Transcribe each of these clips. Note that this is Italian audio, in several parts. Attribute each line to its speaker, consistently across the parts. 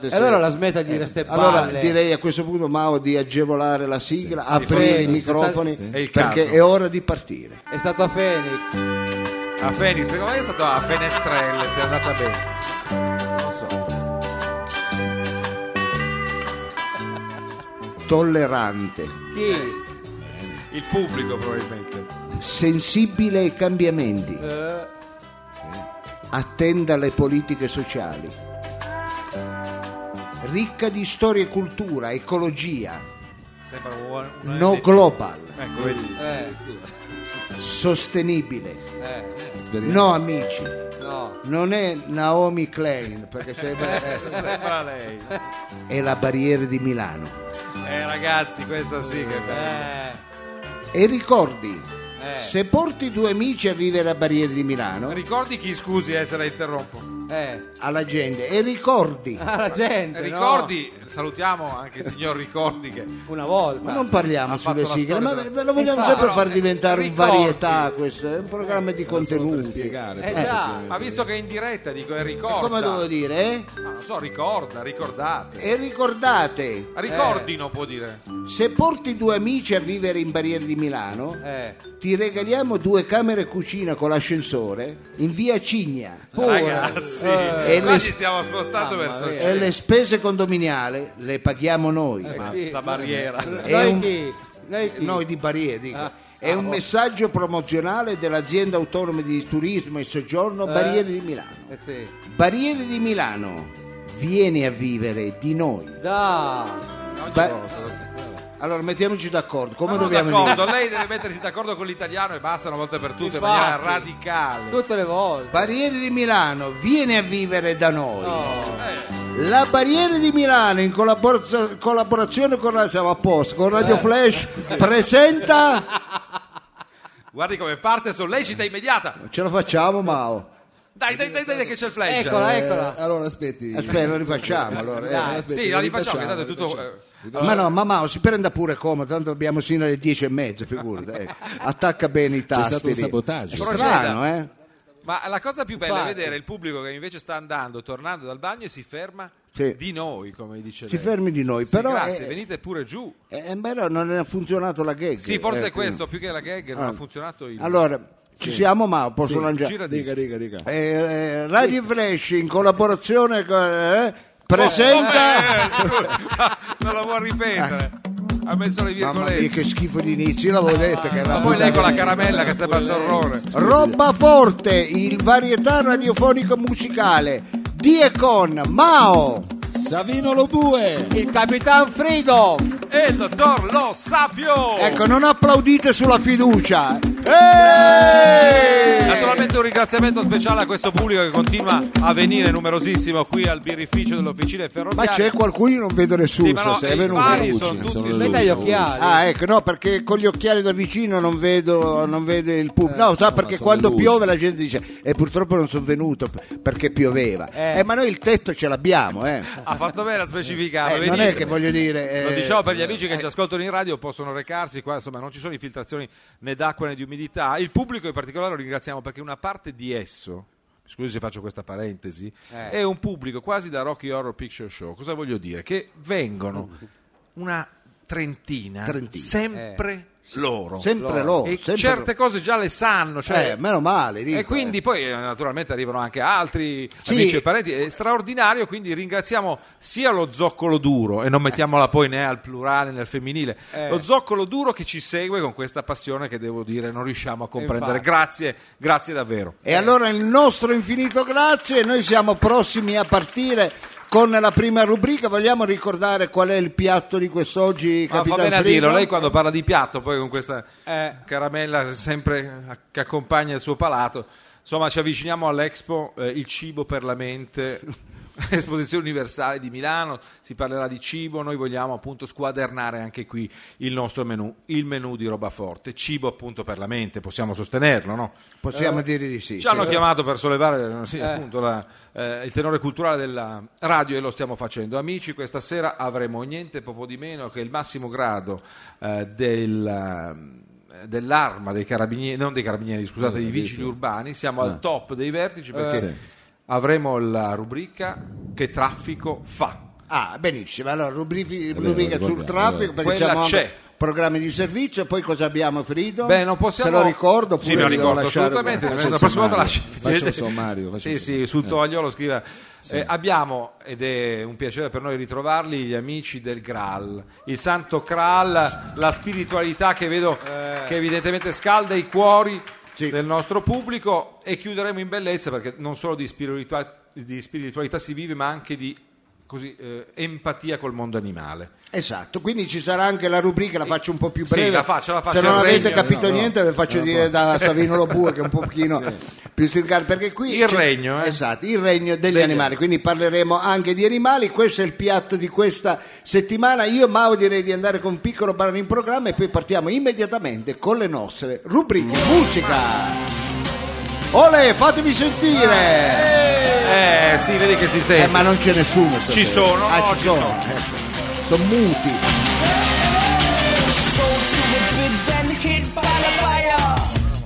Speaker 1: se-
Speaker 2: allora la smetta di dire ste
Speaker 1: Eh, Allora
Speaker 2: palle.
Speaker 1: direi a questo punto Mao di agevolare la sigla, aprire
Speaker 2: sì,
Speaker 1: i
Speaker 2: sì,
Speaker 1: microfoni
Speaker 2: sì.
Speaker 3: È il
Speaker 1: perché
Speaker 3: caso.
Speaker 1: è ora di partire.
Speaker 2: È stato a Phoenix.
Speaker 3: A Fenix, secondo me è stato a Fenestrelle, se è andata bene.
Speaker 1: Tollerante,
Speaker 2: Chi?
Speaker 3: Il pubblico probabilmente.
Speaker 1: sensibile ai cambiamenti,
Speaker 2: Eh,
Speaker 1: attenta alle politiche sociali, ricca di storia e cultura, ecologia,
Speaker 3: Sembra un... un-
Speaker 1: no global,
Speaker 3: Ecco, vedi.
Speaker 2: eh,
Speaker 1: sostenibile.
Speaker 2: eh,
Speaker 4: Speriamo.
Speaker 1: No amici,
Speaker 2: no.
Speaker 1: non è Naomi Klein perché sembra... eh,
Speaker 3: Sembra lei.
Speaker 1: è la barriera di Milano.
Speaker 3: Eh ragazzi, questa sì che è bella.
Speaker 2: Eh,
Speaker 1: E ricordi,
Speaker 2: eh,
Speaker 1: se porti due amici a vivere a barriera di Milano,
Speaker 3: Ricordi chi, scusi eh, se la interrompo.
Speaker 2: eh.
Speaker 1: alla gente, e ricordi,
Speaker 2: Ah, la gente, no?
Speaker 3: Ricordi, salutiamo anche il signor Ricordi che
Speaker 2: Una
Speaker 1: Ma
Speaker 2: volta.
Speaker 1: non parliamo
Speaker 3: Ha
Speaker 1: sulle
Speaker 3: fatto la
Speaker 1: sigle, ma
Speaker 3: storia della-
Speaker 1: ve lo vogliamo
Speaker 2: Infatti,
Speaker 1: sempre
Speaker 3: però,
Speaker 1: far
Speaker 3: eh,
Speaker 1: diventare un
Speaker 3: ricordi.
Speaker 1: varietà questo, è un programma di
Speaker 4: Solo per
Speaker 1: contenuti.
Speaker 4: spiegare.
Speaker 2: Eh,
Speaker 4: poi,
Speaker 2: già.
Speaker 4: effettivamente.
Speaker 3: ma visto che è in diretta dico e ricorda.
Speaker 1: Come devo dire? eh?
Speaker 3: Ma non so, ricorda,
Speaker 2: Eh.
Speaker 3: ricordate.
Speaker 1: E ricordate,
Speaker 3: Ricordino può dire.
Speaker 1: se porti due amici a vivere in Barriere di Milano,
Speaker 2: Eh.
Speaker 1: ti regaliamo due camere e cucina con l'ascensore in via Cigna.
Speaker 2: Pure.
Speaker 3: Ragazzi,
Speaker 2: Eh.
Speaker 1: E
Speaker 3: qua
Speaker 1: le-
Speaker 3: ci stiamo spostando
Speaker 2: Mamma
Speaker 3: verso
Speaker 2: mia.
Speaker 3: il
Speaker 1: E
Speaker 3: centro.
Speaker 1: le spese condominiali le paghiamo noi.
Speaker 4: Eh, ma-
Speaker 2: sì.
Speaker 3: La barriera.
Speaker 1: È
Speaker 2: Noi
Speaker 1: un-
Speaker 2: chi? Noi chi?
Speaker 1: Noi di Barriere, dico.
Speaker 2: Ah,
Speaker 1: È
Speaker 2: ah,
Speaker 1: un
Speaker 2: oh.
Speaker 1: messaggio promozionale dell'azienda autonoma di turismo e soggiorno
Speaker 2: Eh.
Speaker 1: Barriere di Milano.
Speaker 2: Eh sì.
Speaker 1: Barriere di Milano, vieni a vivere di noi.
Speaker 2: Da.
Speaker 1: Ba- allora mettiamoci d'accordo,
Speaker 2: Ah,
Speaker 1: come
Speaker 3: Ma non
Speaker 1: dobbiamo
Speaker 3: d'accordo,
Speaker 1: dire?
Speaker 3: lei deve mettersi d'accordo con l'italiano e basta una volta per tutte in
Speaker 2: Infatti.
Speaker 3: maniera radicale.
Speaker 2: Tutte le volte.
Speaker 1: Barriere di Milano, vieni a vivere da noi.
Speaker 2: No.
Speaker 3: Eh,
Speaker 1: La Barriere di Milano in collaboraz- collaborazione con, la- siamo a posto, con
Speaker 2: Eh.
Speaker 1: Radio Flash presenta...
Speaker 3: Guardi come parte sollecita immediata.
Speaker 1: Ce la facciamo Mao?
Speaker 3: Dai, dai, dai, dai che c'è il flash.
Speaker 1: Ecco,
Speaker 2: Eccola, eccola.
Speaker 4: Eh, allora aspetti.
Speaker 1: Aspetta, lo rifacciamo allora. eh.
Speaker 4: Allora,
Speaker 3: Sì, la rifacciamo,
Speaker 4: rifacciamo,
Speaker 3: che tanto è tutto,
Speaker 4: rifacciamo.
Speaker 3: eh,
Speaker 4: Rifacciamo.
Speaker 1: Ma no, ma Mao si prenda pure comodo, tanto abbiamo sino alle 10 e mezza, figurati. ecco. Attacca bene i
Speaker 4: C'è
Speaker 1: tasti.
Speaker 4: stato un
Speaker 1: lì.
Speaker 4: sabotaggio.
Speaker 3: Proceda.
Speaker 1: Strano, eh?
Speaker 3: Ma la cosa più bella
Speaker 2: Infatti.
Speaker 3: è vedere il pubblico che invece sta andando, tornando dal bagno e si ferma
Speaker 1: Sì.
Speaker 3: di noi, come dice
Speaker 1: Si
Speaker 3: lei.
Speaker 1: fermi di noi,
Speaker 3: Sì,
Speaker 1: però...
Speaker 3: grazie,
Speaker 1: eh,
Speaker 3: venite pure giù.
Speaker 1: eh, però non ha funzionato la gag.
Speaker 3: Sì, forse
Speaker 1: eh,
Speaker 3: è questo, più che la gag, non
Speaker 1: Ah.
Speaker 3: ha funzionato il...
Speaker 1: Allora, ci siamo Mao, posso
Speaker 4: Sì,
Speaker 1: lanciare...
Speaker 3: gira-
Speaker 4: Dica, dica, dica.
Speaker 1: Eh, eh, Radio Flash in collaborazione con... eh,
Speaker 3: Eh,
Speaker 1: presenta...
Speaker 3: scusa, non la vuol ripetere. Ha messo le
Speaker 1: Mamma mia,
Speaker 3: virgolette.
Speaker 1: che schifo di inizio, io l'avevo detto che era...
Speaker 3: Ma poi lei con la caramella che sembra il torrone.
Speaker 1: Roba forte, il varietà radiofonico musicale di e con Mao.
Speaker 4: Savino Lobue.
Speaker 2: Il Capitan Frido.
Speaker 3: E il dottor Lo Sapio!
Speaker 1: Ecco, non applaudite sulla fiducia.
Speaker 3: Naturalmente un ringraziamento speciale a questo pubblico che continua a venire numerosissimo qui al birrificio dell'officina
Speaker 1: Ma
Speaker 3: ferroviaria.
Speaker 1: c'è qualcuno, io non vedo nessuno.
Speaker 3: Sì, ma no,
Speaker 1: stasera,
Speaker 3: i
Speaker 1: è venuto.
Speaker 3: spari sono
Speaker 4: Luci,
Speaker 3: tutti
Speaker 4: sono
Speaker 3: su-
Speaker 4: luci.
Speaker 2: Metta gli occhiali.
Speaker 1: Ah, ecco, no, perché con gli occhiali da vicino non vedo, non vedo il pubblico.
Speaker 3: Eh,
Speaker 1: No, sa,
Speaker 4: no,
Speaker 1: perché
Speaker 4: sono
Speaker 1: quando
Speaker 4: le luci.
Speaker 1: piove la gente dice e purtroppo non sono venuto p- perché pioveva.
Speaker 2: Eh.
Speaker 1: Eh. ma noi il tetto ce l'abbiamo, eh.
Speaker 3: Ha fatto bene a specificare.
Speaker 1: Eh, non è
Speaker 3: venite.
Speaker 1: che voglio dire... eh,
Speaker 3: Ah, Lo diciamo per gli amici che ci ascoltano in radio, possono recarsi qua, insomma non ci sono infiltrazioni né d'acqua né di umidità. Il pubblico in particolare lo ringraziamo perché una parte di esso, scusi se faccio questa parentesi,
Speaker 1: Eh.
Speaker 3: è un pubblico quasi da Rocky Horror Picture Show. Cosa voglio dire? Che vengono una trentina,
Speaker 1: Trentina. Eh.
Speaker 3: sempre loro.
Speaker 1: Sempre loro.
Speaker 3: e
Speaker 1: Oh, sempre
Speaker 3: certe cose già le sanno,
Speaker 1: loro.
Speaker 3: cioè
Speaker 1: Eh, meno male. dico,
Speaker 3: e quindi
Speaker 1: eh.
Speaker 3: poi eh, naturalmente arrivano anche altri
Speaker 1: Sì.
Speaker 3: amici e parenti, è straordinario, quindi ringraziamo sia lo zoccolo duro, e non mettiamola poi né al plurale né al femminile,
Speaker 2: Eh.
Speaker 3: lo zoccolo duro che ci segue con questa passione che devo dire non riusciamo a comprendere.
Speaker 2: Infatti.
Speaker 3: Grazie, grazie davvero.
Speaker 1: E allora il nostro infinito grazie, noi siamo prossimi a partire con la prima rubrica, vogliamo ricordare qual è il piatto di quest'oggi,
Speaker 3: Ma fa
Speaker 1: Capitan
Speaker 3: bene a
Speaker 1: Frigo?
Speaker 3: dirlo, lei quando parla di piatto, poi con questa
Speaker 2: Eh.
Speaker 3: caramella sempre a- che accompagna il suo palato, insomma ci avviciniamo all'Expo, eh, il cibo per la mente, esposizione universale di Milano, si parlerà di cibo, noi vogliamo appunto squadernare anche qui il nostro menù, il menù di roba forte, cibo appunto per la mente, possiamo sostenerlo, no?
Speaker 1: Possiamo dire di sì.
Speaker 3: Eh, Ci hanno
Speaker 1: sì.
Speaker 3: chiamato per sollevare sì, appunto, la- eh, il tenore culturale della radio e lo stiamo facendo. Amici, questa sera avremo niente poco di meno che il massimo grado eh, del, eh, dell'arma dei carabinieri, non dei carabinieri, scusate,
Speaker 1: Eh,
Speaker 3: dei vigili urbani. Siamo al top dei vertici perché
Speaker 4: Sì.
Speaker 3: avremo la rubrica Che traffico fa?
Speaker 1: Ah, benissimo. Allora, rubrifi-
Speaker 4: vero,
Speaker 1: rubrica sul
Speaker 4: ricordiamo,
Speaker 1: traffico, perché
Speaker 3: Quella
Speaker 1: abbiamo
Speaker 3: c'è.
Speaker 1: anche programmi di servizio, poi cosa abbiamo, Frido?
Speaker 3: Beh, non possiamo...
Speaker 1: Se lo ricordo, oppure
Speaker 3: Sì, me lo
Speaker 1: devo
Speaker 3: ricordo,
Speaker 1: lasciare-
Speaker 3: assolutamente. la
Speaker 4: Faccio il
Speaker 3: prossima volta
Speaker 4: sommario,
Speaker 3: lascia-
Speaker 4: faccio il sommario, faccio
Speaker 3: Sì,
Speaker 4: il
Speaker 3: sì,
Speaker 4: sommario.
Speaker 3: sul toglio lo scrive. Eh, abbiamo, ed è un piacere per noi ritrovarli, gli amici del Graal. Il santo Graal, la spiritualità che vedo
Speaker 4: Eh.
Speaker 3: che evidentemente scalda i cuori
Speaker 1: Sì.
Speaker 3: del nostro pubblico e chiuderemo in bellezza perché non solo di spiritualità, di spiritualità si vive ma anche di così, eh, empatia col mondo animale.
Speaker 1: Esatto, quindi ci sarà anche la rubrica, la faccio un po' più
Speaker 3: Sì,
Speaker 1: breve.
Speaker 3: la faccio, la faccio,
Speaker 1: Se non
Speaker 3: la
Speaker 1: avete
Speaker 3: segno,
Speaker 1: capito
Speaker 4: no, no.
Speaker 1: niente, ve faccio
Speaker 4: No,
Speaker 1: dire
Speaker 4: no.
Speaker 1: da Savino Lobue che è un pochino più stilgare perché qui
Speaker 3: Il
Speaker 1: c'è-
Speaker 3: regno, eh.
Speaker 1: Esatto, il regno degli animali, quindi parleremo anche di animali. Questo è il piatto di questa settimana. Io Mao direi di andare con un piccolo brano in programma e poi partiamo immediatamente con le nostre rubriche musica. Ole, fatemi sentire.
Speaker 3: Eh sì, vedi che si sente.
Speaker 1: Eh, ma non c'è nessuno.
Speaker 3: Ci
Speaker 1: stasera.
Speaker 3: sono,
Speaker 1: Ah,
Speaker 3: no,
Speaker 1: ci
Speaker 3: ci
Speaker 1: sono.
Speaker 3: sono.
Speaker 1: Ecco. Sono muti.
Speaker 5: Sold to a bitch, then hit by the fire.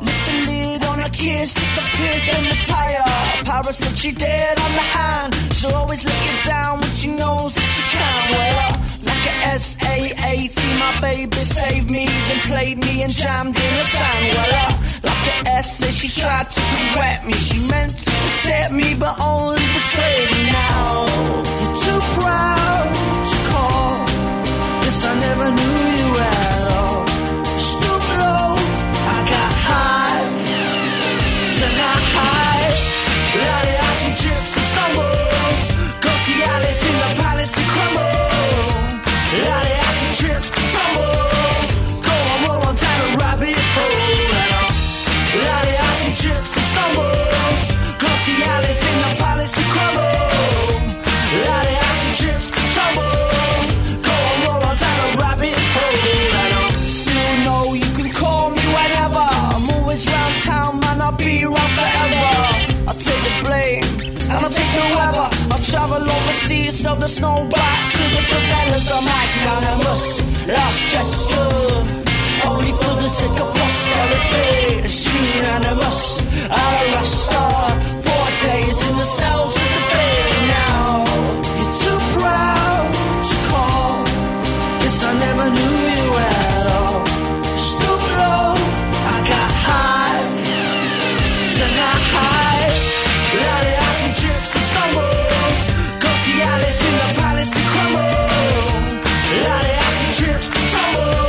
Speaker 5: Lift the lid on a kiss, stick the piss in the tire. Paris said she dead on the hand. She always let you down when she knows that she can't. Well, like a S-A-A-T, my baby saved me, then played me and jammed in the sand. Well, uh, like a S said she tried to correct me. She meant to protect me, but only betrayed me now. You're too proud to call. Guess I never knew you at all. Snoop low, I got high. Tonight, Lottie eyes and chips and stumbles. Go see Alice in the palace to crumble. Lottie eyes and chips to tumble. Go on, roll on down a rabbit hole. Lottie eyes and chips and stumbles. Go see Alice in the palace to crumble. Lottie eyes and chips to tumble. Go and roll on down a rabbit hole. And I still know you can call me whenever. I'm always round town, man. I'll be around forever. I'll take the blame and I'll take the weather. I'll travel overseas, sell the snow back to the favelas. I'm magnanimous. Last gesture. Only for the sake of posterity. It's unanimous. I'll rest on four days in the cells with the baby now. You're too proud to call. Guess I never knew you at all. Stoop low, I got high. Tonight, Lottie eyes and chips and stumbles. Go see Alice in the palace to crumble. Lottie eyes and chips to tumble.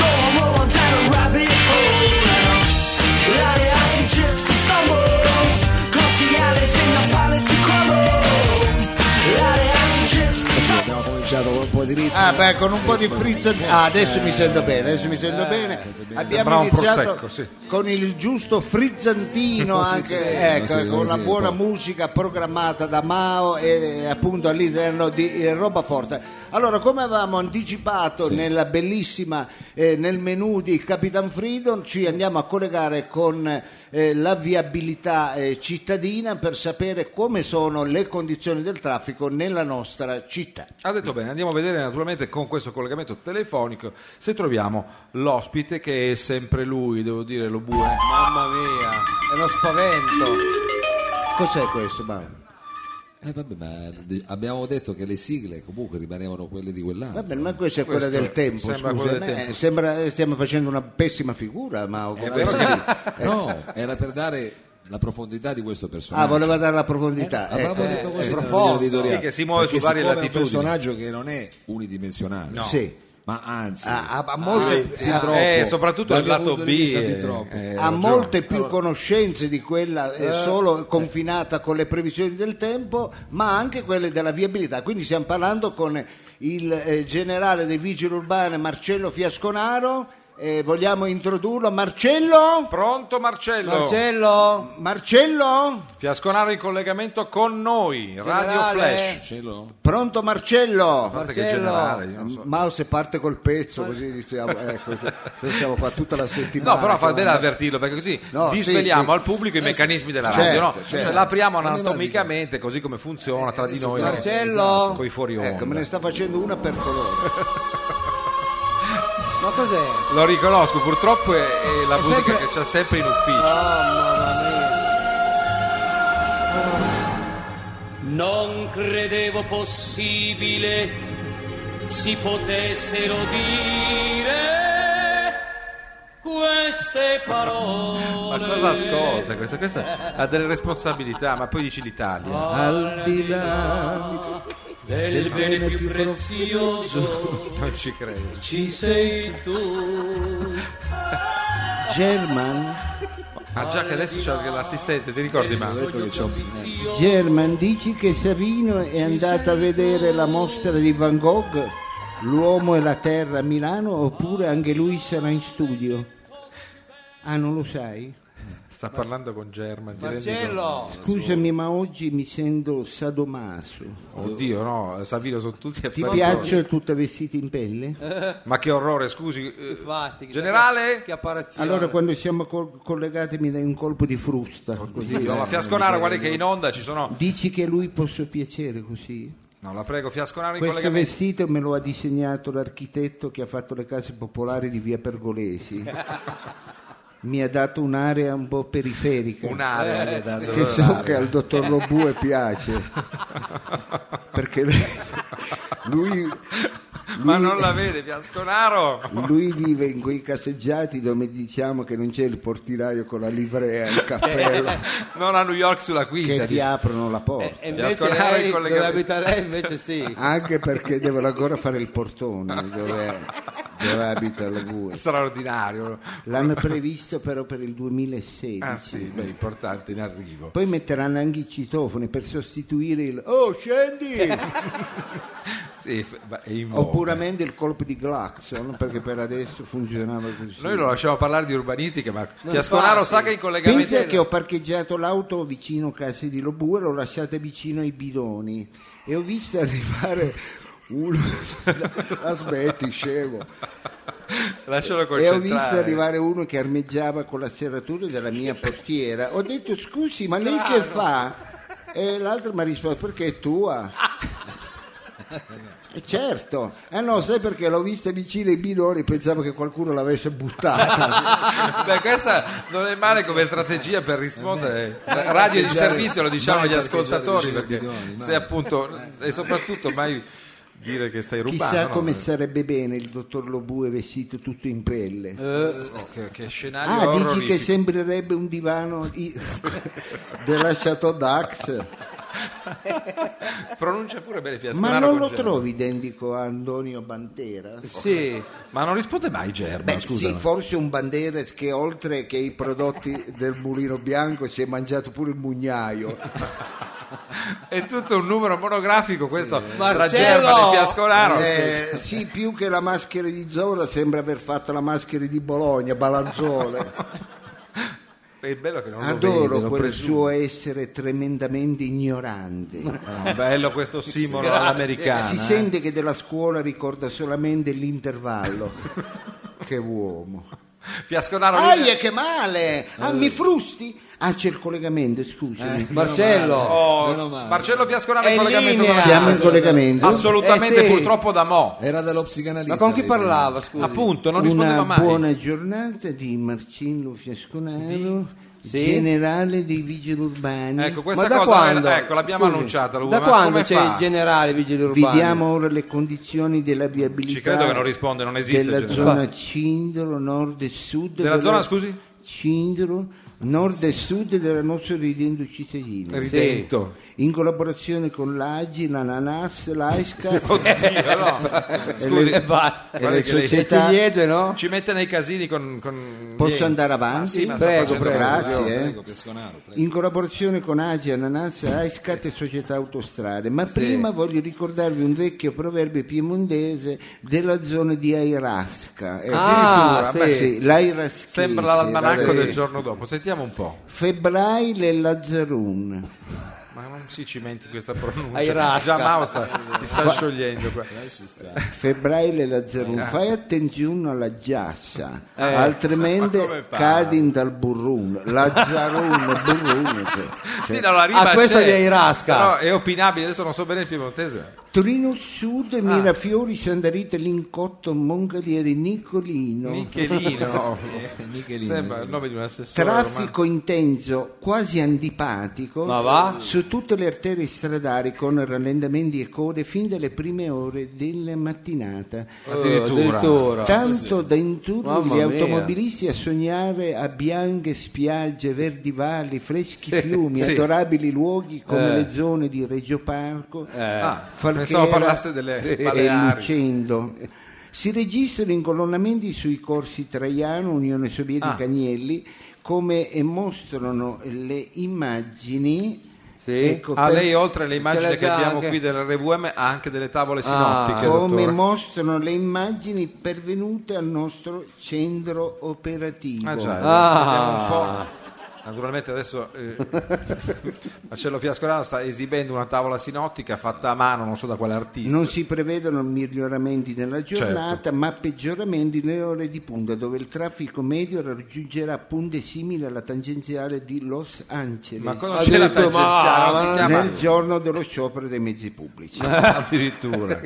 Speaker 5: Go and roll on down a rabbit hole. Lottie eyes and chips and stumbles. Go see Alice in the palace to crumble. Lottie eyes and chips to
Speaker 4: Sì,
Speaker 5: tumble.
Speaker 4: abbiamo cominciato con un po' di ritmo.
Speaker 1: Ah, beh, con un po' di frizza. Ah, adesso mi sento bene, adesso mi
Speaker 4: Eh,
Speaker 1: sento bene.
Speaker 3: Sembrava
Speaker 1: Abbiamo
Speaker 3: un
Speaker 1: iniziato
Speaker 3: prosecco, sì.
Speaker 1: con il giusto frizzantino, anche
Speaker 4: frizzantino,
Speaker 1: ecco,
Speaker 4: sì,
Speaker 1: con la
Speaker 4: sì,
Speaker 1: buona
Speaker 4: un po'.
Speaker 1: musica programmata da Mao e appunto all'interno di eh, Roba Forte. Allora, come avevamo anticipato
Speaker 4: Sì.
Speaker 1: nella bellissima, eh, nel menù di Capitan Freedom, ci andiamo a collegare con eh, la viabilità eh, cittadina per sapere come sono le condizioni del traffico nella nostra città.
Speaker 3: Ha detto bene, andiamo a vedere naturalmente con questo collegamento telefonico se troviamo l'ospite che è sempre lui, devo dire lo buone.
Speaker 2: Mamma mia, è uno spavento.
Speaker 1: Cos'è questo, Mao?
Speaker 4: Eh, vabbè, ma di- abbiamo detto che le sigle comunque rimanevano quelle di
Speaker 1: Va
Speaker 4: quell'altro.
Speaker 1: bene, ma questa è quella
Speaker 3: Questo
Speaker 1: del tempo,
Speaker 3: sembra
Speaker 1: scusa,
Speaker 3: quella del
Speaker 1: eh,
Speaker 3: tempo.
Speaker 1: sembra- eh, stiamo facendo una pessima figura, ma
Speaker 4: Era
Speaker 1: come-
Speaker 4: per- Eh,
Speaker 1: Eh.
Speaker 4: no, era per dare la profondità di questo personaggio.
Speaker 1: Ah, voleva dare la
Speaker 4: Eh,
Speaker 1: profondità. eh,
Speaker 4: avevamo
Speaker 1: eh,
Speaker 4: detto così nella
Speaker 3: profondo,
Speaker 4: linea editoriale.
Speaker 3: sì, che si muove su
Speaker 4: Perché
Speaker 3: varie
Speaker 4: siccome
Speaker 3: latitudini.
Speaker 4: È un personaggio che non è unidimensionale,
Speaker 1: sì. Ah,
Speaker 4: ma anzi,
Speaker 1: Ha, Ah, ha- ha molte,
Speaker 4: fin
Speaker 1: ha-
Speaker 4: troppo,
Speaker 3: Ah, eh, soprattutto
Speaker 4: dal
Speaker 3: il
Speaker 4: mio
Speaker 3: lato
Speaker 4: punto di
Speaker 3: B,
Speaker 4: vista,
Speaker 3: eh,
Speaker 4: fin troppo.
Speaker 3: eh,
Speaker 1: ha molte più
Speaker 4: Allora-
Speaker 1: conoscenze di quella eh, solo confinata con le previsioni del tempo, ma anche quelle della viabilità. Quindi stiamo parlando con il eh, generale dei vigili urbani Marcello Fiasconaro. eh, vogliamo introdurlo. Marcello?
Speaker 3: Pronto Marcello?
Speaker 2: Marcello?
Speaker 1: Marcello?
Speaker 3: Fiasconaro in collegamento con noi, Radio
Speaker 2: Generale.
Speaker 3: Flash.
Speaker 4: Marcello?
Speaker 1: Pronto eh? Marcello? Mm,
Speaker 3: A parte che è
Speaker 2: Marcello.
Speaker 3: generale, io non so.
Speaker 1: Eh, Mao se parte col pezzo così iniziamo, ecco, se- se siamo qua tutta la settimana.
Speaker 3: No, però fa
Speaker 1: siamo-
Speaker 3: bene avvertirlo perché così
Speaker 1: No, sì,
Speaker 3: disveliamo
Speaker 1: sì.
Speaker 3: al pubblico i meccanismi della
Speaker 1: certo,
Speaker 3: radio, no?
Speaker 1: certo.
Speaker 3: Ce l'apriamo
Speaker 4: Ma non la
Speaker 3: anatomicamente così come funziona tra di
Speaker 4: adesso
Speaker 3: noi,
Speaker 4: guarda-
Speaker 2: Marcello?
Speaker 3: con i fuori onda.
Speaker 1: Eh Ecco, me ne sta facendo una per colore.
Speaker 2: Ma cos'è?
Speaker 3: Lo riconosco, purtroppo è, è la
Speaker 2: È
Speaker 3: musica
Speaker 2: sempre-
Speaker 3: che c'è sempre in ufficio.
Speaker 2: Oh, mamma mia.
Speaker 6: Non credevo possibile si potessero dire queste
Speaker 3: Ma
Speaker 6: parole.
Speaker 3: cosa ascolta questa? Questa ha delle responsabilità, ma poi dici l'Italia.
Speaker 2: Oh.
Speaker 1: Al di là
Speaker 6: Del bene più prezioso
Speaker 3: Non ci credo.
Speaker 6: ci sei tu.
Speaker 1: German,
Speaker 3: Ah, già che adesso c'è anche l'assistente, ti
Speaker 1: Eh,
Speaker 3: ricordi, ma?
Speaker 4: detto che c'ho-
Speaker 1: German dici che Savino è andato a vedere la mostra di Van Gogh, L'uomo e la terra a Milano, oppure anche lui sarà in studio? Ah, non lo sai?
Speaker 3: Sta parlando con German. ti rendi
Speaker 2: Marcello!
Speaker 1: Scusami, ma oggi mi sento sadomaso.
Speaker 3: conto? Oddio, no, Savino sono tutti a
Speaker 1: Ti
Speaker 3: fare-
Speaker 1: piacciono tutta vestita in pelle?
Speaker 3: Ma che orrore, scusi. eh,
Speaker 2: Infatti, chissà
Speaker 3: generale?
Speaker 2: Che, che apparizione.
Speaker 1: Allora quando siamo col- collegati mi dai un colpo di frusta così.
Speaker 3: Dio, ma Fiasconaro, guarda che è in onda ci sono.
Speaker 1: Dici che lui posso piacere così?
Speaker 3: No, la prego, Fiasconaro in
Speaker 1: Questo
Speaker 3: collegamento.
Speaker 1: vestito me lo ha disegnato l'architetto che ha fatto le case popolari di via Pergolesi. Mi ha dato un'area un po' periferica.
Speaker 3: Un'area.
Speaker 2: Eh.
Speaker 3: gli ha dato.
Speaker 1: che so che al dottor Lobue piace. Perché lui,
Speaker 3: Ma non la vede, Fiasconaro?
Speaker 1: lui vive in quei caseggiati dove diciamo che non c'è il portinaio con la livrea e il cappello
Speaker 3: Non a New York sulla
Speaker 1: che
Speaker 3: quinta.
Speaker 1: ti aprono la porta.
Speaker 2: E Eh, invece
Speaker 3: Fiasconaro in
Speaker 2: lei, dove
Speaker 3: collegamento.
Speaker 2: abita lei, invece sì.
Speaker 1: anche perché devono ancora fare il portone dove, dove abita la VUE.
Speaker 3: Straordinario.
Speaker 1: L'hanno previsto però per il 2016.
Speaker 3: Ah sì, beh, importante in arrivo.
Speaker 1: Poi metteranno anche i citofoni per sostituire il Oh scendi!
Speaker 3: Eh. Sì, f- va- è in voga.
Speaker 1: o puramente il colpo di Glaxon perché per adesso funzionava così.
Speaker 3: Noi lo lasciamo parlare di urbanistica, ma Fiasconaro sa che è in collegamento.
Speaker 1: Pensa che ho parcheggiato l'auto vicino a casa di Lobue, l'ho lasciata vicino ai bidoni e ho visto arrivare uno. Aspetti, scemo.
Speaker 3: Lascialo
Speaker 1: E ho
Speaker 3: concentrare.
Speaker 1: visto arrivare uno che armeggiava con la serratura della mia portiera. Ho detto scusi, ma lei che fa? E l'altro mi ha risposto perché è tua. E certo, eh no, sai perché l'ho vista vicino ai bidoni, pensavo che qualcuno l'avesse buttata.
Speaker 3: Beh, questa non è male come strategia per rispondere. Radio di servizio, lo diciamo
Speaker 4: mai
Speaker 3: agli
Speaker 4: parcheggiare
Speaker 3: ascoltatori,
Speaker 4: vicino ai
Speaker 3: perché
Speaker 4: bidoni, mai.
Speaker 3: se appunto, e soprattutto mai dire che stai rubando.
Speaker 1: Chissà
Speaker 3: no? Eh,
Speaker 1: come sarebbe bene il dottor Lobue vestito tutto in pelle.
Speaker 3: Oh, che, che scenario
Speaker 1: Ah, dici
Speaker 3: orrorifico.
Speaker 1: che sembrerebbe un divano i- della Chateau d'Ax.
Speaker 3: Pronuncia pure bene Fiasconaro.
Speaker 1: Ma non lo
Speaker 3: con Germa.
Speaker 1: trovi identico a Antonio Bantera?
Speaker 2: Sì.
Speaker 3: Ma non risponde mai Germa,
Speaker 1: Beh,
Speaker 3: scusa.
Speaker 1: sì, forse un Banderas che oltre che i prodotti del mulino bianco si è mangiato pure il mugnaio.
Speaker 3: È tutto un numero monografico questo tra
Speaker 2: Marcello!
Speaker 3: Germa e Fiasconaro.
Speaker 1: Eh, sì, più che la maschera di Zola sembra aver fatto la maschera di Bologna, Balanzole.
Speaker 3: È bello che non lo vede,
Speaker 1: Adoro
Speaker 3: lo
Speaker 1: quel
Speaker 3: presume.
Speaker 1: suo essere tremendamente ignorante.
Speaker 3: Ah, bello questo simbolo
Speaker 1: Si
Speaker 3: all'americana.
Speaker 1: sente che della scuola ricorda solamente l'intervallo. che uomo.
Speaker 3: Fiasconaro lui-
Speaker 1: Aia, che male!
Speaker 3: Eh.
Speaker 1: Ah, mi frusti? Ah, c'è il collegamento, scusami.
Speaker 2: Marcello.
Speaker 3: Oh,
Speaker 4: Meno Eh, male.
Speaker 3: Marcello Fiasconaro
Speaker 2: È
Speaker 3: in collegamento
Speaker 2: linea.
Speaker 3: con-
Speaker 1: Siamo in collegamento.
Speaker 3: Eh, Assolutamente,
Speaker 2: Eh, sì.
Speaker 3: purtroppo da mo.
Speaker 4: Era dallo psicanalista.
Speaker 2: Ma con chi
Speaker 4: lei,
Speaker 2: parlava, scusi?
Speaker 3: Appunto, non rispondeva
Speaker 1: Una
Speaker 3: mai.
Speaker 1: buona giornata di Marcello Fiasconaro,
Speaker 2: Sì?
Speaker 1: generale dei vigili urbani.
Speaker 3: Ecco,
Speaker 2: Ma
Speaker 3: questa
Speaker 2: da
Speaker 3: cosa
Speaker 2: quando?
Speaker 3: era- ecco, l'abbiamo
Speaker 2: Scusi,
Speaker 3: annunciata. Lu,
Speaker 2: Da
Speaker 3: ma
Speaker 2: quando
Speaker 3: come
Speaker 2: c'è
Speaker 3: fa?
Speaker 2: il generale Vigili Urbani?
Speaker 1: Vediamo ora le condizioni della viabilità.
Speaker 3: Ci credo che non risponde, non esiste il
Speaker 1: Della
Speaker 3: generale.
Speaker 1: zona Cindro, nord e sud.
Speaker 3: Della zona, scusi?
Speaker 1: Cindro, nord e sud della nostra ridendo cittadina.
Speaker 3: Ridetto.
Speaker 1: In collaborazione con l'AGI, l'ANANAS, l'AISCA
Speaker 3: Oddio, Eh, no. Scusi,
Speaker 1: le-
Speaker 2: E basta.
Speaker 1: eh, e le
Speaker 3: guardi che lei-
Speaker 2: Le
Speaker 1: società
Speaker 2: ciliegie, no?
Speaker 3: ci mette nei casini con... con-
Speaker 1: Posso andare avanti?
Speaker 3: Ah, ma sta
Speaker 2: prego,
Speaker 3: facendo-
Speaker 2: prego.
Speaker 1: Grazie. eh.
Speaker 4: Prego, Pesconaro, prego.
Speaker 1: In collaborazione con Agi, Ananazza, AISCAT e Società Autostrade. Ma prima voglio ricordarvi un vecchio proverbio piemontese della zona di Airasca. Eh,
Speaker 2: Ah,
Speaker 1: addirittura,
Speaker 2: sì.
Speaker 1: ma sì, l'Airaschese,
Speaker 3: Sembra l'almanacco
Speaker 1: vabbè.
Speaker 3: del giorno dopo. Sentiamo un po'.
Speaker 1: Febbraile e Lazzarun.
Speaker 3: Ma non si cimenti questa pronuncia.
Speaker 2: Ai rasca.
Speaker 3: Già Mao sta- si sta sciogliendo qua.
Speaker 4: Lei ci sta.
Speaker 1: Febbraile e Lazzarun.
Speaker 3: Eh.
Speaker 1: Fai attenzione alla giassa,
Speaker 2: Eh.
Speaker 1: altrimenti
Speaker 3: Ma come fa?
Speaker 1: cadi in dal burrun. Lazzarun, burrun. cioè,
Speaker 3: Sì,
Speaker 1: cioè.
Speaker 3: no, la rima
Speaker 2: Ah, questo
Speaker 3: c'è,
Speaker 2: è di Airasca.
Speaker 3: Però è opinabile, adesso non so bene il piemontese.
Speaker 1: Torino Sud,
Speaker 2: Ah.
Speaker 1: Mirafiori, Sandarite, Lincotto, Mongalieri, Nicolino.
Speaker 3: Michelino.
Speaker 4: Eh, Michelino,
Speaker 3: Sembra il nome di un assessore.
Speaker 1: Traffico intenso, quasi antipatico,
Speaker 2: Ma va?
Speaker 1: su tutte le arterie stradali con rallentamenti e code fin dalle prime ore della mattinata.
Speaker 2: Eh,
Speaker 3: Addirittura.
Speaker 2: addirittura.
Speaker 1: Tanto da inturno
Speaker 2: Mamma
Speaker 1: gli
Speaker 2: mia.
Speaker 1: automobilisti a sognare a bianche spiagge, verdi valli, freschi
Speaker 3: Sì,
Speaker 1: fiumi,
Speaker 3: sì.
Speaker 1: adorabili luoghi come
Speaker 2: Eh.
Speaker 1: le zone di Reggio Parco,
Speaker 3: Ah,
Speaker 1: Falchera
Speaker 3: pensavo parlasse delle
Speaker 1: e
Speaker 3: Baleari.
Speaker 1: Lucendo. Si registrano incolonnamenti sui corsi Traiano, Unione Sovietica
Speaker 3: Ah.
Speaker 1: Agnelli, come eh, mostrano le immagini. Ecco
Speaker 2: Sì.
Speaker 3: Ah,
Speaker 1: per-
Speaker 3: lei oltre alle immagini
Speaker 2: l'ha
Speaker 3: che
Speaker 2: già
Speaker 3: abbiamo
Speaker 2: anche-
Speaker 3: qui dell'RVM ha anche delle tavole
Speaker 2: Ah.
Speaker 3: sinottiche.
Speaker 1: come
Speaker 3: dottore.
Speaker 1: mostrano le immagini pervenute al nostro centro operativo. Eh,
Speaker 3: Ah, già,
Speaker 2: Ah.
Speaker 3: vediamo un po'. Naturalmente adesso eh, Marcello Fiascolano sta esibendo una tavola sinottica fatta a mano, non so da quale artista.
Speaker 1: Non si prevedono miglioramenti nella giornata,
Speaker 3: Certo.
Speaker 1: ma peggioramenti nelle ore di punta, dove il traffico medio raggiungerà punte simili alla tangenziale di Los Angeles.
Speaker 3: Ma cosa
Speaker 2: Ma
Speaker 3: c'è la
Speaker 2: addirittura-
Speaker 3: tangenziale?
Speaker 2: ma-
Speaker 3: Non si
Speaker 2: ma-
Speaker 3: chiama
Speaker 1: nel giorno dello sciopero dei mezzi pubblici.
Speaker 3: addirittura.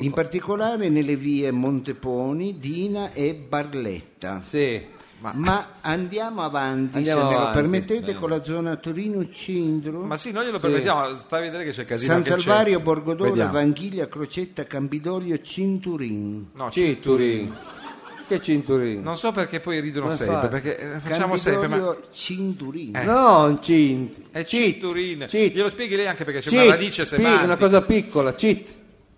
Speaker 1: In particolare nelle vie Monteponi, Dina e Barletta.
Speaker 2: Sì.
Speaker 1: Ma, andiamo avanti,
Speaker 2: Andiamo
Speaker 1: se me lo
Speaker 2: avanti.
Speaker 1: permettete, con la zona Torino Centro.
Speaker 3: Ma sì, noi glielo permettiamo, stai a vedere che c'è casino.
Speaker 1: San
Speaker 3: anche in
Speaker 1: Salvario,
Speaker 3: centro.
Speaker 1: Borgodoro,
Speaker 3: Vediamo.
Speaker 1: Vanchiglia, Crocetta, Campidoglio, Cinturin.
Speaker 3: No, ci-
Speaker 2: Cinturini. Che cinturini?
Speaker 3: non so perché poi ridono
Speaker 2: Come
Speaker 3: sempre,
Speaker 2: fai?
Speaker 3: perché eh, facciamo sempre, ma Eh.
Speaker 1: Campidoglio, Cinturin.
Speaker 2: No, cint.
Speaker 3: è
Speaker 2: Cit.
Speaker 3: cinturin.
Speaker 2: Cit.
Speaker 3: Glielo spieghi lei anche perché c'è
Speaker 2: Cit.
Speaker 3: una radice
Speaker 2: Pi-
Speaker 3: semantica.
Speaker 2: Una cosa piccola, cit.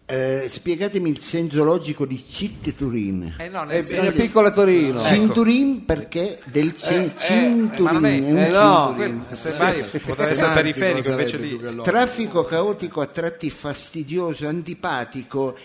Speaker 1: Eh, spiegatemi il senso logico di Cinturin.
Speaker 3: Eh no, nel
Speaker 2: È
Speaker 3: senso
Speaker 2: una
Speaker 3: che-
Speaker 2: piccola Torino.
Speaker 3: Sì.
Speaker 1: Cinturin perché del cin-
Speaker 3: eh, ma
Speaker 1: cinturin,
Speaker 3: non è-
Speaker 1: è un
Speaker 2: eh, no,
Speaker 1: cinturin.
Speaker 3: que- se vai potrebbe essere
Speaker 4: Semantico
Speaker 3: periferico
Speaker 4: sarebbe
Speaker 3: invece
Speaker 4: più che
Speaker 3: di
Speaker 4: logico.
Speaker 1: Traffico caotico a tratti fastidioso, antipatico,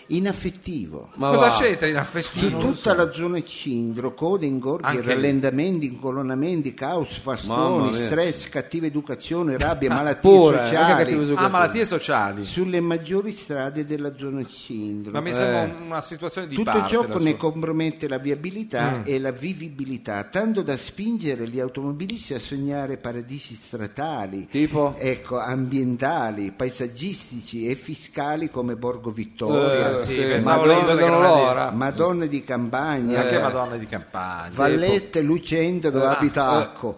Speaker 1: inaffettivo.
Speaker 2: Ma
Speaker 3: cosa
Speaker 2: va.
Speaker 3: c'entra in
Speaker 1: Su
Speaker 3: affettino?
Speaker 1: tutta la zona cindro, code, ingorghi,
Speaker 3: Anche lì.
Speaker 1: rallentamenti, incolonamenti, caos,
Speaker 2: Mamma
Speaker 1: fastoni,
Speaker 2: mia.
Speaker 1: stress, cattiva educazione, rabbia, malattie
Speaker 2: Pure, anche
Speaker 1: sociali.
Speaker 2: cattivo
Speaker 3: Ah,
Speaker 2: educazione.
Speaker 3: malattie sociali.
Speaker 1: Sulle maggiori strade della zona cindro.
Speaker 3: Ma mi sembra un- una situazione di
Speaker 1: Tutto
Speaker 3: parte.
Speaker 1: ciò
Speaker 3: la
Speaker 1: ne
Speaker 3: sua. Mm.
Speaker 1: compromette la viabilità e la vivibilità, tanto da spingere gli automobilisti a sognare paradisi stradali,
Speaker 2: Tipo?
Speaker 1: ecco, ambientali, paesaggistici e fiscali come Borgo
Speaker 2: Eh,
Speaker 1: Vittoria,
Speaker 3: sì,
Speaker 2: sì,
Speaker 3: pensavo
Speaker 2: Madonna,
Speaker 3: all'isola di
Speaker 2: vedono
Speaker 3: Granadine.
Speaker 2: l'ora.
Speaker 1: Madonna di Campagna,
Speaker 3: Anche
Speaker 1: eh,
Speaker 3: Madonna di campagna.
Speaker 1: Vallette, Lucento dove
Speaker 3: Ah.
Speaker 1: abita Acco.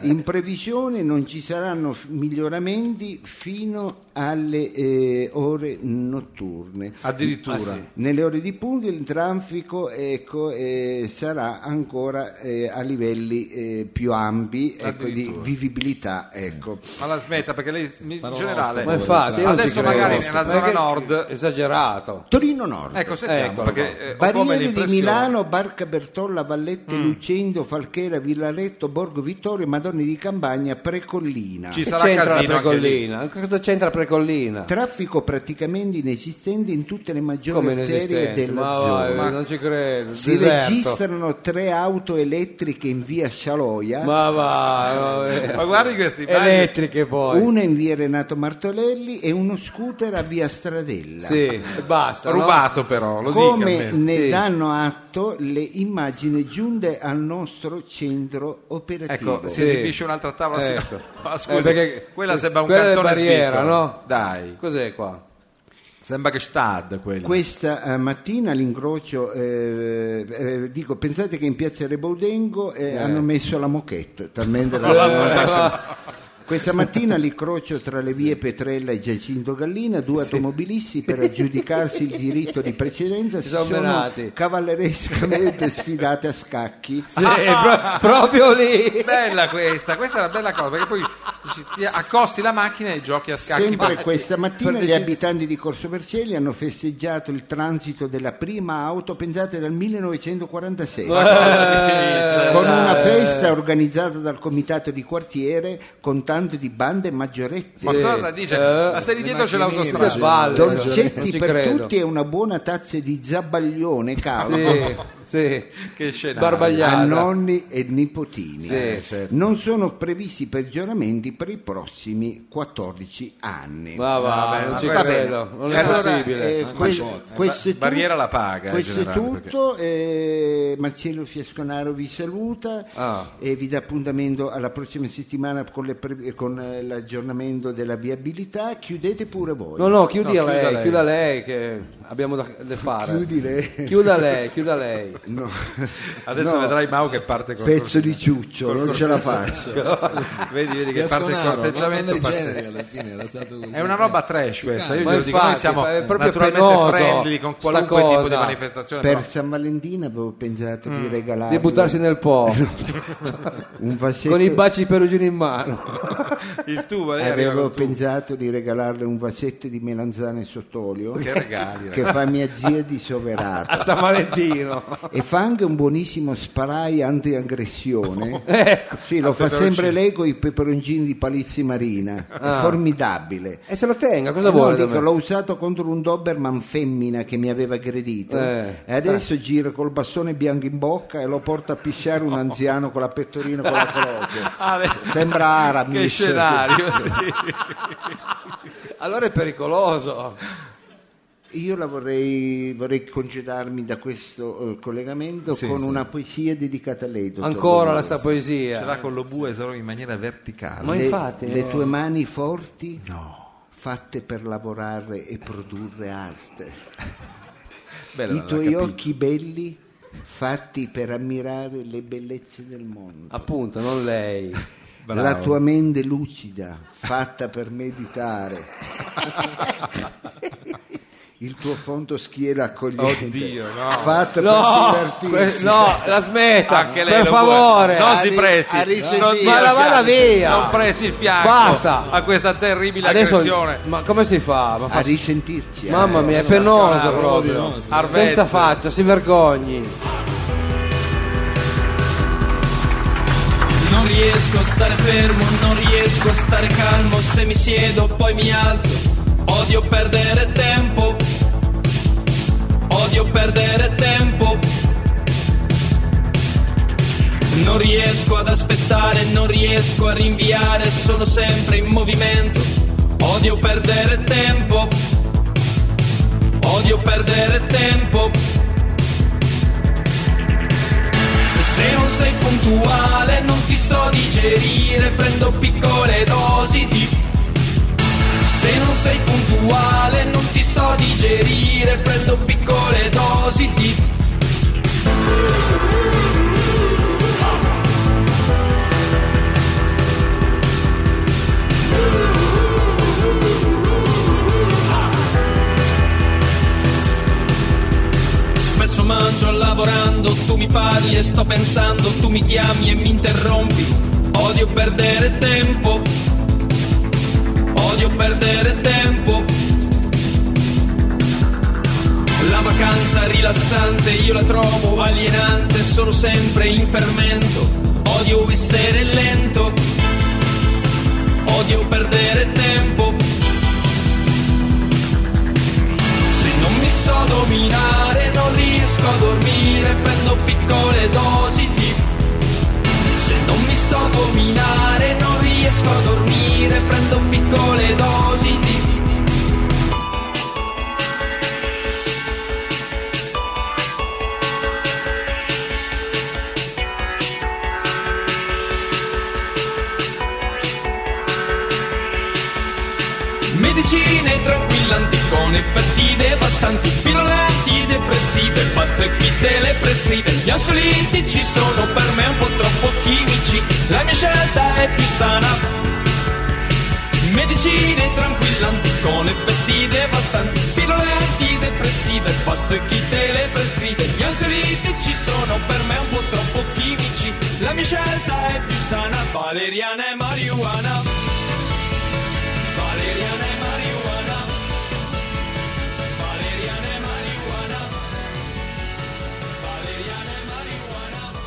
Speaker 1: In previsione non ci saranno f- miglioramenti fino alle eh, ore notturne. Ah,
Speaker 3: Addirittura. Ah,
Speaker 1: Nelle ore di punta il traffico ecco, eh, sarà ancora eh, a livelli eh, più ampi ecco, di
Speaker 3: Addirittura.
Speaker 1: vivibilità. Ecco.
Speaker 3: Ma la smetta perché lei in
Speaker 4: Fanno
Speaker 3: generale
Speaker 4: l'ospite.
Speaker 2: Ma infatti, io non
Speaker 3: adesso
Speaker 2: ci credo.
Speaker 3: magari nella zona
Speaker 2: Perché-
Speaker 3: nord
Speaker 2: Esagerato.
Speaker 1: Torino Nord.
Speaker 3: ecco sentiamo
Speaker 2: Eccolo
Speaker 3: perché eh, ho come
Speaker 1: Barriere di
Speaker 3: l'impressione Mm.
Speaker 1: Milano, Barca Bertolla, Vallette, Lucendo, Falchera, Villaretto, Borgo Vittorio, Madonna di Campagna, Precollina.
Speaker 3: ci
Speaker 2: Che
Speaker 3: sarà
Speaker 2: c'entra la
Speaker 3: casino anche lì.
Speaker 2: precollina? Cosa c'entra la precollina?
Speaker 1: Traffico praticamente inesistente in tutte le maggiori
Speaker 2: Come
Speaker 1: arterie
Speaker 2: inesistente.
Speaker 1: della
Speaker 2: Ma
Speaker 1: zona.
Speaker 2: vai, non ci credo.
Speaker 1: Si
Speaker 2: Deserto.
Speaker 1: registrano tre auto elettriche in via Scialoia,
Speaker 2: Ma va.
Speaker 3: Ma guardi queste immagini.
Speaker 2: Elettriche poi.
Speaker 1: una in via Renato Martolelli e uno scooter a via Stradella.
Speaker 2: Sì, e basta. no?
Speaker 3: rubato però lo dica
Speaker 1: Come
Speaker 3: almeno.
Speaker 1: ne
Speaker 2: Sì.
Speaker 1: danno atto le immagini giunte al nostro centro operativo.
Speaker 3: ecco
Speaker 2: Sì.
Speaker 3: si esibisce un'altra tavola
Speaker 2: Ecco.
Speaker 3: sì. Ma scusi,
Speaker 2: Eh, perché-
Speaker 3: quella sembra un
Speaker 2: quella è
Speaker 3: cantone
Speaker 2: barriera,
Speaker 3: svizzero
Speaker 2: no?
Speaker 3: dai
Speaker 2: Cos'è qua?
Speaker 3: sembra che stad quella
Speaker 1: Questa eh, mattina l'incrocio, eh, eh, dico, pensate che in piazza Rebaudengo eh, hanno messo la moquette, talmente la- non passa- Questa mattina l'incrocio tra le vie Petrella e Giacinto Gallina, due automobilisti per aggiudicarsi il diritto di precedenza si
Speaker 2: sono
Speaker 1: sono,
Speaker 2: menati.
Speaker 1: cavallerescamente sfidate a scacchi.
Speaker 2: Sì, pro- proprio lì.
Speaker 3: bella questa questa è una bella cosa perché poi ci- ti accosti la macchina e giochi a scacchi
Speaker 1: Sempre
Speaker 3: Ma-
Speaker 1: questa mattina
Speaker 2: per
Speaker 1: gli
Speaker 2: decid-
Speaker 1: abitanti di Corso Vercelli hanno festeggiato il transito della prima auto, pensate, dal 1946.
Speaker 2: Eh,
Speaker 1: con una
Speaker 2: dai.
Speaker 1: festa organizzata dal comitato di quartiere con tanto di bande e maggiorette.
Speaker 3: ma
Speaker 2: Sì.
Speaker 3: cosa dice
Speaker 2: Eh,
Speaker 3: ma se lì
Speaker 4: le
Speaker 3: dietro c'è
Speaker 4: macchinine,
Speaker 3: l'autostrada
Speaker 2: Che palle, non
Speaker 1: Dolcetti
Speaker 2: ci
Speaker 1: per
Speaker 2: credo.
Speaker 1: tutti e una buona tazza di zabaglione caro
Speaker 2: Sì, sì.
Speaker 3: Che scenario.
Speaker 2: Barbagliata.
Speaker 1: a nonni e nipotini.
Speaker 2: Sì,
Speaker 1: Eh,
Speaker 2: certo.
Speaker 1: Non sono previsti peggioramenti per i prossimi 14 anni.
Speaker 2: Ma va,
Speaker 3: Vabbè,
Speaker 2: non
Speaker 3: ma
Speaker 2: ci
Speaker 3: questo-
Speaker 2: credo. Non è
Speaker 1: Allora,
Speaker 2: possibile.
Speaker 1: eh,
Speaker 4: Ma
Speaker 1: que-
Speaker 4: quante volte?
Speaker 1: questo è
Speaker 3: Ba- Barriera la paga, in
Speaker 1: Questo è
Speaker 3: generale,
Speaker 1: tutto. eh, Marcello Fiasconaro vi saluta
Speaker 2: Ah.
Speaker 1: e vi dà appuntamento alla prossima settimana con le pre- eh, con eh, l'aggiornamento della viabilità, chiudete pure voi.
Speaker 2: No, no, chiudi
Speaker 3: No,
Speaker 2: a lei,
Speaker 3: chiuda lei.
Speaker 2: chiuda lei che abbiamo da, da fare.
Speaker 1: Chiudi lei.
Speaker 2: Chiuda lei, chiuda lei.
Speaker 1: No.
Speaker 3: Adesso
Speaker 1: No,
Speaker 3: vedrai Mau che parte con
Speaker 1: Pezzo di ciuccio, non ce la faccio.
Speaker 3: vedi, vedi che parte il
Speaker 4: Gasconaro, ma non
Speaker 3: corteggiamento.
Speaker 4: dei
Speaker 3: parte-
Speaker 4: generi alla fine era stato così.
Speaker 3: È una roba trash questa, io
Speaker 2: Ma
Speaker 3: glielo dico, noi
Speaker 2: infatti,
Speaker 3: siamo
Speaker 2: fa- è proprio
Speaker 3: naturalmente
Speaker 2: penoso
Speaker 3: friendly con
Speaker 2: sta
Speaker 3: qualunque tipo di
Speaker 2: cosa.
Speaker 3: manifestazione.
Speaker 1: Per
Speaker 3: però-
Speaker 1: San Valentino avevo pensato di regalare
Speaker 2: Mm. Di buttarsi nel po'
Speaker 1: un vasetto
Speaker 2: con i baci di perugini in mano.
Speaker 3: Il tubo, lei arriva
Speaker 1: Avevo
Speaker 3: col tubo.
Speaker 1: pensato di regalarle un vasetto di melanzane sott'olio
Speaker 3: Che regali,
Speaker 1: che fa mia zia di Soverata
Speaker 2: A San Valentino.
Speaker 1: e fa anche un buonissimo spray antiaggressione.
Speaker 2: ecco.
Speaker 1: Sì, lo
Speaker 3: Al
Speaker 1: fa
Speaker 3: peperoncino.
Speaker 1: sempre lei con i peperoncini di Palizzi Marina,
Speaker 2: Ah.
Speaker 1: formidabile.
Speaker 2: E se lo tenga, cosa
Speaker 1: Eh no,
Speaker 2: vuole? da
Speaker 1: dico,
Speaker 2: me?
Speaker 1: l'ho usato contro un Doberman femmina che mi aveva aggredito
Speaker 2: Eh,
Speaker 1: e adesso gira col bastone bianco in bocca e lo porta a pisciare un anziano con la pettorina con la croce.
Speaker 3: Ah, beh,
Speaker 1: Sembra Aramis.
Speaker 3: che scenario, sì.
Speaker 2: Allora è pericoloso.
Speaker 1: Io la vorrei, vorrei congedarmi da questo eh, collegamento con una poesia dedicata a lei. dottor
Speaker 2: Ancora la
Speaker 1: Bonello.
Speaker 2: sta
Speaker 3: Ce
Speaker 2: poesia.
Speaker 3: l'ha con lo bue, però in maniera verticale.
Speaker 2: Ma
Speaker 1: le,
Speaker 2: infatti,
Speaker 1: le
Speaker 2: eh.
Speaker 1: tue mani forti? Fatte per lavorare e produrre arte.
Speaker 3: Bello,
Speaker 1: I
Speaker 3: l'ha
Speaker 1: tuoi
Speaker 3: capito.
Speaker 1: occhi belli fatti per ammirare le bellezze del mondo.
Speaker 2: Appunto, non lei.
Speaker 3: Bravo.
Speaker 1: La tua mente lucida, fatta per meditare. Il tuo fondo schiera accogliente,
Speaker 3: Oddio, no.
Speaker 1: fatto
Speaker 2: No,
Speaker 1: per divertirsi.
Speaker 2: que- no, la smetta.
Speaker 3: Anche lei
Speaker 2: per
Speaker 3: lo vuole.
Speaker 2: favore.
Speaker 3: non
Speaker 1: A
Speaker 3: si
Speaker 1: ri-
Speaker 3: presti,
Speaker 1: a risentire.
Speaker 3: Non-
Speaker 1: Ma
Speaker 2: la vada via.
Speaker 3: Non presti il fianco
Speaker 2: Basta.
Speaker 3: a questa terribile
Speaker 2: Adesso,
Speaker 3: aggressione.
Speaker 2: ma come si fa? Ma
Speaker 1: A
Speaker 2: fa-
Speaker 3: eh.
Speaker 1: risentirci.
Speaker 2: Mamma mia, è penoso proprio. Senza
Speaker 3: Arvezzo.
Speaker 2: faccia, si vergogni.
Speaker 6: Non riesco a stare fermo, non riesco a stare calmo, se mi siedo poi mi alzo. Odio perdere tempo, odio perdere tempo. Non riesco ad aspettare, non riesco a rinviare, sono sempre in movimento. Odio perdere tempo, odio perdere tempo. Se non sei puntuale non ti so digerire, prendo piccole dosi di... Se non sei puntuale non ti so digerire, prendo piccole dosi di... Spesso mangio lavorando, tu mi parli e sto pensando, tu mi chiami e mi interrompi. Odio perdere tempo, odio perdere tempo. La vacanza rilassante io la trovo alienante, sono sempre in fermento. Odio essere lento, odio perdere tempo. Se non mi so dominare non riesco a dormire, prendo piccole dosi di... Se non mi so dominare non riesco a dormire, prendo piccole dosi di... Medicine tranquillanti con effetti devastanti, pillole antidepressive, pazzetti te le prescrive. Gli ansiolitici ci sono per me un po' troppo chimici, la mia scelta è più sana. Medicine tranquillanti con effetti devastanti, pillole antidepressive, pazzetti te le prescrive. Gli ansiolitici ci sono per me un po' troppo chimici, la mia scelta è più sana. Valeriana e marijuana. Valeriana e marijuana. Valeriana e marijuana. Valeriana e marijuana.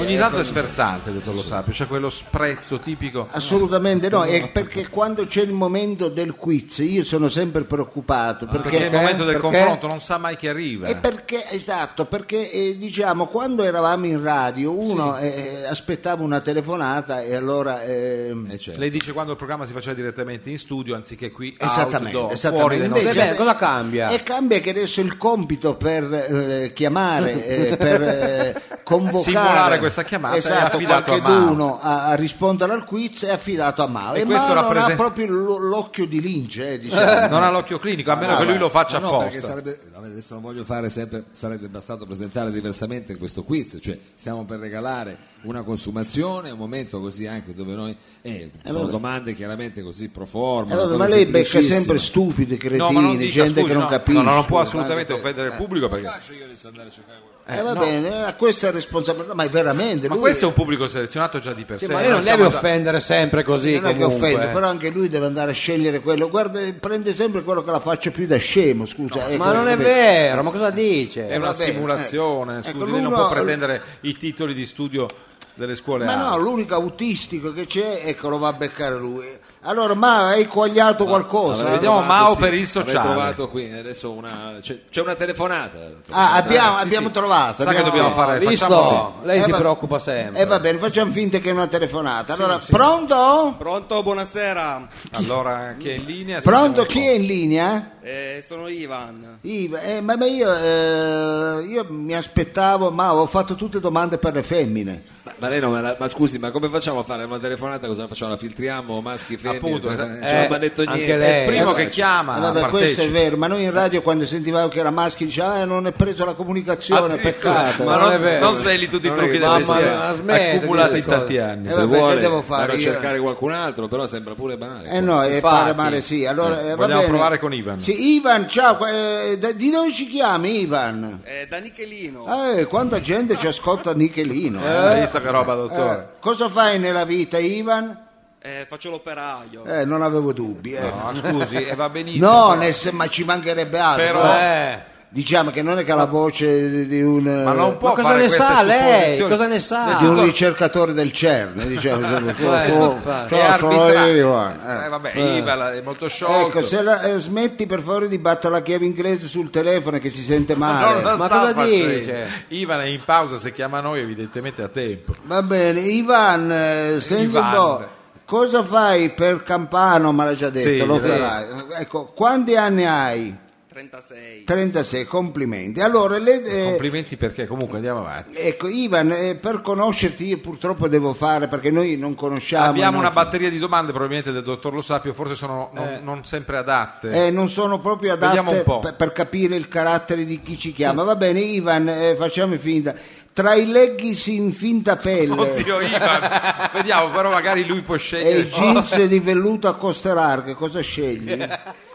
Speaker 3: Ogni tanto è sferzante, dottor Lo Sapio, c'è quello sprezzo tipico.
Speaker 1: Assolutamente no, è perché quando c'è il momento del quiz io sono sempre preoccupato perché,
Speaker 3: Ah, Perché il momento del
Speaker 1: perché-
Speaker 3: confronto non sa mai chi arriva.
Speaker 1: E perché, esatto, perché eh, diciamo quando eravamo in radio uno eh, aspettava una telefonata e allora... ehm,
Speaker 4: Eh, certo.
Speaker 3: Lei dice quando il programma si faceva direttamente in studio anziché qui
Speaker 1: Esattamente,
Speaker 3: outdoor, fuori
Speaker 1: esattamente.
Speaker 3: dai
Speaker 1: Invece-
Speaker 3: nostri-
Speaker 2: Vabbè, cosa cambia?
Speaker 1: E cambia che adesso il compito per eh, chiamare, eh, per eh, convocare,
Speaker 3: Simulare questa terza chiamata è
Speaker 1: esatto,
Speaker 3: affidato a Mao.
Speaker 1: qualcheduno a, a rispondere al quiz è affidato a Mao.
Speaker 3: E
Speaker 1: E,
Speaker 3: questo
Speaker 1: Mao non
Speaker 3: rappresen-
Speaker 1: ha proprio l'o- l'occhio di lince, eh, diciamo.
Speaker 3: Non ha l'occhio clinico, a meno
Speaker 4: no,
Speaker 3: che lui
Speaker 4: ma-
Speaker 3: lo faccia
Speaker 4: ma no, perché
Speaker 3: apposta.
Speaker 4: sarebbe, vabbè, adesso non voglio fare sempre, sarebbe bastato presentare diversamente questo quiz, cioè stiamo per regalare una consumazione, un momento così anche dove noi... eh, sono domande chiaramente così pro forma,
Speaker 1: Eh,
Speaker 4: una
Speaker 1: vabbè, ma
Speaker 4: cosa
Speaker 1: lei becca
Speaker 4: semplicissima.
Speaker 1: sempre stupidi, cretini,
Speaker 3: No, ma non dica,
Speaker 1: gente
Speaker 3: scusi,
Speaker 1: che non
Speaker 3: no,
Speaker 1: capisce.
Speaker 3: no, no, non può assolutamente
Speaker 1: guarda che-
Speaker 3: offendere il pubblico perché...
Speaker 4: Faccio io adesso andare a giocare con-
Speaker 1: Eh, va bene, eh, questa è responsabilità, ma è veramente
Speaker 3: Ma
Speaker 1: lui-
Speaker 3: questo è un pubblico selezionato già di per sé.
Speaker 2: Ma lei non
Speaker 3: siamo
Speaker 2: deve
Speaker 3: da-
Speaker 2: offendere sempre così.
Speaker 1: non è che
Speaker 2: comunque,
Speaker 1: offende,
Speaker 2: eh.
Speaker 1: però anche lui deve andare a scegliere quello. Guarda, prende sempre quello che la faccia più da scemo, scusa. ecco,
Speaker 2: Ma non è
Speaker 1: capito?
Speaker 2: vero, ma cosa dice?
Speaker 3: È una
Speaker 1: va bene,
Speaker 3: simulazione,
Speaker 1: eh.
Speaker 3: scusi,
Speaker 1: Ecco,
Speaker 3: lei non
Speaker 1: l'uno-
Speaker 3: può pretendere i titoli di studio delle scuole
Speaker 1: Ma no,
Speaker 3: alte.
Speaker 1: l'unico autistico che c'è, ecco, lo va a beccare lui. Allora, ma hai quagliato qualcosa?
Speaker 4: Avete
Speaker 1: eh?
Speaker 3: vediamo
Speaker 4: trovato,
Speaker 3: Mao
Speaker 4: sì,
Speaker 3: per il
Speaker 4: avete
Speaker 3: sociale.
Speaker 4: trovato qui, adesso una- c'è, c'è una telefonata.
Speaker 2: Eh,
Speaker 1: Ah, abbiamo, abbiamo trovato.
Speaker 3: Sa che
Speaker 1: abbiamo
Speaker 3: dobbiamo
Speaker 1: trovato.
Speaker 3: fare?
Speaker 2: Visto,
Speaker 3: Facciamo-
Speaker 2: lei
Speaker 1: Eh,
Speaker 2: si
Speaker 1: va-
Speaker 2: preoccupa sempre.
Speaker 1: Eh va bene, facciamo finta che è una telefonata. Allora, pronto?
Speaker 7: Pronto, buonasera,
Speaker 3: Allora, chi è in linea?
Speaker 1: Pronto?
Speaker 3: Sentiamo un
Speaker 1: Chi
Speaker 3: po'.
Speaker 1: è in linea?
Speaker 7: Eh, sono Ivan.
Speaker 1: Iva, eh, ma ma io, eh, io mi aspettavo, ma ho fatto tutte domande per le femmine.
Speaker 4: Ma, ma lei non me la- ma scusi, ma come facciamo a fare una telefonata? Cosa facciamo? La filtriamo maschi femmine?
Speaker 3: Appunto,
Speaker 4: Eh,
Speaker 3: sa-
Speaker 4: non ci abbiamo detto
Speaker 2: anche
Speaker 4: niente.
Speaker 2: lei.
Speaker 3: Il primo
Speaker 4: Eh,
Speaker 3: che
Speaker 4: cioè,
Speaker 3: chiama,
Speaker 1: Eh, vabbè, questo
Speaker 3: partecipa.
Speaker 1: è vero, ma noi in radio quando sentivamo che era maschi dicevamo eh, non è preso la comunicazione,
Speaker 3: Addirittura.
Speaker 1: peccato.
Speaker 3: Ma
Speaker 2: Ma non è
Speaker 3: non,
Speaker 2: vero.
Speaker 3: non sveli tutti i
Speaker 4: Non è
Speaker 3: trucchi
Speaker 4: che-
Speaker 3: del
Speaker 4: Mamma mia,
Speaker 3: mestiere
Speaker 2: ma smetti di
Speaker 3: accumulati in
Speaker 2: queste cose.
Speaker 3: tanti anni.
Speaker 1: Eh,
Speaker 4: Se
Speaker 1: vabbè, che
Speaker 4: vuole,
Speaker 1: devo fare
Speaker 4: vado a
Speaker 1: io?
Speaker 4: cercare qualcun altro, però sembra pure banale.
Speaker 1: Eh no, e
Speaker 2: Infatti.
Speaker 1: pare male sì. Allora, eh, va
Speaker 3: vogliamo
Speaker 1: bene.
Speaker 3: provare con Ivan.
Speaker 1: Sì, Ivan, ciao, eh, da- di dove ci chiami Ivan?
Speaker 7: Eh, da Nichelino.
Speaker 1: Eh, quanta gente ci ascolta a Nichelino. eh.
Speaker 3: Hai visto che roba, dottore?
Speaker 1: Eh, cosa fai nella vita Ivan?
Speaker 7: Eh, faccio l'operaio.
Speaker 1: Eh, non avevo dubbi. eh.
Speaker 3: No, scusi, e va benissimo.
Speaker 1: No, nel sen- ma ci mancherebbe altro.
Speaker 3: Però-
Speaker 1: però
Speaker 2: Eh,
Speaker 1: Diciamo che non è che ha la voce di- di un, eh,
Speaker 3: ma non può
Speaker 2: ma cosa
Speaker 3: fare
Speaker 2: ne
Speaker 3: queste
Speaker 2: sa lei?
Speaker 3: supposizioni.
Speaker 2: Cosa ne sa?
Speaker 1: di un
Speaker 3: Ah, Allora-
Speaker 1: ricercatore del CERN, diciamo. Sono- sono-
Speaker 3: È
Speaker 1: sono- sono
Speaker 3: arbitrario.
Speaker 1: io, Ivan,
Speaker 3: Eh,
Speaker 1: eh.
Speaker 3: vabbè, Ivan è molto sciocco.
Speaker 1: Ecco, se la, eh, smetti per favore di battere la chiave inglese sul telefono che si sente male.
Speaker 3: Non la
Speaker 2: Ma
Speaker 3: sta
Speaker 2: cosa
Speaker 3: facendo. Cioè,
Speaker 2: dice?
Speaker 3: Ivan è in pausa, se chiama noi evidentemente a tempo.
Speaker 1: Va bene, Ivan, eh, senti
Speaker 3: Ivan.
Speaker 1: un po', cosa fai per Campano? Me l'ha già detto,
Speaker 3: Sì,
Speaker 1: lo
Speaker 3: sì.
Speaker 1: farai. Ecco, quanti anni hai?
Speaker 7: 36.
Speaker 1: 36, complimenti. Allora, le- eh,
Speaker 3: Complimenti perché comunque andiamo avanti.
Speaker 1: ecco, Ivan, eh, per conoscerti io purtroppo devo fare perché noi non conosciamo.
Speaker 3: Abbiamo
Speaker 1: non-
Speaker 3: una batteria di domande probabilmente del dottor Lo Sapio, forse sono
Speaker 2: Eh.
Speaker 3: non, non sempre adatte.
Speaker 1: eh, non sono proprio
Speaker 3: Vediamo un
Speaker 1: adatte
Speaker 3: po'.
Speaker 1: per, per capire il carattere di chi ci chiama. Va bene, Ivan, eh, facciamo finta. Tra i leggings in finta pelle.
Speaker 3: Oddio Ivan, vediamo, però magari lui può
Speaker 1: E
Speaker 3: scegliere.
Speaker 1: i jeans di velluto a coste larghe, cosa scegli? Eh,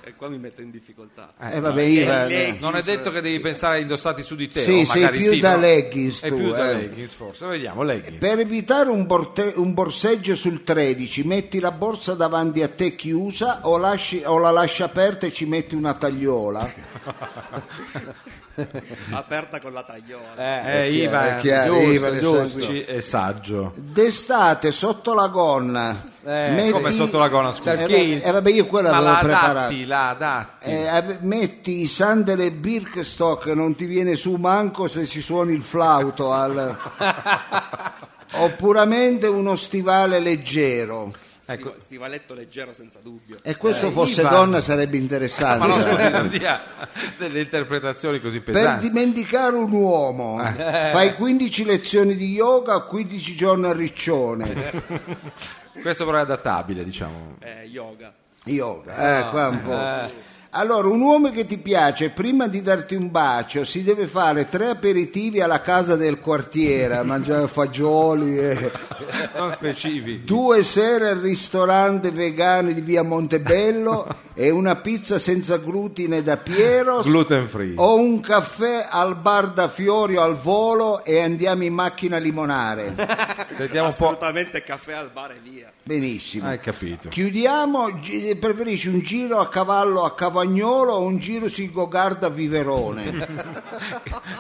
Speaker 7: E qua mi mette in difficoltà.
Speaker 1: vabbè,
Speaker 3: eh,
Speaker 1: Ivan.
Speaker 7: lei-
Speaker 3: Non è detto che devi pensare a indossati su di te,
Speaker 1: Sì,
Speaker 3: o
Speaker 1: sei
Speaker 3: magari
Speaker 1: più
Speaker 3: sì,
Speaker 1: da
Speaker 3: però-
Speaker 1: leggings
Speaker 3: È
Speaker 1: tu,
Speaker 3: più da
Speaker 1: eh.
Speaker 3: leggings forse, vediamo leggings.
Speaker 1: Per evitare un, borte- un borseggio sul 13, metti la borsa davanti a te chiusa o, lasci- o la lasci aperta e ci metti una tagliola?
Speaker 7: Aperta con la tagliola.
Speaker 2: eh.
Speaker 3: Eh,
Speaker 1: È chiaro,
Speaker 3: Ivan,
Speaker 1: è chiaro,
Speaker 3: giusto,
Speaker 1: Ivan è
Speaker 3: giusto,
Speaker 1: saggio.
Speaker 3: è saggio.
Speaker 1: D'estate sotto la gonna.
Speaker 2: Eh,
Speaker 3: Come sotto la gonna, scusa.
Speaker 1: Eh, vabbè, eh, vabbè, io quella
Speaker 3: Ma la
Speaker 1: l'avevo
Speaker 3: adatti,
Speaker 1: preparata.
Speaker 3: la adatti.
Speaker 1: Eh, ave- metti i sandale Birkstock, non ti viene su manco se ci suoni il flauto. Al... o puramente uno stivale leggero.
Speaker 7: Sti- Stivaletto leggero senza dubbio.
Speaker 1: E questo fosse
Speaker 3: Ecco. Eh, Ivan.
Speaker 1: donna sarebbe interessante.
Speaker 3: Ma no, scusi, non dia delle interpretazioni così
Speaker 1: Per
Speaker 3: pesanti.
Speaker 1: dimenticare un uomo,
Speaker 3: Eh.
Speaker 1: fai 15 lezioni di yoga, 15 giorni a riccione.
Speaker 3: Questo però è adattabile, diciamo.
Speaker 7: Eh, yoga.
Speaker 1: Yoga, eh, qua un po'. Allora, un uomo che ti piace, prima di darti un bacio, si deve fare tre aperitivi alla casa del quartiere, a mangiare fagioli, eh. e...
Speaker 3: Non specifico.
Speaker 1: due sere al ristorante vegano di via Montebello e una pizza senza glutine da Piero.
Speaker 3: Gluten free.
Speaker 1: Ho un caffè al bar da Fiorio al volo e andiamo in macchina a limonare.
Speaker 3: Sentiamo un po'. Ah,
Speaker 7: Assolutamente caffè al bar e via.
Speaker 1: Benissimo.
Speaker 3: Hai capito.
Speaker 1: Chiudiamo, gi- preferisci un giro a cavallo a Cavagnolo o un giro sul Gogarda a Viverone?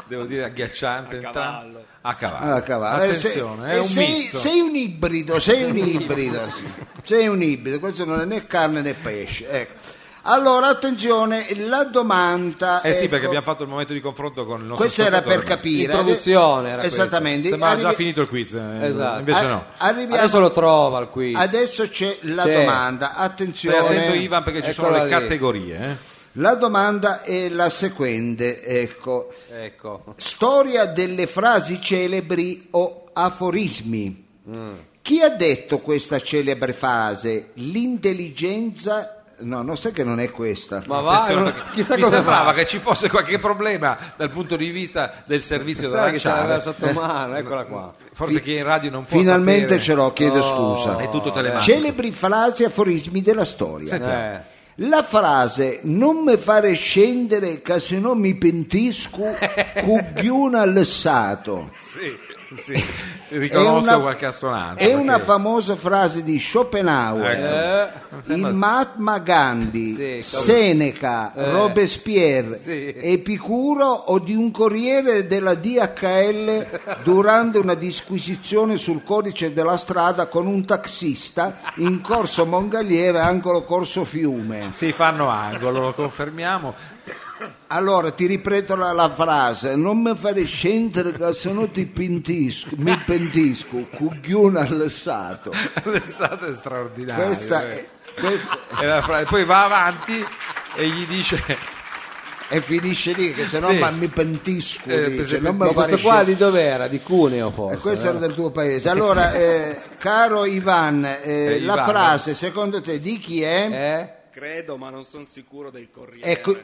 Speaker 3: Devo dire agghiacciante.
Speaker 7: A
Speaker 3: intanto.
Speaker 7: cavallo.
Speaker 3: A cavallo.
Speaker 1: Ah, cavallo. Eh, se-
Speaker 3: Attenzione,
Speaker 1: eh,
Speaker 3: è un
Speaker 1: sei,
Speaker 3: misto.
Speaker 1: sei un ibrido, sei un ibrido. sì. sei un ibrido, questo non è né carne né pesce. ecco. Allora, attenzione, la domanda...
Speaker 3: Eh sì,
Speaker 1: ecco,
Speaker 3: perché abbiamo fatto il momento di confronto con il nostro
Speaker 1: Questo era per
Speaker 3: ascoltatore, ma
Speaker 1: capire.
Speaker 2: L'introduzione era questa.
Speaker 1: Esattamente.
Speaker 3: Sembrava già
Speaker 1: Arrivi-
Speaker 3: finito il quiz. eh,
Speaker 2: Esatto.
Speaker 3: Invece
Speaker 1: a-
Speaker 3: no.
Speaker 1: Arriviamo...
Speaker 2: Adesso lo trova il qui.
Speaker 1: Adesso c'è la
Speaker 2: C'è.
Speaker 1: domanda,
Speaker 3: Stai
Speaker 1: attenzione.
Speaker 3: attento Ivan perché ci sono
Speaker 2: Eccola
Speaker 3: le
Speaker 2: lì.
Speaker 3: categorie. eh.
Speaker 1: La domanda è la seguente, ecco.
Speaker 2: Ecco.
Speaker 1: Storia delle frasi celebri o aforismi. Chi ha detto questa celebre frase? L'intelligenza... No, non sai che non è questa.
Speaker 2: Ma va,
Speaker 3: Attenzione,
Speaker 2: non-
Speaker 3: perché
Speaker 2: chissà
Speaker 3: mi
Speaker 2: cosa
Speaker 3: sembrava
Speaker 2: fa.
Speaker 3: che ci fosse qualche problema dal punto di vista del servizio da
Speaker 2: Sai che ce l'aveva
Speaker 3: lanciare.
Speaker 2: sotto mano, eccola qua.
Speaker 3: Forse chi è in radio non può
Speaker 1: Finalmente
Speaker 3: sapere.
Speaker 1: ce l'ho, chiedo
Speaker 2: Oh,
Speaker 1: scusa.
Speaker 3: È tutto telematico.
Speaker 1: Celebri frasi e aforismi della storia.
Speaker 2: Eh.
Speaker 1: La frase non mi fare scendere che se no mi pentisco cugliuna al sato.
Speaker 3: Sì, sì. Riconosco
Speaker 1: È una-
Speaker 3: qualche assonanza.
Speaker 1: È una
Speaker 3: perché- Ecco.
Speaker 1: famosa frase di Schopenhauer.
Speaker 2: Eh.
Speaker 1: Il Mahatma Gandhi,
Speaker 2: Sì, come- Eh.
Speaker 1: Seneca, Robespierre,
Speaker 2: Sì.
Speaker 1: Epicuro o di un corriere della DHL durante una disquisizione sul codice della strada con un taxista in corso Mongaliere, angolo corso Fiume.
Speaker 3: Sì, fanno angolo, lo confermiamo.
Speaker 1: Allora ti ripeto la, la frase, non mi fare scendere che sennò ti pentisco, mi pentisco, cuglione allessato.
Speaker 3: L'estate è straordinaria.
Speaker 1: Questa
Speaker 3: eh.
Speaker 1: è, questa
Speaker 3: E la fra- Poi va avanti e gli dice...
Speaker 1: e finisce lì, che sennò
Speaker 3: Sì.
Speaker 1: ma mi pentisco,
Speaker 3: Eh,
Speaker 1: dice,
Speaker 3: per esempio,
Speaker 1: non
Speaker 2: Ma
Speaker 1: mi fare
Speaker 2: questo qua
Speaker 1: scendere.
Speaker 2: Esatto. di dov'era? Di Cuneo forse.
Speaker 1: Eh, questo era
Speaker 2: no?
Speaker 1: del tuo paese. Allora, eh, caro Ivan, eh,
Speaker 3: Eh,
Speaker 1: la
Speaker 3: Ivan.
Speaker 1: frase secondo te di chi è?
Speaker 2: Eh?
Speaker 7: Credo, ma non sono sicuro del corriere.
Speaker 1: Ecco,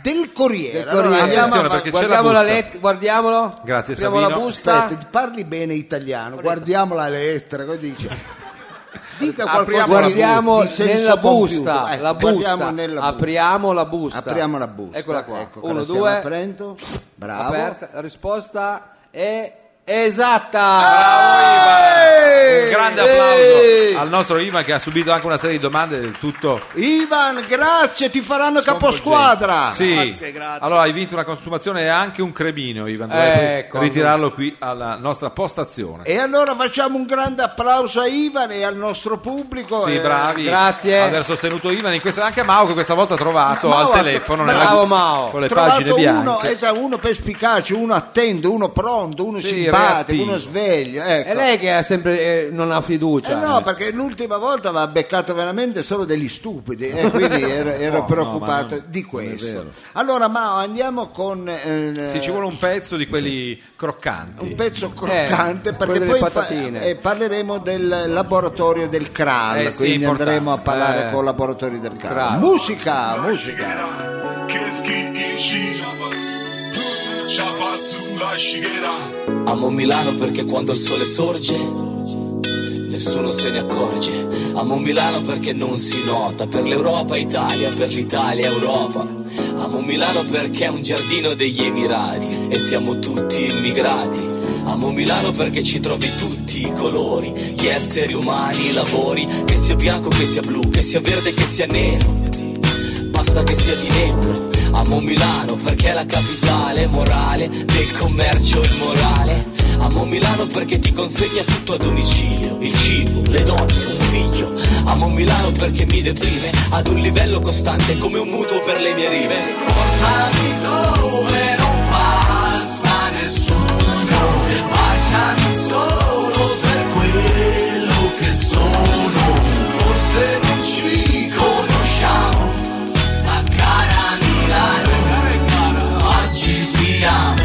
Speaker 1: del Corriere.
Speaker 2: Del
Speaker 1: Allora,
Speaker 2: Corriere.
Speaker 1: andiamo
Speaker 3: Attenzione,
Speaker 1: avanti.
Speaker 3: perché c'è la
Speaker 2: Guardiamo la
Speaker 3: busta.
Speaker 2: let- guardiamolo.
Speaker 3: Grazie,
Speaker 2: Guardiamo la
Speaker 3: Savino.
Speaker 2: busta.
Speaker 1: Aspetta, parli bene italiano, guardiamo la lettera, cosa dice? Dica qualcosa
Speaker 3: Apriamo
Speaker 1: di-
Speaker 2: Guardiamo
Speaker 1: di senso
Speaker 2: nella
Speaker 1: compiuto.
Speaker 2: busta,
Speaker 1: Ecco,
Speaker 2: la busta.
Speaker 1: guardiamo nella busta.
Speaker 2: Apriamo la busta.
Speaker 1: Apriamo la busta.
Speaker 2: Eccola qua.
Speaker 1: Ecco che
Speaker 2: Uno,
Speaker 1: la stiamo
Speaker 2: due.
Speaker 1: aprendo. Bravo.
Speaker 2: Aperta. La risposta è esatta.
Speaker 3: Bravo Ivan! Un grande
Speaker 2: Ehi!
Speaker 3: applauso al nostro Ivan che ha subito anche una serie di domande del tutto...
Speaker 1: Ivan, grazie, ti faranno caposquadra.
Speaker 3: Sì.
Speaker 7: Grazie, grazie.
Speaker 3: Allora hai vinto una consumazione e anche un cremino, Ivan. Dovrai
Speaker 2: Ecco,
Speaker 3: poi ritirarlo qui alla nostra postazione.
Speaker 1: E allora facciamo un grande applauso a Ivan e al nostro pubblico.
Speaker 3: Sì,
Speaker 1: eh,
Speaker 3: bravi.
Speaker 2: grazie.
Speaker 3: Aver sostenuto Ivan in questo, anche Mao che questa volta ha trovato
Speaker 1: Mao
Speaker 3: al
Speaker 1: ha-
Speaker 3: telefono
Speaker 2: bravo
Speaker 3: nella-
Speaker 2: Mao.
Speaker 3: con le pagine
Speaker 1: trovato
Speaker 3: bianche.
Speaker 1: uno, esatto, uno perspicace, uno attento, uno pronto, uno
Speaker 3: Sì,
Speaker 1: simpatico,
Speaker 3: reattivo.
Speaker 1: uno sveglio. Ecco.
Speaker 2: È lei che ha sempre eh, non ha
Speaker 1: Eh
Speaker 2: fiducia.
Speaker 1: no, perché l'ultima volta mi ha beccato veramente solo degli stupidi e quindi ero, ero
Speaker 3: Oh,
Speaker 4: No,
Speaker 1: preoccupato
Speaker 4: no, ma non-
Speaker 1: di
Speaker 4: non è
Speaker 1: questo.
Speaker 4: vero.
Speaker 1: Allora, ma andiamo con eh,
Speaker 3: Sì, ci vuole un pezzo di quelli croccanti.
Speaker 1: un pezzo croccante
Speaker 2: Eh,
Speaker 1: perché
Speaker 2: quello delle
Speaker 1: poi fa-
Speaker 2: patatine.
Speaker 1: eh, parleremo del laboratorio del CRAL,
Speaker 3: Eh sì,
Speaker 1: quindi
Speaker 3: importante.
Speaker 1: andremo a parlare
Speaker 2: Eh.
Speaker 1: con il laboratorio del CRAL.
Speaker 2: Kral.
Speaker 1: Musica, musica.
Speaker 8: Amo Milano perché quando il sole sorge nessuno se ne accorge. Amo Milano perché non si nota. Per l'Europa Italia, per l'Italia Europa. Amo Milano perché è un giardino degli Emirati e siamo tutti immigrati. Amo Milano perché ci trovi tutti i colori, gli esseri umani, i lavori, che sia bianco, che sia blu, che sia verde, che sia nero basta che sia di euro. Amo Milano perché è la capitale morale del commercio immorale. Amo Milano perché ti consegna tutto a domicilio, il cibo, le donne, un figlio. Amo Milano perché mi deprime ad un livello costante come un mutuo per le mie rive. Portami dove non passa nessuno e baciami solo per quello che sono. Forse non ci conosciamo, ma cara Milano, oggi ti amo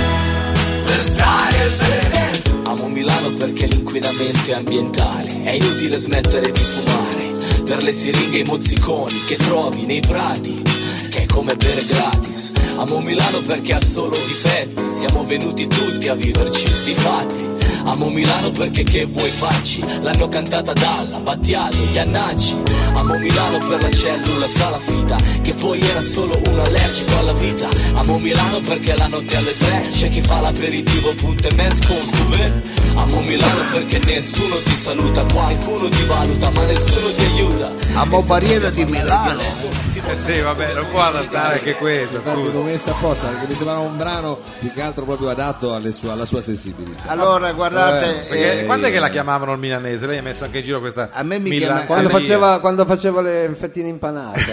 Speaker 8: per stare bene. Amo Milano perché l'inquinamento è ambientale, è inutile smettere di fumare. Per le siringhe e i mozziconi che trovi nei prati, che è come bere gratis. Amo Milano perché ha solo difetti, siamo venuti tutti a viverci, difatti. Amo Milano perché che vuoi farci? L'hanno cantata Dalla, Battiato, Iannacci. Amo Milano per la cellula salafita, che poi era solo un allergico alla vita. Amo Milano perché la notte alle tre c'è chi fa l'aperitivo punte mes con cuvée. Amo Milano perché nessuno ti saluta, qualcuno ti valuta, ma nessuno ti aiuta.
Speaker 1: Amo
Speaker 8: E se
Speaker 1: Barriera di
Speaker 8: dobbiamo parlare
Speaker 1: Milano.
Speaker 8: dialetto, si può
Speaker 3: Eh sì, vabbè, non può adattare anche questo,
Speaker 4: Infatti l'ho
Speaker 3: scusa.
Speaker 4: messa apposta perché mi sembrava un brano più che altro proprio adatto alle sue- alla sua sensibilità.
Speaker 1: Allora, guardate,
Speaker 3: Perché
Speaker 1: eh,
Speaker 3: quando è che la chiamavano il milanese? Lei ha messo anche in giro questa
Speaker 1: A me mi
Speaker 3: milan-
Speaker 1: chiama-
Speaker 2: Quando
Speaker 3: Maria.
Speaker 2: faceva, quando faceva le fettine impanate.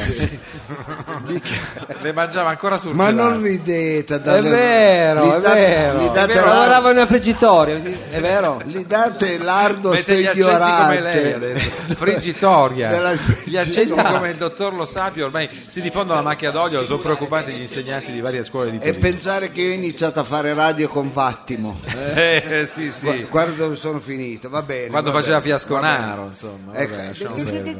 Speaker 3: le mangiava ancora sul
Speaker 1: ma
Speaker 3: gelato.
Speaker 1: non ridete,
Speaker 2: È
Speaker 1: date-
Speaker 2: vero,
Speaker 1: gli
Speaker 2: è
Speaker 1: date-
Speaker 2: vero.
Speaker 1: gli
Speaker 2: È
Speaker 1: date
Speaker 2: vero,
Speaker 1: la-
Speaker 2: Lavorava in una friggitoria, è vero?
Speaker 1: Gli date l'ardo
Speaker 3: Mette gli accenti come lei
Speaker 1: ignorante.
Speaker 3: adesso. Friggitoria.
Speaker 1: Della
Speaker 3: Gli accenti
Speaker 2: friggitoria.
Speaker 3: come il dottor Lo Sapio, ormai ormai si diffondono la macchia d'olio, sono preoccupanti gli insegnanti di varie scuole di
Speaker 1: E
Speaker 3: Torino.
Speaker 1: pensare che io ho iniziato a fare radio con Vattimo.
Speaker 3: Eh, sì,
Speaker 1: Gu-
Speaker 3: sì.
Speaker 1: Guarda dove sono finito, va bene.
Speaker 3: Quando
Speaker 1: va
Speaker 3: faceva
Speaker 1: bene, va
Speaker 3: Fiasconaro,
Speaker 1: bene.
Speaker 3: insomma.
Speaker 1: Ecco,
Speaker 3: vabbè, lasciamo
Speaker 1: eh,
Speaker 3: perdere.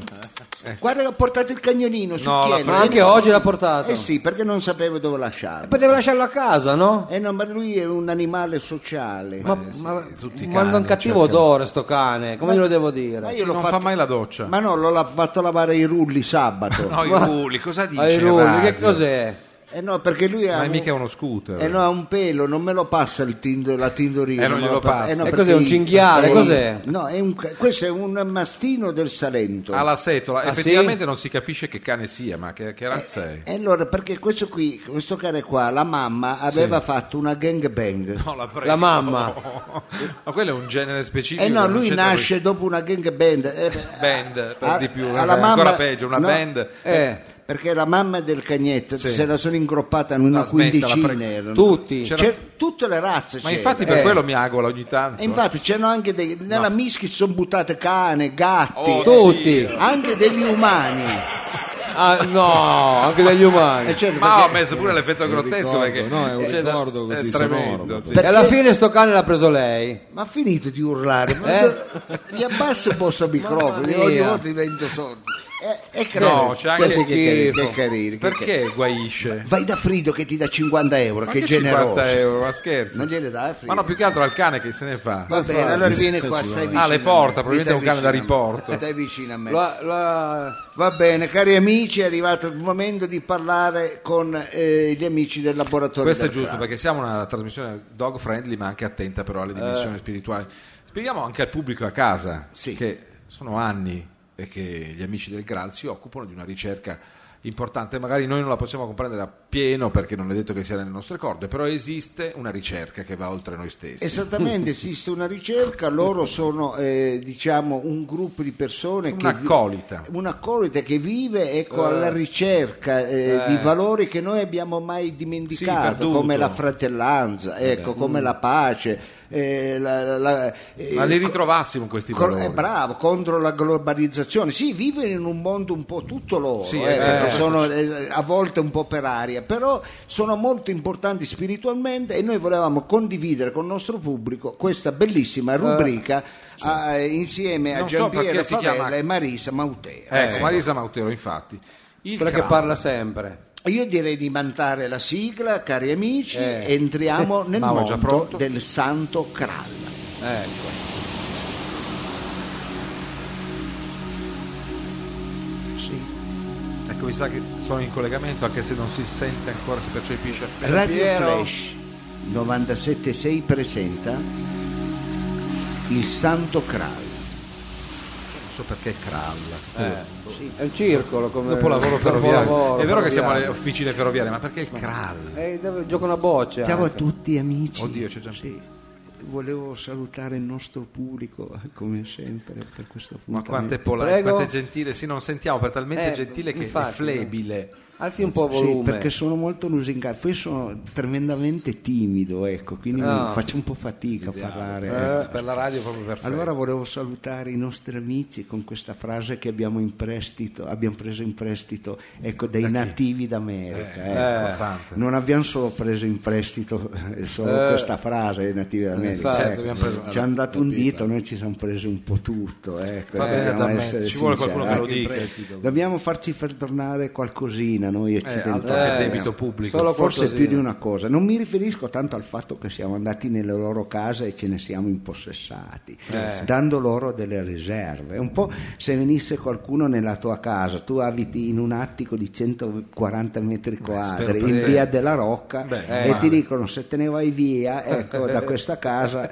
Speaker 1: Guarda che ho portato il cagnolino sul
Speaker 3: No, la
Speaker 1: piede.
Speaker 2: Ma anche oggi l'ha portato.
Speaker 1: Eh sì, perché non sapevo dove
Speaker 3: Eh,
Speaker 1: lasciarlo.
Speaker 2: Poteva lasciarlo a casa, no?
Speaker 1: Eh no, ma lui è un animale sociale. Eh,
Speaker 2: Ma,
Speaker 3: sì,
Speaker 2: ma
Speaker 3: tutti i
Speaker 2: manda un
Speaker 3: cani,
Speaker 2: cattivo
Speaker 3: cercano.
Speaker 2: odore sto cane, come glielo devo dire?
Speaker 1: ma io- l'ho
Speaker 3: eh, non fa
Speaker 1: fatto-
Speaker 3: mai la doccia.
Speaker 1: Ma no, l'ho la- fatto lavare i rulli sabato.
Speaker 3: No, i rulli, cosa dice?
Speaker 2: Ai rulli, che
Speaker 3: Radio?
Speaker 2: cos'è?
Speaker 1: Eh no, perché lui ha
Speaker 3: Ma è
Speaker 1: un-
Speaker 3: mica uno scooter.
Speaker 1: eh no, ha un pelo, non me lo passa il tindo- la tindorina.
Speaker 3: Eh, non
Speaker 1: me
Speaker 3: glielo
Speaker 1: lo pa-
Speaker 3: passa.
Speaker 1: eh no,
Speaker 2: E
Speaker 1: perché
Speaker 2: cos'è, un
Speaker 1: i-
Speaker 2: cinghiale,
Speaker 1: i-
Speaker 2: cos'è?
Speaker 1: No, è un ca- questo è un mastino del Salento.
Speaker 3: Ha la setola.
Speaker 2: Ah,
Speaker 3: Effettivamente non si capisce che cane sia, ma che, che razza è.
Speaker 1: E Eh, allora, perché questo qui, questo cane qua, la mamma aveva fatto una gang bang.
Speaker 3: No, prego.
Speaker 2: La mamma.
Speaker 3: ma quello è un genere specifico.
Speaker 1: Eh no,
Speaker 3: non
Speaker 1: lui
Speaker 3: c'entra con-
Speaker 1: nasce dopo una gang band. eh,
Speaker 3: Band, per
Speaker 1: a-
Speaker 3: di più,
Speaker 1: alla
Speaker 3: vabbè,
Speaker 1: mamma-
Speaker 3: ancora peggio, una
Speaker 1: no,
Speaker 3: band.
Speaker 2: Eh,
Speaker 1: Perché la mamma del cagnetto
Speaker 3: Sì.
Speaker 1: se la sono ingroppata in una
Speaker 3: No, smettila,
Speaker 1: quindicina.
Speaker 3: prego.
Speaker 1: erano.
Speaker 2: tutti.
Speaker 3: C'era-
Speaker 1: C'era- tutte le razze.
Speaker 3: Ma
Speaker 1: c'era.
Speaker 3: infatti per
Speaker 2: Eh.
Speaker 3: quello mi agola ogni tanto.
Speaker 1: E infatti c'erano anche dei, nella mischia si sono buttate cane, gatti,
Speaker 3: Oh,
Speaker 2: Tutti.
Speaker 1: anche degli umani.
Speaker 2: Ah, no, anche degli umani.
Speaker 1: Eh, certo,
Speaker 3: Ma ho
Speaker 1: perché-
Speaker 3: messo pure l'effetto
Speaker 4: un
Speaker 3: grottesco
Speaker 4: ricordo,
Speaker 3: perché
Speaker 4: no, è un
Speaker 3: c'è da-
Speaker 4: ricordo così
Speaker 3: è
Speaker 4: sonoro,
Speaker 3: tremendo,
Speaker 4: proprio.
Speaker 3: sì.
Speaker 2: E
Speaker 1: Perché-
Speaker 2: alla fine sto cane l'ha preso lei.
Speaker 1: Ma ha finito di urlare, ma
Speaker 2: Eh?
Speaker 1: gli abbasso un po' sto microfono,
Speaker 2: Mamma
Speaker 1: ogni
Speaker 2: mia.
Speaker 1: volta divento sordo. È, è carino.
Speaker 3: No, c'è anche
Speaker 1: Che carino,
Speaker 2: schifo.
Speaker 1: che carino, che carino.
Speaker 3: Perché guaisce?
Speaker 1: Vai da Frido che ti dà 50 euro,
Speaker 3: Ma
Speaker 1: che,
Speaker 3: che 50
Speaker 1: generoso.
Speaker 3: euro, ma scherzo.
Speaker 1: Non gliele dai a Frido.
Speaker 3: Ma no, più che altro al cane che se ne fa.
Speaker 1: Va bene, allora vieni qua,
Speaker 4: Sì,
Speaker 1: stai
Speaker 4: sì.
Speaker 1: vicino.
Speaker 3: Ah, le
Speaker 1: a me.
Speaker 3: porta, probabilmente è un
Speaker 1: Stai
Speaker 3: cane da
Speaker 1: vicino a me.
Speaker 3: riporto.
Speaker 1: Stai vicino a me.
Speaker 2: Lo ha- lo ha-
Speaker 1: Va bene, cari amici, è arrivato il momento di parlare con eh, gli amici del laboratorio.
Speaker 3: Questo è
Speaker 1: del
Speaker 3: giusto
Speaker 1: crack.
Speaker 3: perché siamo una trasmissione dog friendly ma anche attenta però alle dimensioni spirituali. Spieghiamo anche al pubblico a casa
Speaker 1: Eh. Sì.
Speaker 3: che sono anni e che gli amici del Graal si occupano di una ricerca importante, magari noi non la possiamo comprendere appieno perché non è detto che sia nelle nostre corde, però esiste una ricerca che va oltre noi stessi.
Speaker 1: Esattamente, esiste una ricerca, loro sono eh, diciamo un gruppo di persone che vi-
Speaker 3: Un'accolita. Eh.
Speaker 1: un'accolita che vive ecco, alla ricerca eh, di valori che noi abbiamo mai
Speaker 3: Sì, Eh
Speaker 1: dimenticato,
Speaker 3: perduto.
Speaker 1: come la fratellanza, ecco, come la pace, eh, la- la- la- eh,
Speaker 3: Mm. Ma li
Speaker 1: co-
Speaker 3: ritrovassimo questi
Speaker 1: co-
Speaker 3: valori.
Speaker 1: eh, bravo, contro la globalizzazione. Sì, vivono in un mondo un po' tutto loro,
Speaker 3: Sì,
Speaker 1: eh,
Speaker 3: è vero.
Speaker 1: perché sono eh, a volte un po' per aria, però sono molto importanti spiritualmente e noi volevamo condividere con il nostro pubblico questa
Speaker 3: Eh,
Speaker 1: bellissima rubrica a- eh, insieme a
Speaker 3: Non so
Speaker 1: Giampiero
Speaker 3: perché si
Speaker 1: Favella
Speaker 3: chiama-
Speaker 1: e Marisa Mauteo.
Speaker 3: Ecco, Marisa Mautero, infatti. Il
Speaker 2: quella che
Speaker 3: Graal-
Speaker 2: parla sempre.
Speaker 1: Io direi di mandare la sigla, cari amici,
Speaker 2: Eh.
Speaker 1: entriamo nel
Speaker 3: Mauro, già
Speaker 1: mondo
Speaker 3: pronto?
Speaker 1: del santo Kral.
Speaker 2: Ecco.
Speaker 3: Ecco, mi sa che sono in collegamento anche se non si sente ancora, si percepisce appena.
Speaker 1: Radio
Speaker 2: Piero.
Speaker 1: Flash 976 presenta Il Santo Kral.
Speaker 3: Non so perché cralla.
Speaker 1: Eh,
Speaker 2: È un circolo come
Speaker 3: Dopo lavoro ferroviario.
Speaker 2: Dopolavoro
Speaker 3: è vero che siamo alle
Speaker 2: Eh, ferroviario.
Speaker 3: officine ferroviarie, ma perché il Kral?
Speaker 2: Eh, dove- gioca una boccia.
Speaker 1: Ciao a
Speaker 2: anche.
Speaker 1: tutti amici.
Speaker 3: eh, Oddio, c'è Gian-
Speaker 1: Sì, volevo salutare il nostro pubblico come sempre per questo
Speaker 3: Ma
Speaker 1: appuntamento.
Speaker 3: quanto è polare,
Speaker 2: Prego.
Speaker 3: quanto è gentile, sì, non sentiamo, per talmente
Speaker 2: Eh,
Speaker 3: gentile che
Speaker 2: infatti,
Speaker 3: è flebile.
Speaker 2: Alzi un po' il
Speaker 1: Sì,
Speaker 2: volume.
Speaker 1: perché sono molto lusingato, poi sono tremendamente timido, ecco, quindi
Speaker 2: Ah.
Speaker 1: mi faccio un po' fatica a parlare. ecco.
Speaker 3: Eh, per la radio è proprio perfetto.
Speaker 1: Allora volevo salutare i nostri amici con questa frase che abbiamo in prestito, abbiamo preso in prestito ecco, dai nativi d'America. ecco.
Speaker 3: Eh, importante.
Speaker 1: Non abbiamo solo preso in prestito eh, solo
Speaker 2: Eh.
Speaker 1: questa frase dei nativi d'America.
Speaker 2: Infatti,
Speaker 1: ecco.
Speaker 3: abbiamo preso-
Speaker 1: ci hanno dato un
Speaker 4: la pipa.
Speaker 1: dito, noi ci siamo presi un po' tutto. Ecco,
Speaker 3: Va bene,
Speaker 1: dobbiamo
Speaker 3: da me.
Speaker 1: essere
Speaker 3: Ci
Speaker 1: sinceri.
Speaker 3: vuole qualcuno che lo
Speaker 4: anche in
Speaker 3: dica.
Speaker 4: prestito.
Speaker 1: Dobbiamo farci far tornare qualcosina noi
Speaker 3: Eh, altro
Speaker 1: occidentali.
Speaker 3: che
Speaker 2: Eh,
Speaker 3: debito pubblico.
Speaker 2: solo
Speaker 1: Forse
Speaker 2: qualcosina.
Speaker 1: più di una cosa, non mi riferisco tanto al fatto che siamo andati nelle loro case e ce ne siamo impossessati,
Speaker 2: Eh,
Speaker 1: dando loro delle riserve. Un po' se venisse qualcuno nella tua casa, tu abiti in un attico di 140 metri quadri, in via della Rocca,
Speaker 2: eh,
Speaker 1: e ti dicono se te ne vai via, ecco, da questa casa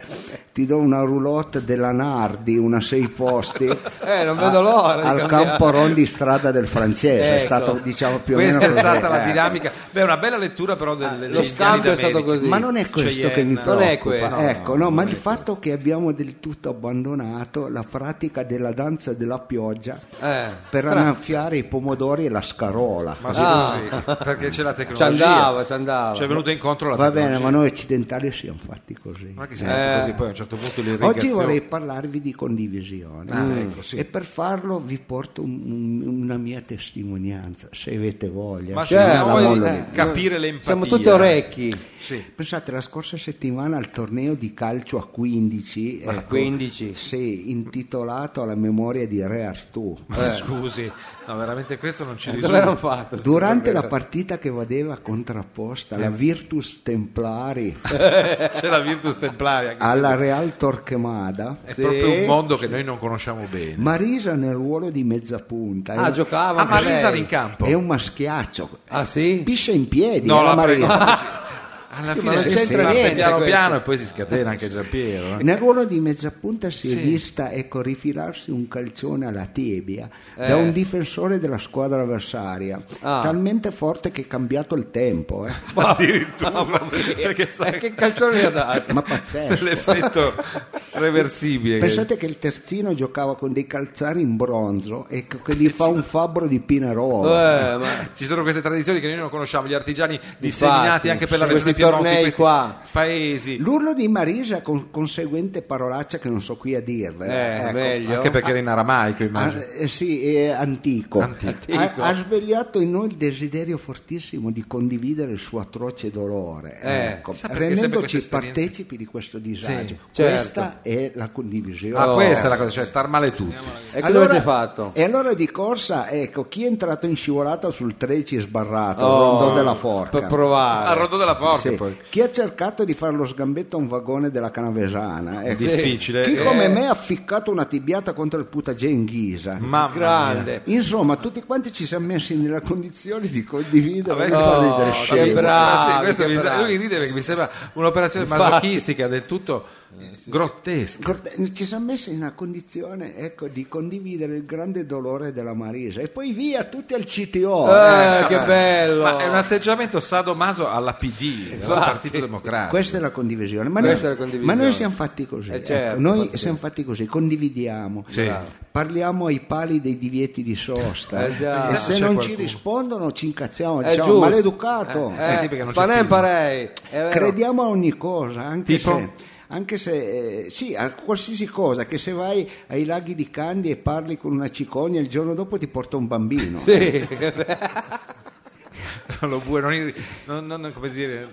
Speaker 1: ti do una roulotte della Nardi, una sei posti.
Speaker 2: Eh, non vedo
Speaker 1: a-
Speaker 2: l'ora di
Speaker 1: Al
Speaker 2: cambiare.
Speaker 1: campo Rondi strada del francese, è
Speaker 2: Ecco.
Speaker 1: stato diciamo più o meno
Speaker 3: Questa è
Speaker 1: così,
Speaker 3: stata la
Speaker 1: ecco.
Speaker 3: dinamica. Beh, una bella lettura però del, degli
Speaker 2: Ah, Lo scambio
Speaker 3: indiani
Speaker 2: è stato
Speaker 3: d'America.
Speaker 2: così.
Speaker 1: Ma non è questo
Speaker 3: Cheyenne,
Speaker 1: che mi
Speaker 3: no?
Speaker 1: preoccupa.
Speaker 2: Non è questo.
Speaker 1: Ecco, no, ma il fatto che abbiamo del tutto abbandonato la pratica della danza della pioggia
Speaker 2: Eh,
Speaker 1: per
Speaker 2: stra-
Speaker 1: annaffiare i pomodori e la scarola. Eh,
Speaker 3: Ma
Speaker 2: Ah.
Speaker 3: scusi, perché c'è la
Speaker 2: Ci
Speaker 3: tecnologia.
Speaker 2: andava, ci andava.
Speaker 3: Ci è venuto incontro la
Speaker 1: Va
Speaker 3: tecnologia.
Speaker 1: bene, ma noi occidentali siamo fatti così.
Speaker 3: Non è che siamo fatti
Speaker 2: Eh.
Speaker 3: così poi a un certo certo punto l'irrigazione
Speaker 1: Oggi vorrei parlarvi di condivisione
Speaker 3: Ah, ecco, sì.
Speaker 1: e per farlo vi porto un- un- una mia testimonianza, se avete voglia.
Speaker 3: Ma
Speaker 1: C'è
Speaker 3: sì,
Speaker 1: la
Speaker 3: vuoi
Speaker 1: voglia
Speaker 3: eh,
Speaker 1: di-
Speaker 3: capire l'empatia.
Speaker 2: Cioè, Siamo tutti orecchi.
Speaker 3: Sì.
Speaker 1: Pensate, la scorsa settimana al torneo di calcio a 15,
Speaker 2: A 15.
Speaker 1: sì, intitolato alla memoria di Re Artù.
Speaker 3: Ma
Speaker 2: Eh.
Speaker 3: scusi, no, veramente questo non ci
Speaker 2: Dove erano
Speaker 3: risulta.
Speaker 2: fatto?
Speaker 1: Durante la partita che vedeva contrapposta
Speaker 3: Eh.
Speaker 1: la Virtus Templari
Speaker 3: C'è la Virtus Templaria. che
Speaker 1: alla Real Torquemada,
Speaker 3: È
Speaker 2: Ah, Sì.
Speaker 3: proprio un mondo che noi non conosciamo bene.
Speaker 1: Marisa nel ruolo di mezzapunta
Speaker 2: Ah,
Speaker 1: è,
Speaker 2: giocava
Speaker 3: Ah,
Speaker 2: anche
Speaker 3: ma Marisa
Speaker 2: lei.
Speaker 3: in campo.
Speaker 1: è un maschiaccio,
Speaker 2: Ah sì?
Speaker 1: piscia in piedi.
Speaker 3: No,
Speaker 1: eh,
Speaker 3: la
Speaker 1: Marisa.
Speaker 3: prego. Alla
Speaker 2: Sì,
Speaker 3: fine
Speaker 2: ma non
Speaker 3: si
Speaker 2: c'entra
Speaker 3: parte
Speaker 2: niente
Speaker 3: piano
Speaker 2: questo.
Speaker 3: piano e poi si scatena anche Giampiero. eh.
Speaker 1: Nel ruolo di mezzapunta si
Speaker 3: Sì.
Speaker 1: è vista ecco, rifilarsi un calcione alla tebia da un difensore della squadra avversaria,
Speaker 2: Eh. Ah.
Speaker 1: talmente forte che è cambiato il tempo. eh.
Speaker 3: Addirittura. Perché
Speaker 2: Eh,
Speaker 3: sai
Speaker 2: che calcione gli ha dato?
Speaker 1: Ma pazzesco.
Speaker 3: l'effetto reversibile. che-
Speaker 1: Pensate che il terzino giocava con dei calzari in bronzo e che che gli fa un fabbro di Pinerolo.
Speaker 2: Eh, ma...
Speaker 3: Ci sono queste tradizioni che noi non conosciamo, gli artigiani
Speaker 2: Infatti,
Speaker 3: disseminati anche per la
Speaker 2: sì,
Speaker 3: regione
Speaker 2: questi tornei
Speaker 3: Piemonte, questi
Speaker 2: qua.
Speaker 3: paesi.
Speaker 1: L'urlo di Marisa con conseguente parolaccia che non so qui a dirvela.
Speaker 2: Eh,
Speaker 1: ecco.
Speaker 2: meglio.
Speaker 3: Anche perché era in aramaico,
Speaker 1: Ah,
Speaker 3: immagino.
Speaker 1: eh, sì, è antico.
Speaker 3: Antico.
Speaker 1: Ha, ha svegliato in noi il desiderio fortissimo di condividere il suo atroce dolore,
Speaker 2: Eh,
Speaker 1: ecco,
Speaker 3: chissà perché sempre queste
Speaker 1: rendendoci
Speaker 3: esperienze-
Speaker 1: partecipi di questo disagio.
Speaker 3: Sì, certo.
Speaker 1: Questa è la condivisione.
Speaker 2: Oh.
Speaker 3: Ah, questa è la cosa, cioè star male tutti.
Speaker 2: E cosa avete fatto?
Speaker 1: E allora eh, di corsa, ecco, chi è entrato in scivolata sul 13 sbarrato, al
Speaker 2: Oh,
Speaker 1: rondò della forca?
Speaker 2: Per provare.
Speaker 3: Al rotto della forca
Speaker 1: Sì.
Speaker 3: poi.
Speaker 1: Chi ha cercato di fare lo sgambetto a un vagone della canavesana? Ecco.
Speaker 3: Difficile.
Speaker 1: Chi
Speaker 3: Eh.
Speaker 1: come me ha ficcato una tibiata contro il putagen in ghisa?
Speaker 3: Mamma
Speaker 2: Grande.
Speaker 1: Insomma, tutti quanti ci siamo messi nella condizione di condividere e
Speaker 3: Vabbè,
Speaker 1: far
Speaker 2: no,
Speaker 1: ridere
Speaker 2: che
Speaker 1: scemo.
Speaker 2: bra-
Speaker 3: Ah, sì, questo
Speaker 2: che
Speaker 3: mi sa-
Speaker 2: bravo.
Speaker 3: lui ride perché mi sembra un'operazione masochistica del tutto grottesca.
Speaker 1: Cor- Ci siamo messi in una condizione ecco, di condividere il grande dolore della Marisa e poi via tutti al CTO.
Speaker 2: Eh, che bello.
Speaker 3: Ma è un atteggiamento sadomaso alla PD, al Partito Democratico.
Speaker 1: Questa è la condivisione. Ma,
Speaker 2: Questa
Speaker 1: noi,
Speaker 2: è la
Speaker 1: ma
Speaker 2: condivisione.
Speaker 1: noi siamo fatti così.
Speaker 2: Eh, certo,
Speaker 1: ecco, noi
Speaker 2: infatti.
Speaker 1: siamo fatti così, condividiamo.
Speaker 3: Sì.
Speaker 1: Bravo. Parliamo ai pali dei divieti di sosta.
Speaker 2: Eh, già.
Speaker 1: e
Speaker 2: C'è
Speaker 1: se non ci
Speaker 3: qualcuno.
Speaker 1: rispondono ci incazziamo,
Speaker 2: È
Speaker 1: diciamo
Speaker 2: giusto.
Speaker 1: maleducato.
Speaker 2: Eh,
Speaker 3: Eh sì, perché non c'è
Speaker 2: fa ne
Speaker 3: film.
Speaker 2: parei. È vero.
Speaker 1: Crediamo a ogni cosa, anche
Speaker 3: Tipo?
Speaker 1: se anche se eh, sì, a qualsiasi cosa, che se vai ai laghi di Candi e parli con una cicogna, il giorno dopo ti porta un bambino.
Speaker 2: Sì.
Speaker 3: Lo bue, non, ir- non- non- come dire,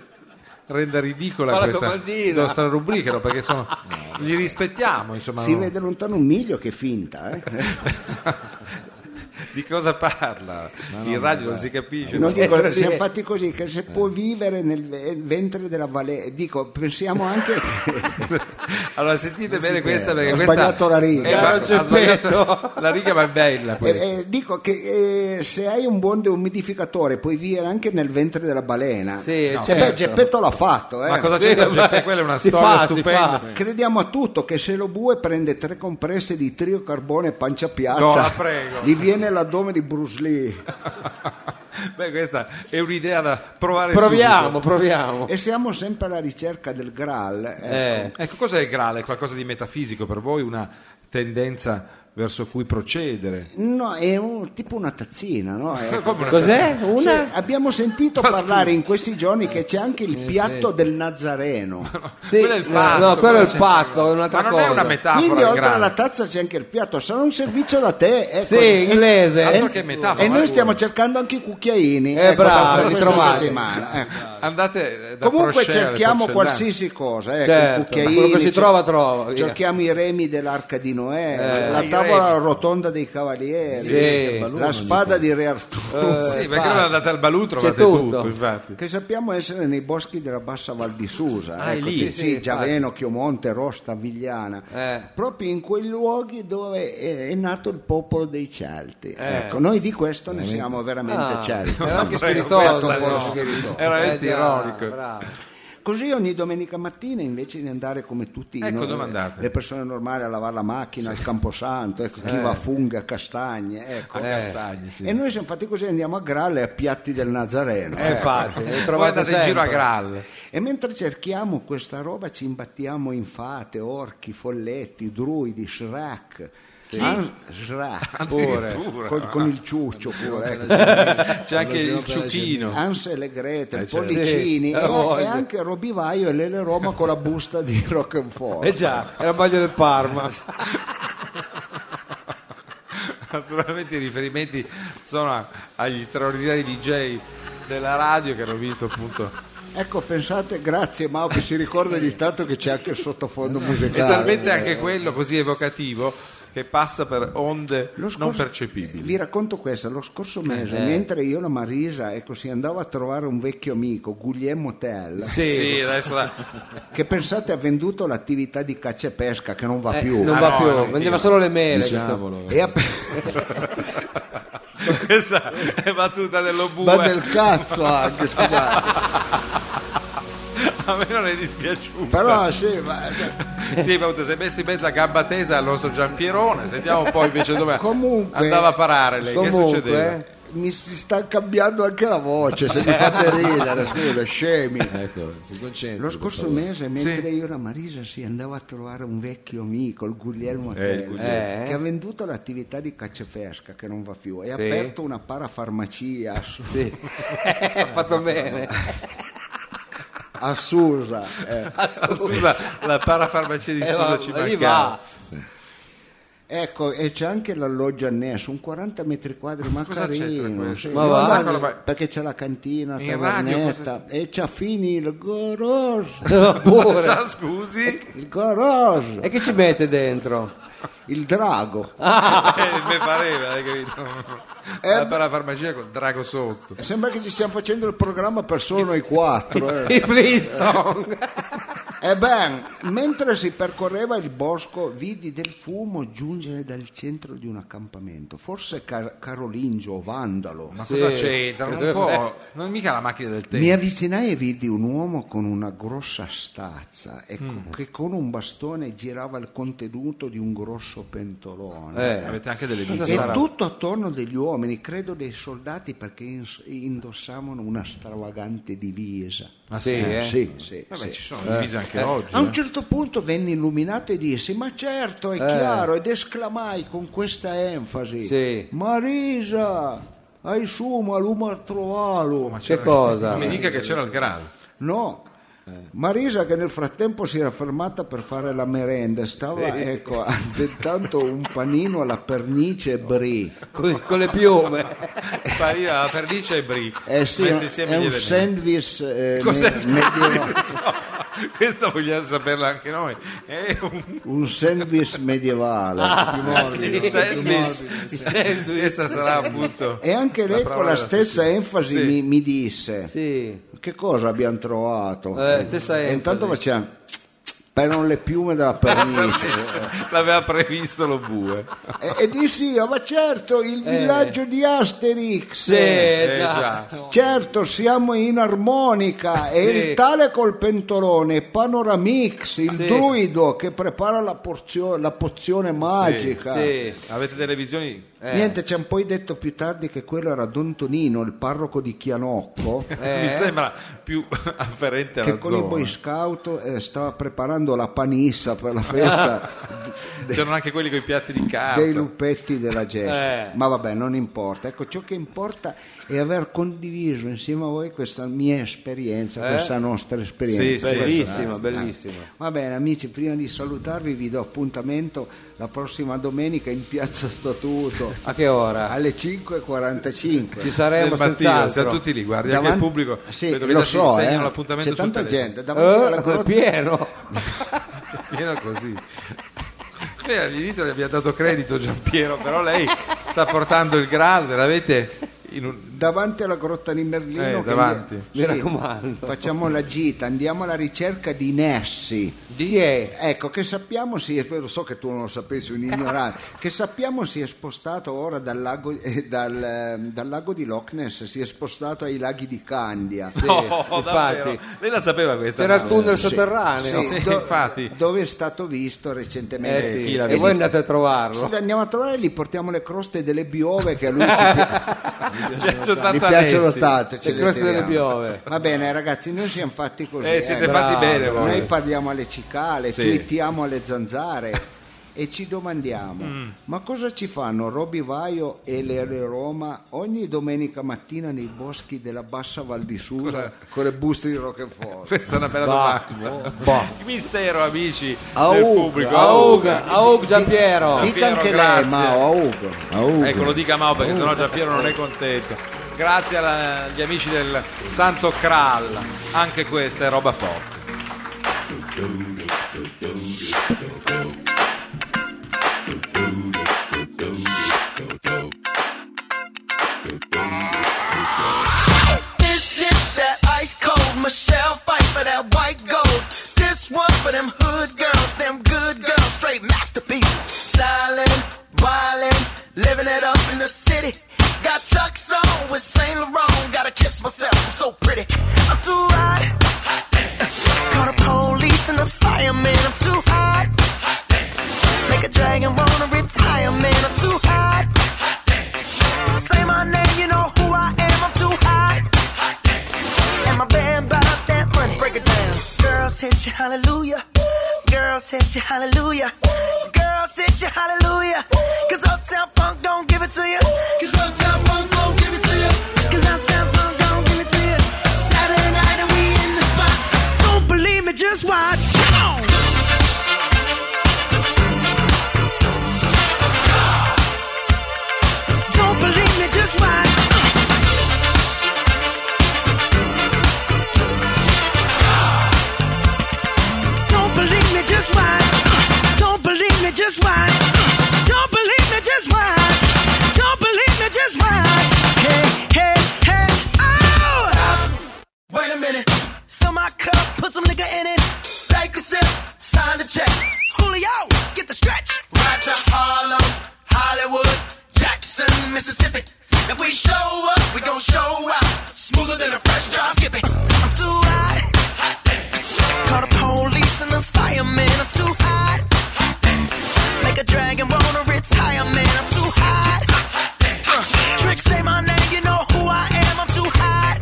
Speaker 3: renda ridicola
Speaker 2: Ma la
Speaker 3: questa
Speaker 2: comandina.
Speaker 3: nostra rubrica, no, perché sono, li rispettiamo, insomma.
Speaker 1: Si
Speaker 3: no?
Speaker 1: vede lontano un miglio che è finta, eh.
Speaker 3: Di cosa parla? Il radio non si capisce.
Speaker 1: Non
Speaker 3: no?
Speaker 1: dico,
Speaker 2: per
Speaker 1: siamo
Speaker 2: dire.
Speaker 1: fatti così che se può vivere nel ve- ventre della valle, dico, pensiamo anche
Speaker 3: Allora sentite bene questa perché
Speaker 1: Ho
Speaker 3: questa
Speaker 1: sbagliato la riga.
Speaker 3: Eh,
Speaker 1: Caro
Speaker 3: ma- ha
Speaker 2: Geppetto.
Speaker 3: sbagliato- la riga ma è bella
Speaker 1: eh,
Speaker 3: questa.
Speaker 1: eh, dico che eh, se hai un buon deumidificatore puoi vivere anche nel ventre della balena.
Speaker 2: Sì,
Speaker 1: No,
Speaker 2: certo.
Speaker 1: beh, Geppetto l'ha fatto, eh.
Speaker 3: Ma cosa c'entra
Speaker 2: Sì,
Speaker 3: Geppetto?
Speaker 2: ma-
Speaker 3: Quella è una
Speaker 2: si
Speaker 3: storia
Speaker 2: fa, si
Speaker 3: stupenda.
Speaker 2: fa.
Speaker 1: Crediamo a tutto che se lo bue prende tre compresse di triocarbone e pancia piatta,
Speaker 3: No, la prego.
Speaker 1: gli viene l'addome di Bruce Lee.
Speaker 3: Beh, questa è un'idea da provare
Speaker 2: Proviamo,
Speaker 3: subito.
Speaker 2: proviamo.
Speaker 1: E siamo sempre alla ricerca del Graal. eh.
Speaker 2: Eh.
Speaker 3: Ecco, cos'è il Graal? È qualcosa di metafisico per voi? Una tendenza verso cui procedere?
Speaker 1: No, è un- tipo una tazzina, no? È-
Speaker 3: Come una-
Speaker 2: Cos'è?
Speaker 1: Sì,
Speaker 2: Una?
Speaker 1: abbiamo sentito
Speaker 3: Ma
Speaker 1: parlare in questi giorni che c'è anche il piatto del Nazareno.
Speaker 2: Sì.
Speaker 3: Quello è il patto,
Speaker 2: No, quello è il
Speaker 3: c'è-
Speaker 2: patto, è un'altra
Speaker 3: Ma non è
Speaker 2: cosa.
Speaker 3: una metafora
Speaker 1: Quindi
Speaker 3: il
Speaker 1: oltre
Speaker 3: Graal.
Speaker 1: alla tazza c'è anche il piatto, sarà un servizio da te. Ecco.
Speaker 2: Sì, inglese.
Speaker 3: Altro che metafora.
Speaker 1: E noi stiamo cercando anche i cucchiaini.
Speaker 2: Eh,
Speaker 1: ecco, da-
Speaker 2: bravo,
Speaker 1: da
Speaker 2: li
Speaker 1: questa
Speaker 2: trovate.
Speaker 1: settimana, ecco.
Speaker 3: Andate eh, da
Speaker 1: Comunque
Speaker 3: Procella,
Speaker 1: cerchiamo
Speaker 3: Porcellana.
Speaker 1: qualsiasi cosa, ecco,
Speaker 2: Certo,
Speaker 1: i cucchiaini,
Speaker 2: quello che si
Speaker 1: cer-
Speaker 2: trova, trova, via. Eh.
Speaker 1: Cerchiamo i remi dell'Arca di Noè, la
Speaker 3: i
Speaker 1: tavola
Speaker 3: remi.
Speaker 1: rotonda dei cavalieri,
Speaker 2: Sì.
Speaker 1: la spada di Re Arturo.
Speaker 2: Eh,
Speaker 3: Sì, perché non andate al Balù, trovate
Speaker 2: tutto.
Speaker 3: tutto, infatti.
Speaker 1: Che sappiamo essere nei boschi della bassa Val di Susa,
Speaker 3: Ah, è
Speaker 1: ecco,
Speaker 3: lì,
Speaker 1: sì,
Speaker 3: sì,
Speaker 1: sì, Giaveno, Chiomonte, Rosta, Vigliana,
Speaker 2: Eh.
Speaker 1: proprio in quei luoghi dove è, è nato il popolo dei Celti. Ecco, noi di questo ne siamo veramente
Speaker 2: Eh. Ah,
Speaker 1: Celti.
Speaker 2: era
Speaker 1: certo.
Speaker 2: anche
Speaker 1: Questo è un
Speaker 2: spiritoso,
Speaker 1: po' lo
Speaker 2: no.
Speaker 1: spiritoso.
Speaker 3: Era veramente
Speaker 2: Eh, già,
Speaker 3: ironico.
Speaker 2: bravo.
Speaker 1: Così ogni domenica mattina invece di andare come tutti
Speaker 3: Ecco,
Speaker 1: noi,
Speaker 3: dove andate? Eh.
Speaker 1: le persone normali a lavare la macchina al Camposanto, ecco, chi va a funghi, a castagne, ecco.
Speaker 3: A Castagni, sì.
Speaker 1: E noi siamo fatti così, andiamo a Graal e a Piatti del Nazareno. Ecco.
Speaker 2: Eh, infatti, li
Speaker 3: Voi
Speaker 2: trovate
Speaker 3: andate in giro a
Speaker 2: sempre.
Speaker 3: Graal.
Speaker 1: E mentre cerchiamo questa roba ci imbattiamo in fate, orchi, folletti, druidi, shrek. Ansra
Speaker 3: Addirittura.
Speaker 1: pure, col- con il ciuccio pure. ecco.
Speaker 3: C'è anche il ciuchino.
Speaker 1: Ansel e Greta,
Speaker 3: Eh, certo.
Speaker 1: Pollicini
Speaker 2: Sì,
Speaker 1: e,
Speaker 2: a voglia.
Speaker 1: e anche Robivaio e Lele Roma con la busta di Roquefort.
Speaker 2: Eh già, era il bagno del Parma.
Speaker 3: Naturalmente i riferimenti sono a- agli straordinari DJ della radio che hanno visto appunto.
Speaker 1: Ecco, pensate, grazie Mao che si ricorda di tanto che c'è anche il sottofondo
Speaker 3: È
Speaker 1: musicale.
Speaker 3: talmente anche quello così evocativo che passa per onde
Speaker 1: Eh, Lo scorso-
Speaker 3: non percepibili.
Speaker 1: Vi racconto questa, lo scorso mese,
Speaker 3: Eh.
Speaker 1: mentre io e la Marisa ecco, si andava a trovare un vecchio amico, Guglielmo Tell,
Speaker 3: Sì, adesso la-
Speaker 1: che pensate ha venduto l'attività di caccia e pesca che non va
Speaker 2: Eh,
Speaker 1: più. Diciamo.
Speaker 2: non
Speaker 3: Ah,
Speaker 2: va
Speaker 3: no,
Speaker 2: più,
Speaker 3: no,
Speaker 2: vendeva
Speaker 3: sì.
Speaker 2: solo le mele.
Speaker 4: Diciamolo.
Speaker 1: E ha-
Speaker 3: questa è battuta dello bue.
Speaker 1: Ma del cazzo anche, scusate.
Speaker 3: A me non è dispiaciuto.
Speaker 1: Però sì, ma-
Speaker 3: Sì, ma se messo in mezzo a gamba tesa al nostro Giampierone, sentiamo un po' invece dove
Speaker 1: comunque...
Speaker 3: andava a parare lei. che
Speaker 1: comunque,
Speaker 3: succedeva?
Speaker 1: Mi si sta cambiando anche la voce, se mi fate ridere, scusa, scemi.
Speaker 4: Ecco, si concentra.
Speaker 1: Lo
Speaker 4: per
Speaker 1: scorso
Speaker 4: favore.
Speaker 1: mese, mentre io e la Marisa si andava a trovare un vecchio amico, il Guglielmo
Speaker 3: il
Speaker 1: Tell,
Speaker 2: Eh, Guglielmo.
Speaker 1: che ha venduto l'attività di cacciafesca che non va più, e ha
Speaker 2: Sì.
Speaker 1: aperto una parafarmacia su-
Speaker 2: Sì. ha fatto bene.
Speaker 1: a Susa. eh.
Speaker 3: Scusa, la parafarmacia di
Speaker 2: Eh,
Speaker 3: Suda
Speaker 2: va- lì
Speaker 3: ci mancava.
Speaker 2: va.
Speaker 1: Ecco, e c'è anche l'alloggio annesso, un 40 metri quadri, ma
Speaker 3: cosa c'entra
Speaker 1: carino.
Speaker 3: questo?
Speaker 1: sì.
Speaker 2: Ma
Speaker 1: No,
Speaker 2: va?
Speaker 1: no, perché c'è la cantina, la
Speaker 3: In radio
Speaker 1: tavernetta, e c'ha fini il goros,
Speaker 2: Pure.
Speaker 3: Già, scusi,
Speaker 1: il goros,
Speaker 2: Cioè, E che ci mette dentro?
Speaker 1: il drago.
Speaker 2: Ah.
Speaker 3: Eh, mi pareva, hai capito?
Speaker 1: Eh,
Speaker 3: La parafarmacia con Drago sotto.
Speaker 1: Sembra che ci stiamo facendo il programma per solo noi quattro. eh.
Speaker 2: I Flintstone.
Speaker 1: Ebbene, Eh mentre si percorreva il bosco, vidi del fumo giungere dal centro di un accampamento, forse car- carolingio o vandalo.
Speaker 3: Ma cosa c'entra? Non può, non è mica la macchina del tempo.
Speaker 1: Eh. Mi avvicinai e vidi un uomo con una grossa stazza e co-
Speaker 3: Mm.
Speaker 1: che con un bastone girava il contenuto di un grosso pentolone.
Speaker 2: Eh,
Speaker 3: Avete anche delle
Speaker 1: E
Speaker 3: viste.
Speaker 1: tutto attorno degli uomini, credo dei soldati, perché ins- indossavano una stravagante divisa.
Speaker 3: Ma
Speaker 2: sì, eh?
Speaker 1: Sì, sì,
Speaker 3: Ah, Vabbè,
Speaker 1: sì. Eh.
Speaker 3: ci sono divise anche oggi. eh.
Speaker 1: A un certo punto venne illuminato e disse: Ma certo, è chiaro, ed esclamai con questa enfasi:
Speaker 2: Sì.
Speaker 1: Marisa, hai su, ma l'uma trovalo.
Speaker 2: Che cosa?
Speaker 3: Mi dica che c'era il grado.
Speaker 1: No. Marisa che nel frattempo si era fermata per fare la merenda stava ecco attentando un panino alla pernice brie
Speaker 2: Con, con le piume.
Speaker 3: Pariva la pernice e brie.
Speaker 1: eh sì,
Speaker 3: Messi
Speaker 1: è
Speaker 3: insieme gli
Speaker 1: un
Speaker 3: elementi.
Speaker 1: sandwich eh, me-
Speaker 3: Cos'è, scusi?
Speaker 1: medievale
Speaker 3: No, questa vogliamo saperla anche noi. È un
Speaker 1: un sandwich
Speaker 3: Ah.
Speaker 1: medievale
Speaker 4: Più morbido, più
Speaker 3: sandwich.
Speaker 4: morbido, sì.
Speaker 3: Questa sarà appunto.
Speaker 1: e anche lei con
Speaker 3: parola
Speaker 1: la
Speaker 3: era
Speaker 1: stessa
Speaker 3: sentita.
Speaker 1: enfasi
Speaker 3: Sì.
Speaker 1: mi, mi disse
Speaker 2: Sì.
Speaker 1: Che cosa abbiamo trovato?
Speaker 2: Eh, stessa
Speaker 1: e
Speaker 2: enfasi.
Speaker 1: intanto facciamo per le piume della pernice.
Speaker 3: L'aveva previsto lo bue.
Speaker 1: e, e dissi io, ma certo, il villaggio di Asterix.
Speaker 2: Eh. Sì,
Speaker 3: Eh,
Speaker 2: già.
Speaker 3: già.
Speaker 1: Certo, siamo in armonica e
Speaker 2: Sì.
Speaker 1: il tale col pentolone, Panoramix, il
Speaker 2: Sì.
Speaker 1: druido che prepara la, porzio- la pozione magica.
Speaker 2: Sì. eh.
Speaker 3: Avete delle visioni? Eh,
Speaker 1: Niente, ci hanno poi detto più tardi che quello era Don Tonino, il parroco di Chianocco.
Speaker 2: Eh.
Speaker 3: Mi sembra più afferente alla
Speaker 1: che con i
Speaker 3: zona.
Speaker 1: boy scout eh, stava preparando la panissa per la festa
Speaker 3: C'erano Cioè, anche quelli con i piatti di carta.
Speaker 1: dei lupetti della Jess
Speaker 2: Eh.
Speaker 1: ma vabbè non importa ecco ciò che importa è aver condiviso insieme a voi questa mia esperienza
Speaker 2: Eh?
Speaker 1: questa nostra esperienza
Speaker 3: Sì, sì,
Speaker 2: Bellissima, bellissima.
Speaker 1: va bene amici prima di salutarvi vi do appuntamento la prossima domenica in piazza Statuto
Speaker 2: A che
Speaker 3: Ah.
Speaker 2: ora?
Speaker 1: alle 5.45
Speaker 2: Ci
Speaker 3: Del
Speaker 2: saremo
Speaker 3: mattino,
Speaker 2: senz'altro.
Speaker 3: siamo tutti lì, guardi, anche
Speaker 1: Davan-
Speaker 3: il pubblico.
Speaker 1: sì,
Speaker 3: vedo che
Speaker 1: lo
Speaker 3: già si
Speaker 1: so,
Speaker 3: segnano
Speaker 1: eh,
Speaker 3: l'appuntamento
Speaker 1: c'è
Speaker 3: sul
Speaker 1: tanta
Speaker 3: telefono.
Speaker 1: gente davanti alla
Speaker 2: Eh, è
Speaker 1: grotta
Speaker 2: pieno.
Speaker 3: Era così. Beh, all'inizio le abbiamo dato credito Giampiero, però lei sta portando il grado, veramente in un-
Speaker 1: davanti alla grotta di Merlino
Speaker 3: Eh,
Speaker 1: che
Speaker 3: davanti.
Speaker 1: vi-
Speaker 2: Mi raccomando.
Speaker 1: facciamo la gita andiamo alla ricerca di Nessi
Speaker 2: Chi è?
Speaker 1: ecco che sappiamo si è, lo so che tu non lo sapessi un ignorante che sappiamo si è spostato ora dal lago, eh, dal, eh, dal lago di Loch Ness si è spostato ai laghi di Candia
Speaker 2: Sì,
Speaker 3: Oh, davvero?
Speaker 2: infatti.
Speaker 3: Lei la sapeva questa?
Speaker 2: C'era il
Speaker 3: no?
Speaker 2: tunnel
Speaker 1: Sì,
Speaker 2: sotterraneo.
Speaker 1: sì,
Speaker 3: Sì, infatti.
Speaker 1: dove è stato visto
Speaker 2: Eh,
Speaker 1: recentemente
Speaker 2: sì.
Speaker 3: chi l'ha
Speaker 2: E voi
Speaker 3: visto?
Speaker 2: andate a trovarlo.
Speaker 1: Sì, andiamo a trovare gli portiamo le croste delle biove che a lui ci piacciono
Speaker 3: Piacciono
Speaker 1: Mi
Speaker 3: tanto a
Speaker 1: piacciono
Speaker 3: Nessi.
Speaker 1: tanto, ce
Speaker 2: Le
Speaker 1: le
Speaker 2: croste delle
Speaker 1: tiriamo.
Speaker 2: piove.
Speaker 1: Va bene, ragazzi, noi siamo fatti così.
Speaker 3: Eh, si
Speaker 1: eh.
Speaker 3: siete fatti
Speaker 2: bravo.
Speaker 3: bene voi.
Speaker 1: Noi parliamo alle cicale,
Speaker 3: Sì.
Speaker 1: twittiamo alle zanzare. e ci domandiamo
Speaker 3: Mm.
Speaker 1: ma cosa ci fanno Roby Vaio e l'Ere Roma ogni domenica mattina nei boschi della bassa Val di Susa con le buste di Roquefort?
Speaker 3: Questa è una bella
Speaker 2: Bah,
Speaker 3: domanda.
Speaker 2: bah.
Speaker 3: Mistero, amici del
Speaker 1: Auga,
Speaker 3: pubblico.
Speaker 2: Aug,
Speaker 3: Auga.
Speaker 2: Aug Giampiero.
Speaker 3: Di-
Speaker 1: Dica anche lei,
Speaker 3: grazie.
Speaker 1: Mao, a Ugo.
Speaker 4: Auga.
Speaker 3: Ecco, lo dica Mao perché sennò Giampiero non è contento. Grazie alla- agli amici del Santo Kral, anche questa è roba forte.
Speaker 5: This is that ice cold Michelle fight for that white gold. This one for them hood girls, them good girls, straight masterpieces. Stylin', wildin', living it up in the city. Got Chuck's on with Saint Laurent. Gotta kiss myself, I'm so pretty. I'm too hot. Call the police and the fireman. I'm too hot. Make a dragon wanna retire, man. I'm too hot. Say my name, you know who I am. I'm too hot. And my band bought that money. Break it down. Girls hit you, hallelujah. Girls hit you, hallelujah. Girls hit you, hallelujah. Cause Uptown Funk don't give it to you. Cause Uptown Funk don't give it to you. Cause Uptown Funk don't give it to you. Saturday night and we in the spot. Don't believe me, just watch. Come on. Don't believe me, just watch. Don't believe me, just watch. Don't believe me, just watch. Don't believe me, just watch. Don't believe me, just watch. Hey, hey, hey, oh! Wait a minute. Fill my cup, put some nigga in it. Take a sip, sign the check. Julio, get the stretch. Right to Harlem, Hollywood, Jackson, Mississippi. If we show up, we gon' show up. Smoother than a fresh drop. Skip it. I'm too hot. Call the police and the fireman. I'm too hot. Make a dragon wanna retire, man. I'm too hot. Uh, Trick say my name, you know who I am. I'm too hot.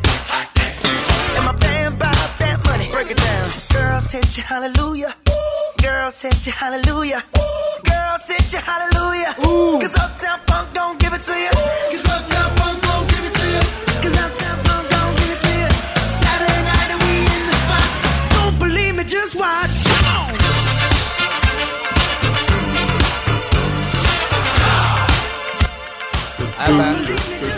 Speaker 5: And my band bought that money. Break it down. Girls hit you, hallelujah. Girls hit you, hallelujah. Girls hit you, hallelujah. Cause Uptown Funk don't give it to you. Cause Uptown Funk don't give it to you. Cause Uptown Funk don't give it to you. Saturday night and we in the spot. Don't believe me, just watch. Come on.
Speaker 2: Eh beh,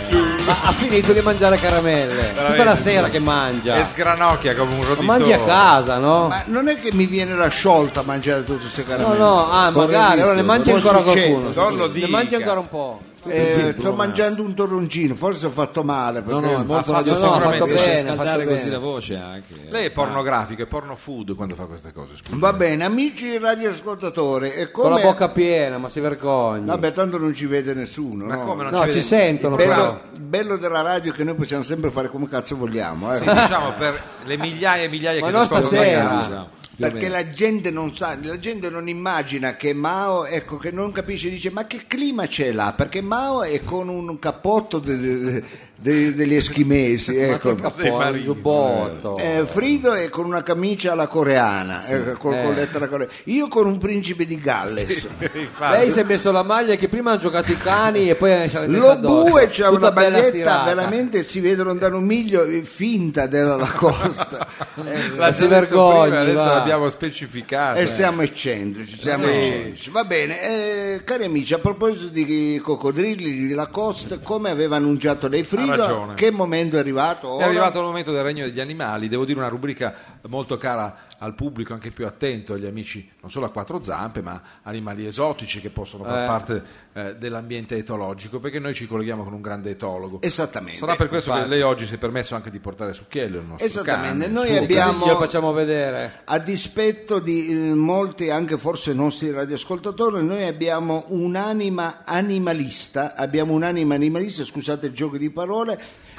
Speaker 2: ma ha finito di mangiare caramelle. Tutta la
Speaker 3: Veramente, Eh,
Speaker 2: sera
Speaker 3: sì.
Speaker 2: che
Speaker 3: E
Speaker 2: mangia.
Speaker 3: sgranocchia come un
Speaker 2: Ma
Speaker 3: roditore.
Speaker 2: mangi a casa, no?
Speaker 1: Ma non è che mi viene la sciolta a mangiare tutte queste
Speaker 2: No,
Speaker 1: caramelle?
Speaker 2: no, ah,
Speaker 4: Corre il
Speaker 2: magari,
Speaker 4: rischio,
Speaker 2: allora ne mangi
Speaker 1: può
Speaker 2: ancora
Speaker 1: succedere,
Speaker 3: non lo
Speaker 2: qualcuno. Ne
Speaker 3: dica.
Speaker 2: mangi ancora un po'.
Speaker 1: Eh,
Speaker 4: Sì,
Speaker 1: sto
Speaker 4: Bruno
Speaker 1: mangiando un torroncino, forse ho fatto male.
Speaker 4: No, no,
Speaker 1: perché-
Speaker 4: è molto
Speaker 3: fatto- no, ha
Speaker 4: radiofonico,
Speaker 3: fatto
Speaker 4: riesce a
Speaker 2: bene, ha
Speaker 4: scaldare
Speaker 2: fatto
Speaker 4: così
Speaker 2: bene.
Speaker 4: la voce anche.
Speaker 3: Lei è pornografico, è porno food quando fa queste cose. scusi.
Speaker 1: Va bene, amici radioascoltatori, e
Speaker 2: Con
Speaker 1: come...
Speaker 2: la bocca piena, ma si vergogna.
Speaker 1: Vabbè, tanto non ci vede nessuno.
Speaker 3: Ma
Speaker 1: no?
Speaker 3: come non
Speaker 2: no,
Speaker 3: ci,
Speaker 2: ci
Speaker 3: vede-
Speaker 2: sentono però.
Speaker 1: Bello, bello della radio è che noi possiamo sempre fare come cazzo vogliamo, eh.
Speaker 3: Sì, diciamo per le migliaia e migliaia
Speaker 2: Ma
Speaker 3: che
Speaker 2: non
Speaker 3: ci ascoltano
Speaker 2: stasera.
Speaker 3: da casa.
Speaker 4: diciamo, più o
Speaker 1: perché
Speaker 4: meno.
Speaker 1: la gente non sa, la gente non immagina che Mao, ecco, che non capisce, dice ma che clima c'è là? Perché Mao è con un cappotto de- de- de- degli eschimesi, ecco.
Speaker 3: dei
Speaker 2: Poi il
Speaker 3: marini,
Speaker 2: giubbotto.
Speaker 1: Eh, Frido è con una camicia alla coreana, eh, col- con lettera coreana. Io con un principe di Galles.
Speaker 3: Infatti.
Speaker 2: Lei si è messo la maglia che prima hanno giocato i cani e poi si è messa
Speaker 1: Lo
Speaker 2: addosso.
Speaker 1: bue c'ha
Speaker 2: Tutta
Speaker 1: una
Speaker 2: bella
Speaker 1: maglietta
Speaker 2: stirata.
Speaker 1: veramente si vede lontano un miglio eh, finta della Lacosta Eh,
Speaker 3: L'ha
Speaker 2: si
Speaker 3: già detto
Speaker 2: vergogni,
Speaker 3: prima, adesso eh.
Speaker 2: va.
Speaker 3: l'abbiamo specificato.
Speaker 1: e Eh, siamo eccentrici, siamo eccentrici. Va bene, eh, cari amici, a proposito di coccodrilli, di Lacoste, come aveva annunciato lei Frido,
Speaker 3: ragione.
Speaker 1: che momento è arrivato?
Speaker 3: È
Speaker 1: ora?
Speaker 3: arrivato il momento del regno degli animali, devo dire una rubrica molto cara al pubblico, anche più attento agli amici, non solo a quattro zampe, ma animali esotici che possono far
Speaker 2: Eh.
Speaker 3: parte eh, dell'ambiente etologico, perché noi ci colleghiamo con un grande etologo.
Speaker 1: Esattamente.
Speaker 3: Sarà per questo
Speaker 2: Infatti.
Speaker 3: che lei oggi si è permesso anche di portare Succhiello, il nostro
Speaker 1: Esattamente,
Speaker 3: cane,
Speaker 1: noi
Speaker 3: il suo
Speaker 1: abbiamo-
Speaker 2: Glielo facciamo vedere.
Speaker 1: A dispetto di eh, molti, anche forse nostri radioascoltatori, noi abbiamo un'anima animalista, abbiamo un'anima animalista, scusate il gioco di parole,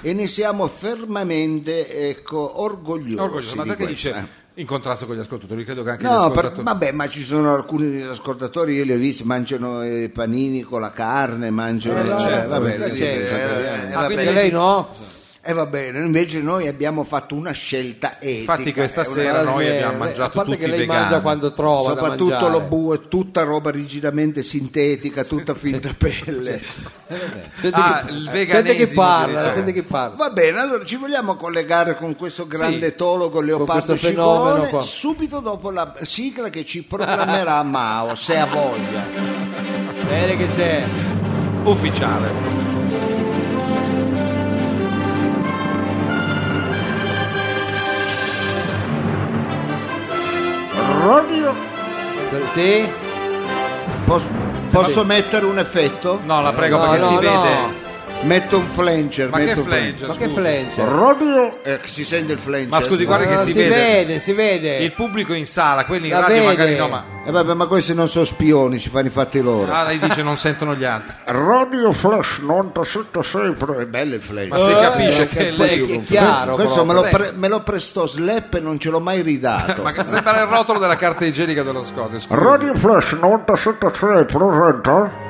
Speaker 1: e ne siamo fermamente ecco, orgogliosi.
Speaker 3: Orgoglioso, ma
Speaker 1: di
Speaker 3: perché
Speaker 1: questo,
Speaker 3: dice
Speaker 1: eh.
Speaker 3: in contrasto con gli ascoltatori? Credo che anche gli
Speaker 1: No, per-
Speaker 3: ascoltatori...
Speaker 1: vabbè, ma ci sono alcuni ascoltatori, io li ho visti, mangiano i panini con la carne, mangiano... cioè,
Speaker 4: Eh, certo,
Speaker 1: vabbè,
Speaker 4: perché
Speaker 1: sì,
Speaker 4: c'entra,
Speaker 1: eh,
Speaker 4: italiano.
Speaker 1: eh,
Speaker 2: Ah,
Speaker 1: vabbè.
Speaker 2: quindi lei no?
Speaker 1: E va bene, invece noi abbiamo fatto una scelta etica.
Speaker 3: Infatti questa
Speaker 1: è una
Speaker 3: sera
Speaker 1: cosa-
Speaker 3: noi
Speaker 2: Eh,
Speaker 3: abbiamo
Speaker 2: A
Speaker 3: mangiato
Speaker 2: parte
Speaker 3: tutti
Speaker 2: che lei
Speaker 3: vegani.
Speaker 2: mangia quando trova da
Speaker 1: Soprattutto
Speaker 2: mangiare.
Speaker 1: lo bue, tutta roba rigidamente sintetica, tutta finta pelle.
Speaker 2: Senti,
Speaker 3: Ah,
Speaker 2: che,
Speaker 3: il
Speaker 2: senti
Speaker 3: veganesimo
Speaker 2: che parla,
Speaker 3: addirittura.
Speaker 2: senti che parla.
Speaker 1: Va bene, allora ci vogliamo collegare con questo grande etologo Leopardo
Speaker 2: questo fenomeno
Speaker 1: Cicolone
Speaker 2: qua.
Speaker 1: subito dopo la sigla che ci programmerà Mao, se ha voglia.
Speaker 2: Bene che c'è.
Speaker 3: Ufficiale.
Speaker 2: Sì?
Speaker 1: Pos- posso mettere un effetto?
Speaker 3: No, la prego
Speaker 2: No,
Speaker 3: perché
Speaker 2: Eh, no,
Speaker 3: si
Speaker 2: no.
Speaker 3: vede.
Speaker 1: Metto un flanger.
Speaker 3: Ma
Speaker 1: metto
Speaker 3: che
Speaker 1: un
Speaker 3: flange?
Speaker 2: Ma
Speaker 3: scusi.
Speaker 2: che flange?
Speaker 1: Rodio, eh, si sente il flanger. eh.
Speaker 3: Ma scusi, guarda che
Speaker 2: No,
Speaker 3: si
Speaker 2: Ah, si
Speaker 3: vede.
Speaker 2: vede, si vede.
Speaker 3: Il pubblico in sala, quelli in
Speaker 2: La
Speaker 3: radio
Speaker 2: vede.
Speaker 3: magari no, ma
Speaker 1: Eh, vabbè, ma questi non sono spioni, si fanno i fatti loro.
Speaker 3: ah, lei dice non sentono gli altri.
Speaker 1: Radio Flash 97 è bello il
Speaker 3: Ma
Speaker 1: flash
Speaker 3: si
Speaker 2: Eh,
Speaker 3: capisce
Speaker 4: non
Speaker 3: che
Speaker 4: cazzo
Speaker 3: lei
Speaker 4: dico,
Speaker 2: È
Speaker 4: non
Speaker 2: chiaro,
Speaker 1: questo
Speaker 2: però.
Speaker 1: me lo,
Speaker 3: Sì.
Speaker 1: pre- me lo prestò Slap e non ce l'ho mai
Speaker 2: Certo.
Speaker 1: ridato
Speaker 3: ma che sembra il rotolo della carta igienica dello Scott. scusi.
Speaker 1: Radio Flash 973 presenta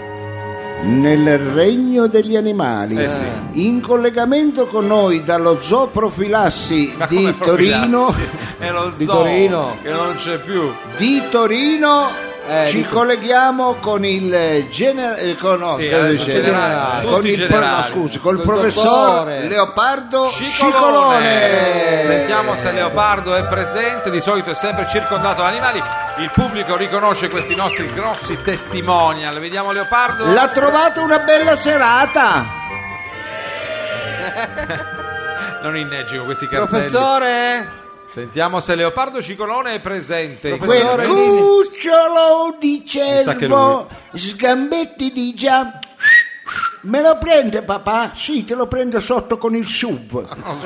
Speaker 1: Nel regno degli animali
Speaker 3: Eh sì.
Speaker 1: In collegamento con noi dallo zoo profilassi
Speaker 3: Ma come
Speaker 1: di
Speaker 3: profilassi?
Speaker 1: Torino
Speaker 3: È lo
Speaker 2: Di
Speaker 3: zoo
Speaker 2: Torino.
Speaker 3: che non c'è più.
Speaker 1: Di Torino
Speaker 2: Eh,
Speaker 1: ci
Speaker 2: di-
Speaker 1: colleghiamo con il generale con, no,
Speaker 3: Sì,
Speaker 1: scusa,
Speaker 3: adesso
Speaker 1: dicevo,
Speaker 3: generale,
Speaker 1: con
Speaker 3: tutti
Speaker 1: il pro-
Speaker 3: generali.
Speaker 1: no, scusi, col
Speaker 2: Col
Speaker 1: professor
Speaker 2: dottore.
Speaker 1: Leopardo
Speaker 3: Cicolone.
Speaker 1: Cicolone.
Speaker 3: Sentiamo se Leopardo è presente, di solito è sempre circondato da animali. Il pubblico riconosce questi nostri grossi testimonial. Vediamo Leopardo.
Speaker 1: L'ha trovata una bella serata.
Speaker 3: Non inneggico questi cartelli.
Speaker 2: Professore?
Speaker 3: Sentiamo se Leopardo Cicolone è presente. in
Speaker 1: Quel
Speaker 3: questo momento.
Speaker 1: cucciolo di
Speaker 3: sa che
Speaker 1: cervo, sgambetti di già. Me lo prende papà? Sì, te lo prendo sotto con il SUV.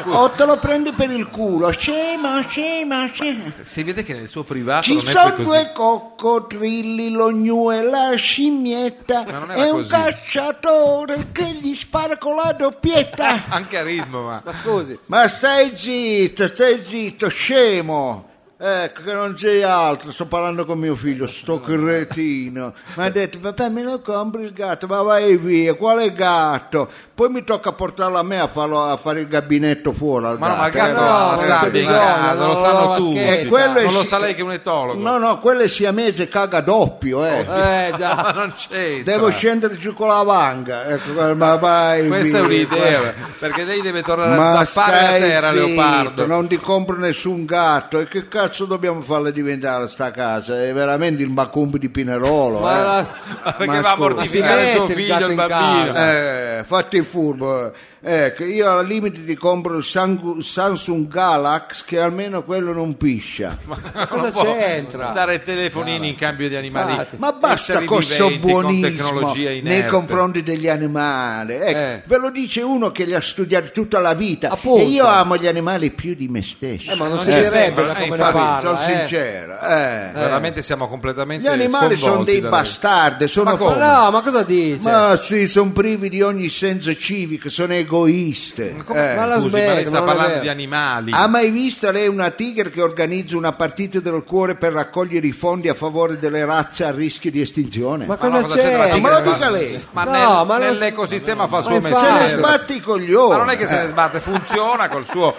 Speaker 3: Oh,
Speaker 1: o te lo prendi per il culo? Scema, scema, scema.
Speaker 3: Si vede che nel suo privato
Speaker 1: Ci
Speaker 3: Ah, non è poi
Speaker 1: sono
Speaker 3: così.
Speaker 1: due coccodrilli, l'ognue, la scimmietta
Speaker 3: Ma non era
Speaker 1: e un
Speaker 3: così.
Speaker 1: cacciatore che gli spara con la doppietta.
Speaker 3: Anche a ritmo, ma.
Speaker 2: Ma scusi.
Speaker 1: Ma stai zitto, stai zitto, scemo. Ecco che non c'è altro, sto parlando con mio figlio, sto cretino. Mi ha detto, papà me lo compri il gatto, ma vai via, quale gatto? Poi mi tocca portarlo a me a, farlo- a fare il gabinetto fuori al
Speaker 3: Ma no, ma il
Speaker 1: gatto, eh,
Speaker 3: gatto
Speaker 1: va-
Speaker 3: ha la
Speaker 2: non c'è
Speaker 3: sabbia in
Speaker 2: bisogno,
Speaker 3: casa, lo
Speaker 2: no,
Speaker 3: sanno
Speaker 2: la
Speaker 3: tutti.
Speaker 2: vaschetta.
Speaker 1: E quello è
Speaker 3: non lo
Speaker 1: sci-
Speaker 3: sa lei che è un etologo. Oh,
Speaker 1: No, no, quello è siamese caga doppio, eh.
Speaker 2: Eh,
Speaker 3: ma
Speaker 2: già.
Speaker 3: non c'entra.
Speaker 1: Devo scendere giù con la vanga. Ecco, ma vai
Speaker 3: Questa è
Speaker 1: via.
Speaker 3: un'idea, perché lei deve tornare
Speaker 1: Ma
Speaker 3: a zappare a
Speaker 1: stai
Speaker 3: terra,
Speaker 1: zitto,
Speaker 3: Leopardo.
Speaker 1: Non ti compro nessun gatto. E che cazzo dobbiamo farle diventare sta casa? È veramente il macumbi di Pinerolo.
Speaker 2: Ma
Speaker 1: eh.
Speaker 2: la-
Speaker 3: Ma perché
Speaker 1: Ma
Speaker 3: va a
Speaker 1: scusa.
Speaker 2: Ma
Speaker 3: mortificare
Speaker 2: si
Speaker 3: suo
Speaker 2: mette il
Speaker 3: figlio,
Speaker 2: gatto
Speaker 3: il
Speaker 2: in
Speaker 3: bambino.
Speaker 2: casa.
Speaker 1: Eh, fatti il furbo. eh. Ecco, io al limite ti compro il Sangu- Samsung Galax che almeno quello non piscia.
Speaker 3: Ma
Speaker 2: cosa c'entra?
Speaker 3: Dare telefonini in cambio di animali.
Speaker 2: Infatti.
Speaker 1: Eh. Ma basta
Speaker 3: esseri
Speaker 1: con questo
Speaker 3: viventi, con
Speaker 1: buonismo
Speaker 3: tecnologia inerte.
Speaker 1: nei confronti degli animali. Ecco,
Speaker 2: Eh.
Speaker 1: Ve lo dice uno che li ha studiati tutta la vita.
Speaker 2: Appunto.
Speaker 1: E io amo gli animali più di me stesso.
Speaker 2: Eh, ma non
Speaker 3: Non
Speaker 2: si
Speaker 3: ci
Speaker 2: direbbe
Speaker 3: sembra,
Speaker 2: da
Speaker 3: eh,
Speaker 2: come ne
Speaker 3: infatti,
Speaker 2: parla.
Speaker 1: sono
Speaker 2: eh.
Speaker 1: sincero. eh.
Speaker 3: Veramente siamo completamente
Speaker 1: Gli animali sono
Speaker 3: sconvolti
Speaker 1: dei
Speaker 3: da lei.
Speaker 1: bastardi, sono
Speaker 3: Ma
Speaker 2: Ma
Speaker 3: come?
Speaker 2: no, cioè. ma cosa dice?
Speaker 1: Ma sì, sono privi di ogni senso civico, sono egoiste.
Speaker 2: come-
Speaker 1: eh.
Speaker 2: ma la
Speaker 3: Scusi, ma lei
Speaker 2: smetta,
Speaker 3: sta
Speaker 2: ma non è
Speaker 3: parlando
Speaker 2: vero.
Speaker 3: di animali.
Speaker 1: Ha mai visto lei una tigre che organizza una partita del cuore per raccogliere i fondi a favore delle razze a rischio di estinzione?
Speaker 2: Ma
Speaker 1: Ma,
Speaker 2: cosa
Speaker 3: Ma cosa c'entra la
Speaker 2: c'è?
Speaker 3: tigre?
Speaker 1: me
Speaker 2: Ma-
Speaker 1: lo dica lei.
Speaker 3: Ma
Speaker 2: No,
Speaker 3: nel-
Speaker 2: ma non-
Speaker 3: nell'ecosistema fa
Speaker 2: ma
Speaker 3: il suo
Speaker 2: infatti-
Speaker 1: Se ne
Speaker 3: mestiere.
Speaker 1: sbatti i coglioni. Eh.
Speaker 3: Ma non è che
Speaker 2: Eh.
Speaker 3: se ne sbatte, funziona col suo.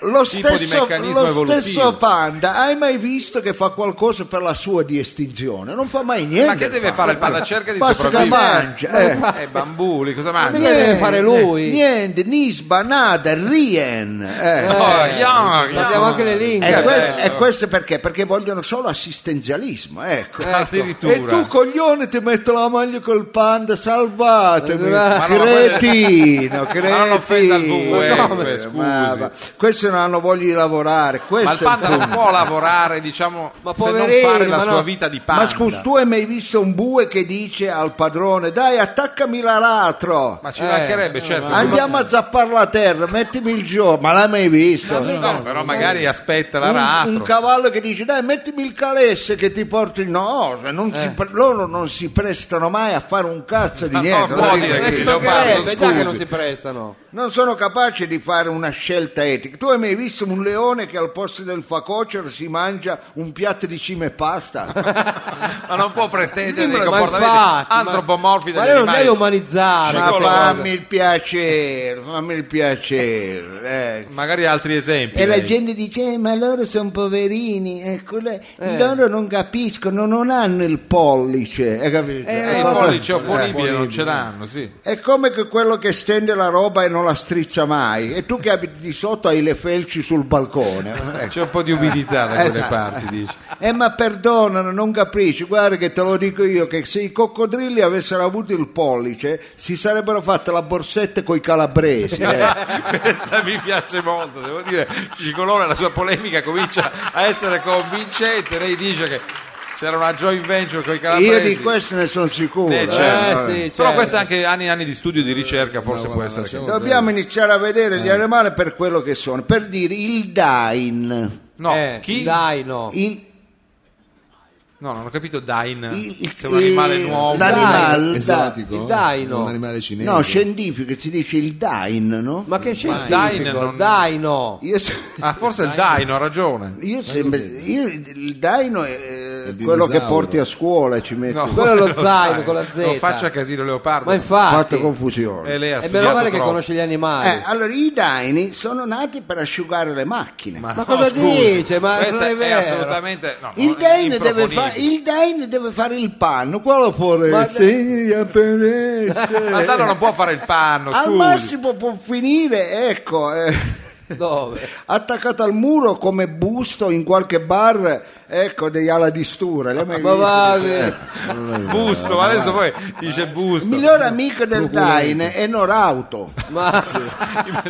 Speaker 1: lo
Speaker 3: tipo di
Speaker 1: stesso,
Speaker 3: meccanismo
Speaker 1: lo
Speaker 3: evolutivo.
Speaker 1: stesso panda, hai mai visto che fa qualcosa per la sua di estinzione? Non fa mai niente.
Speaker 3: Ma che deve fare il panda? Cerca di
Speaker 1: Basta che
Speaker 3: sopravvivere.
Speaker 1: mangia. eh.
Speaker 3: Eh, bambuli, cosa
Speaker 2: Perché
Speaker 3: mangia?
Speaker 2: deve fare lui?
Speaker 1: Niente, Nisba, nada, Rien. eh.
Speaker 3: Oh, yeah, yeah.
Speaker 2: Abbiamo anche le lingue.
Speaker 1: E,
Speaker 3: che
Speaker 1: questo,
Speaker 3: bello.
Speaker 1: e questo perché? Perché vogliono solo assistenzialismo, ecco.
Speaker 3: Eh, Addirittura.
Speaker 1: E tu coglione ti metto la maglia col panda, salvatemi,
Speaker 2: Ma
Speaker 3: no, ma
Speaker 1: cretino,
Speaker 3: Ma non offenda il
Speaker 1: cretino.
Speaker 3: bue,
Speaker 1: Ma
Speaker 3: bue, scusi.
Speaker 1: ma va. Questi non hanno voglia di lavorare, questo
Speaker 3: Ma il
Speaker 1: è
Speaker 3: panda non
Speaker 1: punto.
Speaker 3: può lavorare, diciamo,
Speaker 2: Ma
Speaker 3: se non
Speaker 2: poverino,
Speaker 3: fare la
Speaker 2: ma
Speaker 3: sua
Speaker 2: no.
Speaker 3: vita di panda.
Speaker 1: Ma scusa, tu hai mai visto un bue che dice al padrone dai attaccami l'aratro,
Speaker 3: Ma ci
Speaker 2: Eh,
Speaker 3: mancherebbe, certo.
Speaker 1: andiamo a zappare la terra, mettimi il gioco, ma l'hai mai visto?
Speaker 3: No, però magari aspetta la
Speaker 1: un, un
Speaker 3: ratro.
Speaker 1: cavallo che dice dai mettimi il calesse che ti porti no se non si pre- loro non si prestano mai a fare un cazzo di
Speaker 3: Ma Eh. no,
Speaker 1: niente
Speaker 3: può
Speaker 1: lo
Speaker 2: eh,
Speaker 3: dire
Speaker 1: dico
Speaker 3: che
Speaker 1: io.
Speaker 3: Leopardo,
Speaker 2: È già che non
Speaker 3: scusi.
Speaker 2: si prestano.
Speaker 1: non sono capaci di fare una scelta etica tu tu hai mai visto un leone che al posto del facocero si mangia un piatto di cime e pasta?
Speaker 3: ma non può pretendere dei
Speaker 2: Ma
Speaker 3: comportamenti
Speaker 2: infatti, ma-
Speaker 3: antropomorfi
Speaker 2: ma
Speaker 3: degli
Speaker 2: lei non deve
Speaker 3: animali Ah, Cioè,
Speaker 2: umanizzare
Speaker 1: Ma
Speaker 2: queste
Speaker 1: fammi
Speaker 2: cose.
Speaker 1: il piacere, fammi il piacere. ecco.
Speaker 3: magari altri esempi
Speaker 1: E la
Speaker 3: lei.
Speaker 1: gente dice, "Eh, ma loro sono poverini, eh, quello- loro non capiscono, non hanno il pollice. hai capito?
Speaker 3: Eh, il
Speaker 1: proprio-
Speaker 3: pollice opponibile
Speaker 4: Eh.
Speaker 3: non ce l'hanno sì.
Speaker 1: È come che quello che stende la roba e non la strizza mai. E tu che abiti di sotto hai le felci sul balcone.
Speaker 2: Ecco.
Speaker 3: c'è un po' di umidità da quelle
Speaker 1: Esatto.
Speaker 3: parti dice.
Speaker 1: Eh ma perdonano, non capisci, guarda che te lo dico io, che se i coccodrilli avessero avuto il pollice si sarebbero fatte la borsetta coi calabresi. eh.
Speaker 3: questa mi piace molto devo dire Cicolone la sua polemica comincia a essere convincente lei dice che c'era una joint venture con i calabresi
Speaker 1: Io di questo ne sono sicuro.
Speaker 3: Eh,
Speaker 1: eh.
Speaker 2: Eh,
Speaker 3: certo.
Speaker 2: sì,
Speaker 3: però
Speaker 2: certo.
Speaker 3: questo è anche anni e anni di studio e di ricerca forse
Speaker 4: No,
Speaker 3: può
Speaker 4: guarda,
Speaker 3: essere che-
Speaker 4: lasciamo-
Speaker 1: Dobbiamo iniziare a vedere
Speaker 3: Eh.
Speaker 1: gli animali per quello che sono. Per dire il dain.
Speaker 3: no
Speaker 2: Eh,
Speaker 3: chi
Speaker 2: Dai,
Speaker 3: Oh.
Speaker 2: no.
Speaker 1: Il,
Speaker 3: no non ho capito Dine
Speaker 1: Il-
Speaker 3: Eh. se è un animale
Speaker 1: il-
Speaker 3: nuovo
Speaker 1: l'animale-
Speaker 2: Dai,
Speaker 1: il
Speaker 4: esotico
Speaker 2: il daino.
Speaker 4: È un animale cinese
Speaker 1: No, scientifico, si dice il dain, no?
Speaker 2: Ma che
Speaker 3: Dine
Speaker 2: scientifico?
Speaker 3: non-
Speaker 2: Dai, no.
Speaker 1: Io,
Speaker 3: ah forse il Dine ha ragione
Speaker 1: io sembra- io- il daino è eh,
Speaker 4: Il
Speaker 1: quello che
Speaker 4: dinosauro.
Speaker 1: porti a scuola, ci metto.
Speaker 3: No,
Speaker 2: Quello è lo zaino,
Speaker 3: zaino.
Speaker 2: con la Z.
Speaker 3: non faccia casino leopardo
Speaker 2: Ma
Speaker 1: Fatto
Speaker 2: infatti.
Speaker 1: confusione.
Speaker 3: e lei ha
Speaker 2: È meno
Speaker 3: studiato
Speaker 2: male che
Speaker 3: troppo.
Speaker 2: conosce gli animali.
Speaker 1: Eh, allora, i daini sono nati per asciugare le macchine.
Speaker 2: Ma cosa
Speaker 3: scusi,
Speaker 2: dice? Ma
Speaker 3: questa
Speaker 2: non è vero.
Speaker 3: assolutamente no,
Speaker 1: Il
Speaker 3: no,
Speaker 1: Dain, deve fa-
Speaker 3: improponibile.
Speaker 1: il Dain deve fare il panno, quello può
Speaker 2: Ma-
Speaker 1: Sì, apparesse.
Speaker 3: Ma tanto non può fare il panno,
Speaker 1: Al
Speaker 3: scusi.
Speaker 1: massimo può finire, ecco, eh,
Speaker 2: Dove?
Speaker 1: attaccato al muro come busto in qualche bar, ecco, degli ala di stura. L'hai mai
Speaker 2: Ma
Speaker 1: visto?
Speaker 2: va
Speaker 1: Eh.
Speaker 3: Busto, ma adesso poi dice
Speaker 1: Il
Speaker 3: busto
Speaker 1: miglior amico del Dain è Norauto.
Speaker 2: Ma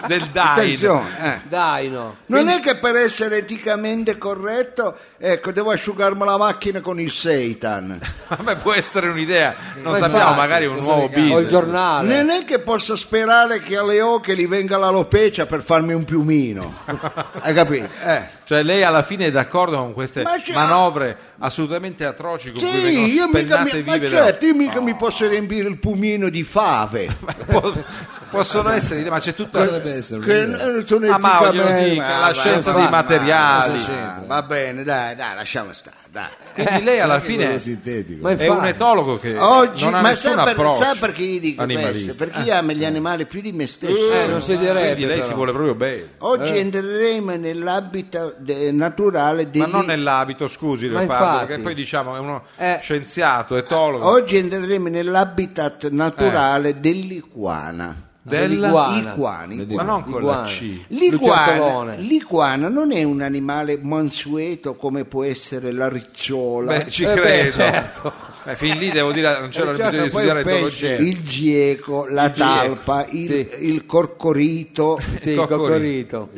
Speaker 3: del Dain.
Speaker 1: Attenzione, eh.
Speaker 2: dai, no.
Speaker 1: Non è che per essere eticamente corretto, ecco, devo asciugarmi la macchina con il seitan.
Speaker 3: Vabbè, può essere un'idea, non
Speaker 4: Ma
Speaker 3: sappiamo,
Speaker 4: infatti,
Speaker 3: magari un
Speaker 4: cosa
Speaker 3: nuovo
Speaker 4: ne cambia?
Speaker 2: Ho il
Speaker 3: business.
Speaker 2: giornale.
Speaker 1: Non è che posso sperare che alle oche gli venga l'alopecia per farmi un piumino. Hai capito? Eh.
Speaker 3: Cioè, lei alla fine è d'accordo con queste
Speaker 1: Ma c'è-
Speaker 3: manovre assolutamente atroci con cui vengono
Speaker 1: Sì, io mica,
Speaker 3: spennate
Speaker 1: mi, ma
Speaker 3: vive le-
Speaker 1: certo, io mica mi posso riempire il pumino di fave.
Speaker 3: Po- Possono essere, idee, ma c'è tutta
Speaker 4: potrebbe essere
Speaker 1: Che
Speaker 4: un'idea.
Speaker 1: non sono
Speaker 3: Ah, ma
Speaker 1: eticamente-
Speaker 3: glielo dica,
Speaker 1: ma
Speaker 3: la
Speaker 1: va,
Speaker 3: scienza
Speaker 1: va,
Speaker 3: dei
Speaker 1: ma-
Speaker 3: materiali.
Speaker 1: ma-
Speaker 4: C'entra.
Speaker 1: Va bene, dai, dai, lasciamo stare. Dai.
Speaker 3: Quindi lei
Speaker 4: C'è
Speaker 3: alla
Speaker 4: anche
Speaker 3: fine
Speaker 4: quello sintetico
Speaker 2: Ma
Speaker 3: è un etologo che
Speaker 1: Oggi,
Speaker 3: Eh, non ha
Speaker 1: ma
Speaker 3: nessun
Speaker 1: sai, per-
Speaker 3: approccio
Speaker 1: sai perché gli dico questo?
Speaker 3: animalista. Eh.
Speaker 1: Perché io amo gli animali più di me stesso.
Speaker 2: Eh, non si direbbe.
Speaker 3: Quindi lei
Speaker 2: però.
Speaker 3: si vuole proprio bene.
Speaker 1: Oggi entreremo nell'habitat de- naturale di
Speaker 3: Ma non nell'abito, scusi
Speaker 2: Ma
Speaker 3: Leopardo,
Speaker 2: infatti.
Speaker 3: che poi diciamo è uno
Speaker 2: Eh.
Speaker 3: scienziato, etologo.
Speaker 1: Oggi entreremo nell'habitat naturale dell'iguana.
Speaker 3: Del...
Speaker 2: Dell'iguana.
Speaker 1: Iguani.
Speaker 3: Ma non con la
Speaker 2: Iguana.
Speaker 3: C.
Speaker 1: L'iguana,
Speaker 2: Lucertolone.
Speaker 1: l'iguana non è un animale mansueto come può essere la ricciola,
Speaker 3: Beh, ci
Speaker 2: Eh, beh,
Speaker 3: credo.
Speaker 2: certo.
Speaker 3: Beh, fin lì devo dire, non c'era
Speaker 2: Eh, certo,
Speaker 3: bisogno di
Speaker 2: poi
Speaker 3: studiare
Speaker 2: un pesce.
Speaker 3: etologia.
Speaker 1: il gieco, la talpa, il,
Speaker 2: sì.
Speaker 1: il corcorito,
Speaker 2: Sì, il coccorito.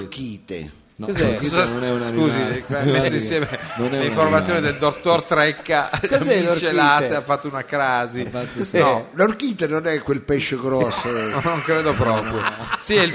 Speaker 1: l'orchite.
Speaker 4: No,
Speaker 2: Cos'è?
Speaker 4: l'orchita non è un
Speaker 3: Scusi,
Speaker 4: animale.
Speaker 3: ha messo
Speaker 4: Guardi,
Speaker 3: insieme
Speaker 4: non è
Speaker 3: le
Speaker 4: un
Speaker 3: informazioni
Speaker 4: animale.
Speaker 3: del dottor Trecca
Speaker 2: Cos'è
Speaker 3: miscelate,
Speaker 2: l'orchite?
Speaker 3: ha fatto una crasi.
Speaker 4: Infatti sì.
Speaker 3: No,
Speaker 1: L'orchite non è quel pesce grosso.
Speaker 3: non credo proprio. Sì, è, il-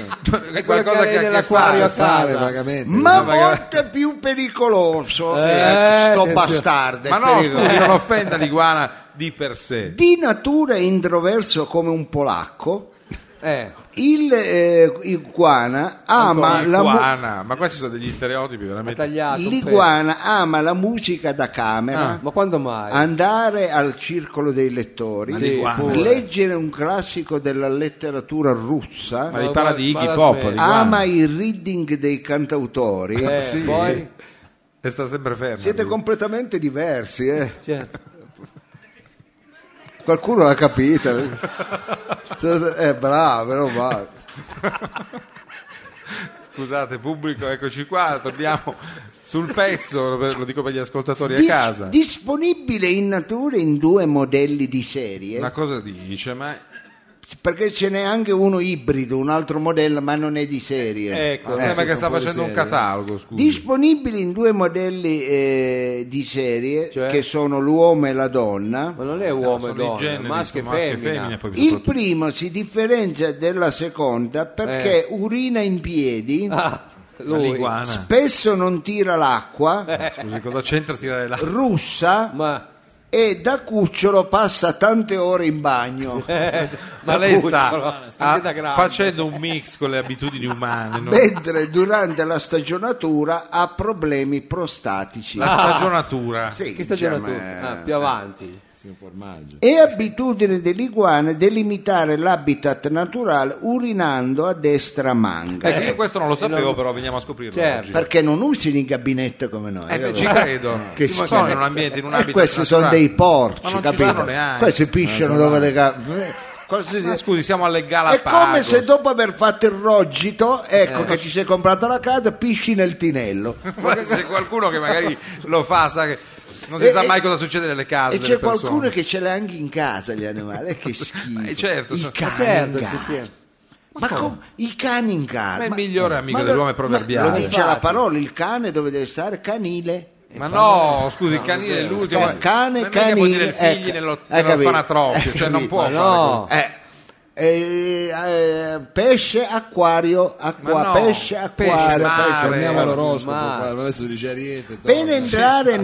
Speaker 2: quello
Speaker 3: è
Speaker 2: che
Speaker 3: qualcosa che ha a che
Speaker 2: nell'acquario a
Speaker 3: fare.
Speaker 4: Può fare
Speaker 2: casa.
Speaker 4: vagamente
Speaker 1: Ma
Speaker 4: così.
Speaker 1: molto più pericoloso,
Speaker 2: Eh,
Speaker 1: sto
Speaker 2: attenzione.
Speaker 1: bastardo. è
Speaker 3: Ma no,
Speaker 1: pericoloso.
Speaker 3: scusi, non offenda l'iguana di per sé.
Speaker 1: Di natura introverso come un polacco,
Speaker 2: Eh,
Speaker 1: il eh, iguana ama Ah, la mu-
Speaker 3: L'iguana, ma questi sono degli stereotipi
Speaker 2: ha
Speaker 3: veramente.
Speaker 2: tagliato. un
Speaker 1: l'iguana ama la musica da camera,
Speaker 3: Ah,
Speaker 2: pezzo. Ma quando mai?
Speaker 1: andare al circolo dei lettori,
Speaker 2: Sì, l'iguana.
Speaker 1: pure. leggere un classico della letteratura russa,
Speaker 3: Ma li parla di
Speaker 2: Ma
Speaker 3: Iggy
Speaker 2: la
Speaker 3: Pop,
Speaker 2: smetti.
Speaker 3: l'iguana.
Speaker 1: ama il reading dei cantautori.
Speaker 2: Eh,
Speaker 3: sì.
Speaker 2: poi?
Speaker 3: e sta sempre fermo.
Speaker 1: Siete completamente diversi, eh.
Speaker 2: Certo.
Speaker 1: Qualcuno l'ha capita. È bravo, non male.
Speaker 3: Scusate, pubblico, eccoci qua, torniamo sul pezzo, lo lo dico per gli ascoltatori a
Speaker 1: Dis-
Speaker 3: casa.
Speaker 1: Disponibile in natura in due modelli di serie,
Speaker 3: Ma cosa dice? Ma
Speaker 1: perché ce n'è anche uno ibrido, un altro modello, ma non è di serie.
Speaker 2: Ecco,
Speaker 3: Ma sembra
Speaker 4: sì,
Speaker 3: che sta
Speaker 4: fuori
Speaker 3: facendo un
Speaker 4: serie.
Speaker 3: catalogo, scusi.
Speaker 1: Disponibili in due modelli eh, di serie,
Speaker 2: Cioè?
Speaker 1: che sono l'uomo e la donna.
Speaker 2: ma non è uomo
Speaker 3: sono
Speaker 2: e
Speaker 3: i
Speaker 2: donna,
Speaker 3: generi,
Speaker 2: maschio e
Speaker 3: sono maschio e
Speaker 2: femmina.
Speaker 3: femmina, poi
Speaker 1: Il
Speaker 3: soprattutto-
Speaker 1: primo si differenzia dalla seconda perché urina in piedi,
Speaker 2: Eh. Ah,
Speaker 3: Ma
Speaker 2: lui.
Speaker 3: l'iguana.
Speaker 1: spesso non tira l'acqua,
Speaker 3: Scusi, cosa c'entra tirare la
Speaker 1: russa,
Speaker 2: Ma
Speaker 1: e da cucciolo passa tante ore in bagno.
Speaker 2: Eh,
Speaker 3: Ma lei
Speaker 2: Cucciolo,
Speaker 3: sta,
Speaker 2: sta
Speaker 3: ah,
Speaker 2: vita grande.
Speaker 3: facendo un mix con le abitudini umane. no?
Speaker 1: Mentre durante la stagionatura ha problemi prostatici.
Speaker 3: La stagionatura.
Speaker 1: Sì,
Speaker 2: Ah, Che stagione
Speaker 1: diciamo,
Speaker 2: tu?
Speaker 1: eh,
Speaker 2: Ah, più avanti.
Speaker 4: Sì, un formaggio.
Speaker 1: È abitudine dell'iguana delimitare l'habitat naturale urinando a destra a manga.
Speaker 3: Ecco, io questo non lo
Speaker 2: Eh, non-
Speaker 3: sapevo, però veniamo a scoprirlo
Speaker 2: Certo.
Speaker 3: oggi.
Speaker 1: Perché non usini il gabinetto come noi.
Speaker 3: Eh,
Speaker 1: vabbè.
Speaker 3: beh, ci credo.
Speaker 1: Che
Speaker 3: sono
Speaker 1: schifo.
Speaker 3: in un ambiente, in un
Speaker 1: Eh,
Speaker 3: abito.
Speaker 1: questi sono dei
Speaker 3: Ma
Speaker 1: porci,
Speaker 3: non ci
Speaker 1: capito?
Speaker 3: sono neanche.
Speaker 1: Questi pisciano
Speaker 4: Eh,
Speaker 1: dove
Speaker 4: sono-
Speaker 1: le gambe. Cosa si-
Speaker 3: Ah, scusi, siamo alle
Speaker 1: È
Speaker 3: Galapagos.
Speaker 1: come se dopo aver fatto il rogito,
Speaker 3: Eh.
Speaker 1: ecco che ci sei comprata la casa, pisci nel tinello.
Speaker 3: Ma c'è qualcuno che magari lo fa, sa che non si
Speaker 1: E-
Speaker 3: sa
Speaker 1: e-
Speaker 3: mai cosa succede nelle case
Speaker 1: E
Speaker 3: delle
Speaker 1: c'è
Speaker 3: persone.
Speaker 1: qualcuno che ce l'ha anche in casa gli animali, eh, che schifo.
Speaker 3: Eh, certo,
Speaker 1: I
Speaker 3: sono-
Speaker 1: cani
Speaker 2: Certo,
Speaker 1: in casa.
Speaker 2: effettivamente.
Speaker 1: Ma com- i cani in casa.
Speaker 3: Ma è il migliore amico
Speaker 1: ma lo-
Speaker 3: dell'uomo è
Speaker 1: ma Lo
Speaker 3: proverbiale.
Speaker 1: dice la parola, il cane dove deve stare? Canile.
Speaker 3: Ma no, scusi, il canile è
Speaker 4: vero,
Speaker 3: l'ultimo.
Speaker 1: scusi. Cane,
Speaker 3: ma mica può
Speaker 1: canile,
Speaker 3: dire figli
Speaker 1: ecco,
Speaker 3: nello-
Speaker 1: hai capito.
Speaker 3: nell'orfanotrofio, cioè non può
Speaker 2: Ma
Speaker 3: fare così.
Speaker 2: no,
Speaker 1: Eh, eh, eh, pesce, acquario, acqua,
Speaker 3: Ma no,
Speaker 1: pesce,
Speaker 3: pesce,
Speaker 1: acquario.
Speaker 3: ma-
Speaker 1: pesce.
Speaker 3: Mare,
Speaker 4: Torniamo all'oroscopo,
Speaker 2: mare.
Speaker 4: guarda, adesso dice
Speaker 3: Esatto.
Speaker 4: Ariete.
Speaker 1: Per
Speaker 4: torna.
Speaker 1: entrare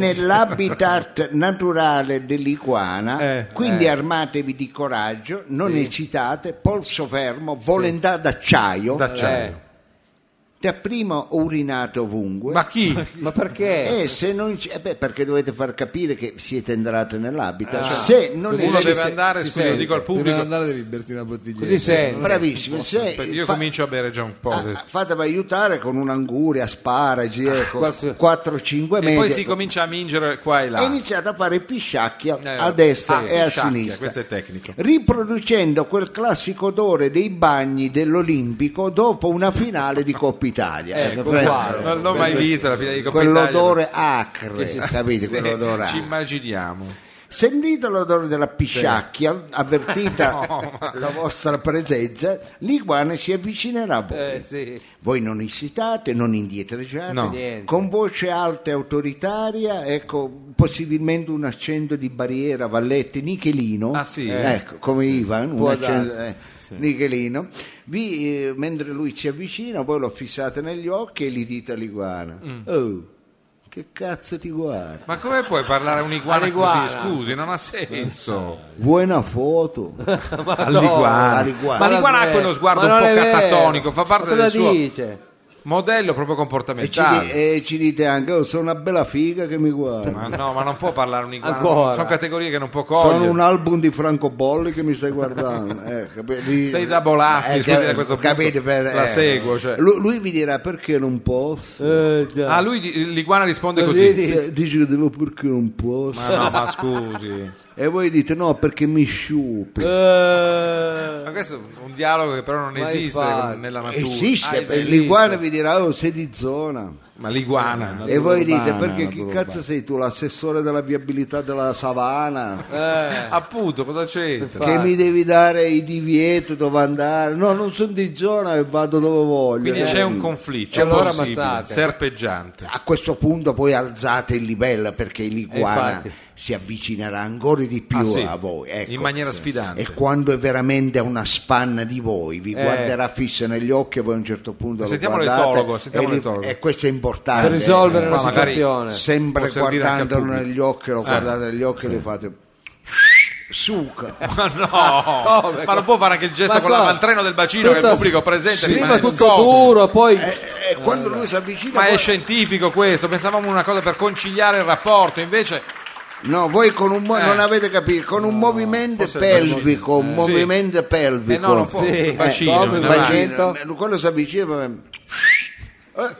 Speaker 1: nell'habitat naturale dell'iguana,
Speaker 3: Eh,
Speaker 1: quindi armatevi di coraggio, non esitate, polso fermo, volontà d'acciaio.
Speaker 3: D'acciaio.
Speaker 1: Da prima urinate ovunque.
Speaker 3: Ma chi?
Speaker 2: ma perché?
Speaker 1: E se non ci- eh beh, perché dovete far capire che siete entrati nell'habitat. se non
Speaker 3: Ah. Uno
Speaker 1: esiste-
Speaker 3: deve andare,
Speaker 2: si
Speaker 3: scusi, lo
Speaker 2: sente.
Speaker 3: dico al
Speaker 4: Prima di
Speaker 3: pubblico.
Speaker 4: andare devi berti una bottiglia.
Speaker 2: Così sente.
Speaker 1: Bravissimo, se
Speaker 3: Aspetta, io
Speaker 1: fa-
Speaker 3: comincio a bere già un po'.
Speaker 1: Ah,
Speaker 3: adesso.
Speaker 1: fatevi aiutare con un'anguria, asparagi, ecco,
Speaker 2: qualche-
Speaker 1: 4-5
Speaker 3: E
Speaker 1: metri.
Speaker 3: poi si comincia a mingere qua e là.
Speaker 1: E iniziate a fare pisciacchia
Speaker 3: Eh,
Speaker 1: a destra
Speaker 3: ah,
Speaker 1: e a
Speaker 3: pisciacchia,
Speaker 1: sinistra.
Speaker 3: Questo è tecnico.
Speaker 1: riproducendo quel classico odore dei bagni dell'Olimpico dopo una finale di Coppa Italia.
Speaker 2: Ecco,
Speaker 1: Prendi-
Speaker 2: uguale.
Speaker 3: Eh, Ah, Non l'ho mai vista la finale di Coppa
Speaker 1: Quell'odore acre, capite?
Speaker 3: Italia. Sì,
Speaker 1: Quell'odore
Speaker 3: Ci
Speaker 1: acre.
Speaker 3: immaginiamo.
Speaker 1: Sentite l'odore della pisciacchia, avvertita la vostra presenza, l'iguana si avvicinerà a voi.
Speaker 2: Eh, sì.
Speaker 1: Voi non esitate, non indietreggiate,
Speaker 3: No.
Speaker 2: Niente.
Speaker 1: con voce alta e autoritaria, ecco, possibilmente un accento di barriera, Valletti, Nichelino,
Speaker 3: Ah, sì?
Speaker 1: Eh, ecco, come Ivan, un
Speaker 2: Può
Speaker 1: accento,
Speaker 2: darsi,
Speaker 1: eh, Nichelino, Vi, eh, mentre lui ci avvicina, voi lo fissate negli occhi e gli dite all'iguana,
Speaker 3: Mm.
Speaker 1: oh, che cazzo ti guarda?
Speaker 3: Ma come puoi parlare a un'iguana così?
Speaker 2: All'iguana.
Speaker 3: Scusi, non ha senso.
Speaker 1: Vuoi una foto?
Speaker 2: Ma no.
Speaker 3: All'iguana.
Speaker 1: All'iguana.
Speaker 3: Ma l'iguana ha
Speaker 2: smetti.
Speaker 3: quello sguardo
Speaker 2: Ma
Speaker 3: un
Speaker 2: non
Speaker 3: po'
Speaker 2: è vero.
Speaker 3: catatonico, fa parte
Speaker 2: Ma cosa
Speaker 3: del suo
Speaker 2: dice?
Speaker 3: modello proprio
Speaker 1: E ci, di-
Speaker 3: comportamentale.
Speaker 1: e ci dite anche, oh, sono una bella figa che mi guarda.
Speaker 3: Ma no, ma non può parlare un'iguana.
Speaker 2: Ancora.
Speaker 3: Sono categorie che non può
Speaker 1: Sono
Speaker 3: cogliere.
Speaker 1: un album di Franco Bolli che mi stai guardando. eh, capi- di-
Speaker 3: Sei da Bolatti,
Speaker 1: Eh,
Speaker 3: scusi, da questo punto.
Speaker 1: capite, per-
Speaker 3: La
Speaker 1: eh.
Speaker 3: seguo, cioè.
Speaker 1: Lu- Lui, vi dirà perché non posso.
Speaker 2: Eh, già.
Speaker 3: Ah, lui di- l'iguana risponde
Speaker 2: Così
Speaker 3: così.
Speaker 2: di-
Speaker 1: Eh, Dice che devo perché non posso.
Speaker 3: Ma no, ma scusi.
Speaker 1: E voi dite no perché mi sciupi.
Speaker 2: Eh,
Speaker 3: Ma questo è un dialogo che però non
Speaker 2: Ma
Speaker 3: esiste
Speaker 2: infatti.
Speaker 3: nella natura.
Speaker 1: Esiste,
Speaker 3: Ah,
Speaker 1: per- l'iguana vi dirà oh, sei di zona.
Speaker 3: Ma l'iguana.
Speaker 1: E voi
Speaker 4: urbana,
Speaker 1: dite perché chi
Speaker 4: natura
Speaker 1: cazzo sei tu, l'assessore della viabilità della savana?
Speaker 2: eh.
Speaker 3: Appunto, cosa c'entra?
Speaker 1: Che mi devi dare i divieti dove andare? No, non sono di zona e vado dove voglio.
Speaker 3: Quindi
Speaker 1: Eh.
Speaker 3: c'è un conflitto
Speaker 2: E allora
Speaker 3: possibile,
Speaker 2: ammazzate.
Speaker 3: serpeggiante.
Speaker 1: A questo punto voi alzate il livello perché
Speaker 2: Eh,
Speaker 1: l'iguana
Speaker 2: infatti.
Speaker 1: si avvicinerà ancora di più
Speaker 3: Ah, sì.
Speaker 1: a voi. ecco.
Speaker 3: In maniera sfidante.
Speaker 1: E quando è veramente a una spanna di voi, vi
Speaker 2: Eh.
Speaker 1: guarderà fissa negli occhi e voi a un certo punto
Speaker 3: Sentiamo
Speaker 1: lo guardate.
Speaker 3: l'etologo, sentiamo
Speaker 1: e, li-
Speaker 3: l'etologo.
Speaker 1: e questo è importante.
Speaker 2: per risolvere
Speaker 1: eh.
Speaker 2: la
Speaker 3: Ma magari-
Speaker 2: situazione.
Speaker 1: Sempre
Speaker 3: Può servire anche al
Speaker 1: guardandolo
Speaker 3: pubblico.
Speaker 1: negli occhi, lo guardate negli occhi e lo fate... Suca.
Speaker 3: Ma no,
Speaker 2: come-
Speaker 3: ma non può fare anche il gesto
Speaker 2: Ma
Speaker 3: con
Speaker 2: qua-
Speaker 3: l'avantreno del bacino che il
Speaker 2: tutto-
Speaker 3: pubblico presente
Speaker 2: Prima
Speaker 3: rimane
Speaker 2: tutto
Speaker 3: scosso.
Speaker 2: duro, poi
Speaker 3: Eh,
Speaker 1: E, e quando lui si avvicina...
Speaker 3: Ma
Speaker 1: voi-
Speaker 3: è scientifico questo, pensavamo una cosa per conciliare il rapporto, invece
Speaker 1: No, voi con un mo-
Speaker 3: Eh.
Speaker 1: non avete capito, con un movimento
Speaker 3: forse il
Speaker 1: pelvico, un
Speaker 3: eh. Sì.
Speaker 1: movimento pelvico.
Speaker 3: Eh, no, non può,
Speaker 2: Sì.
Speaker 3: il bacino,
Speaker 2: Eh, come
Speaker 3: in
Speaker 2: il
Speaker 3: avanti.
Speaker 2: bacino.
Speaker 1: Bacino, quello si avvicina fa-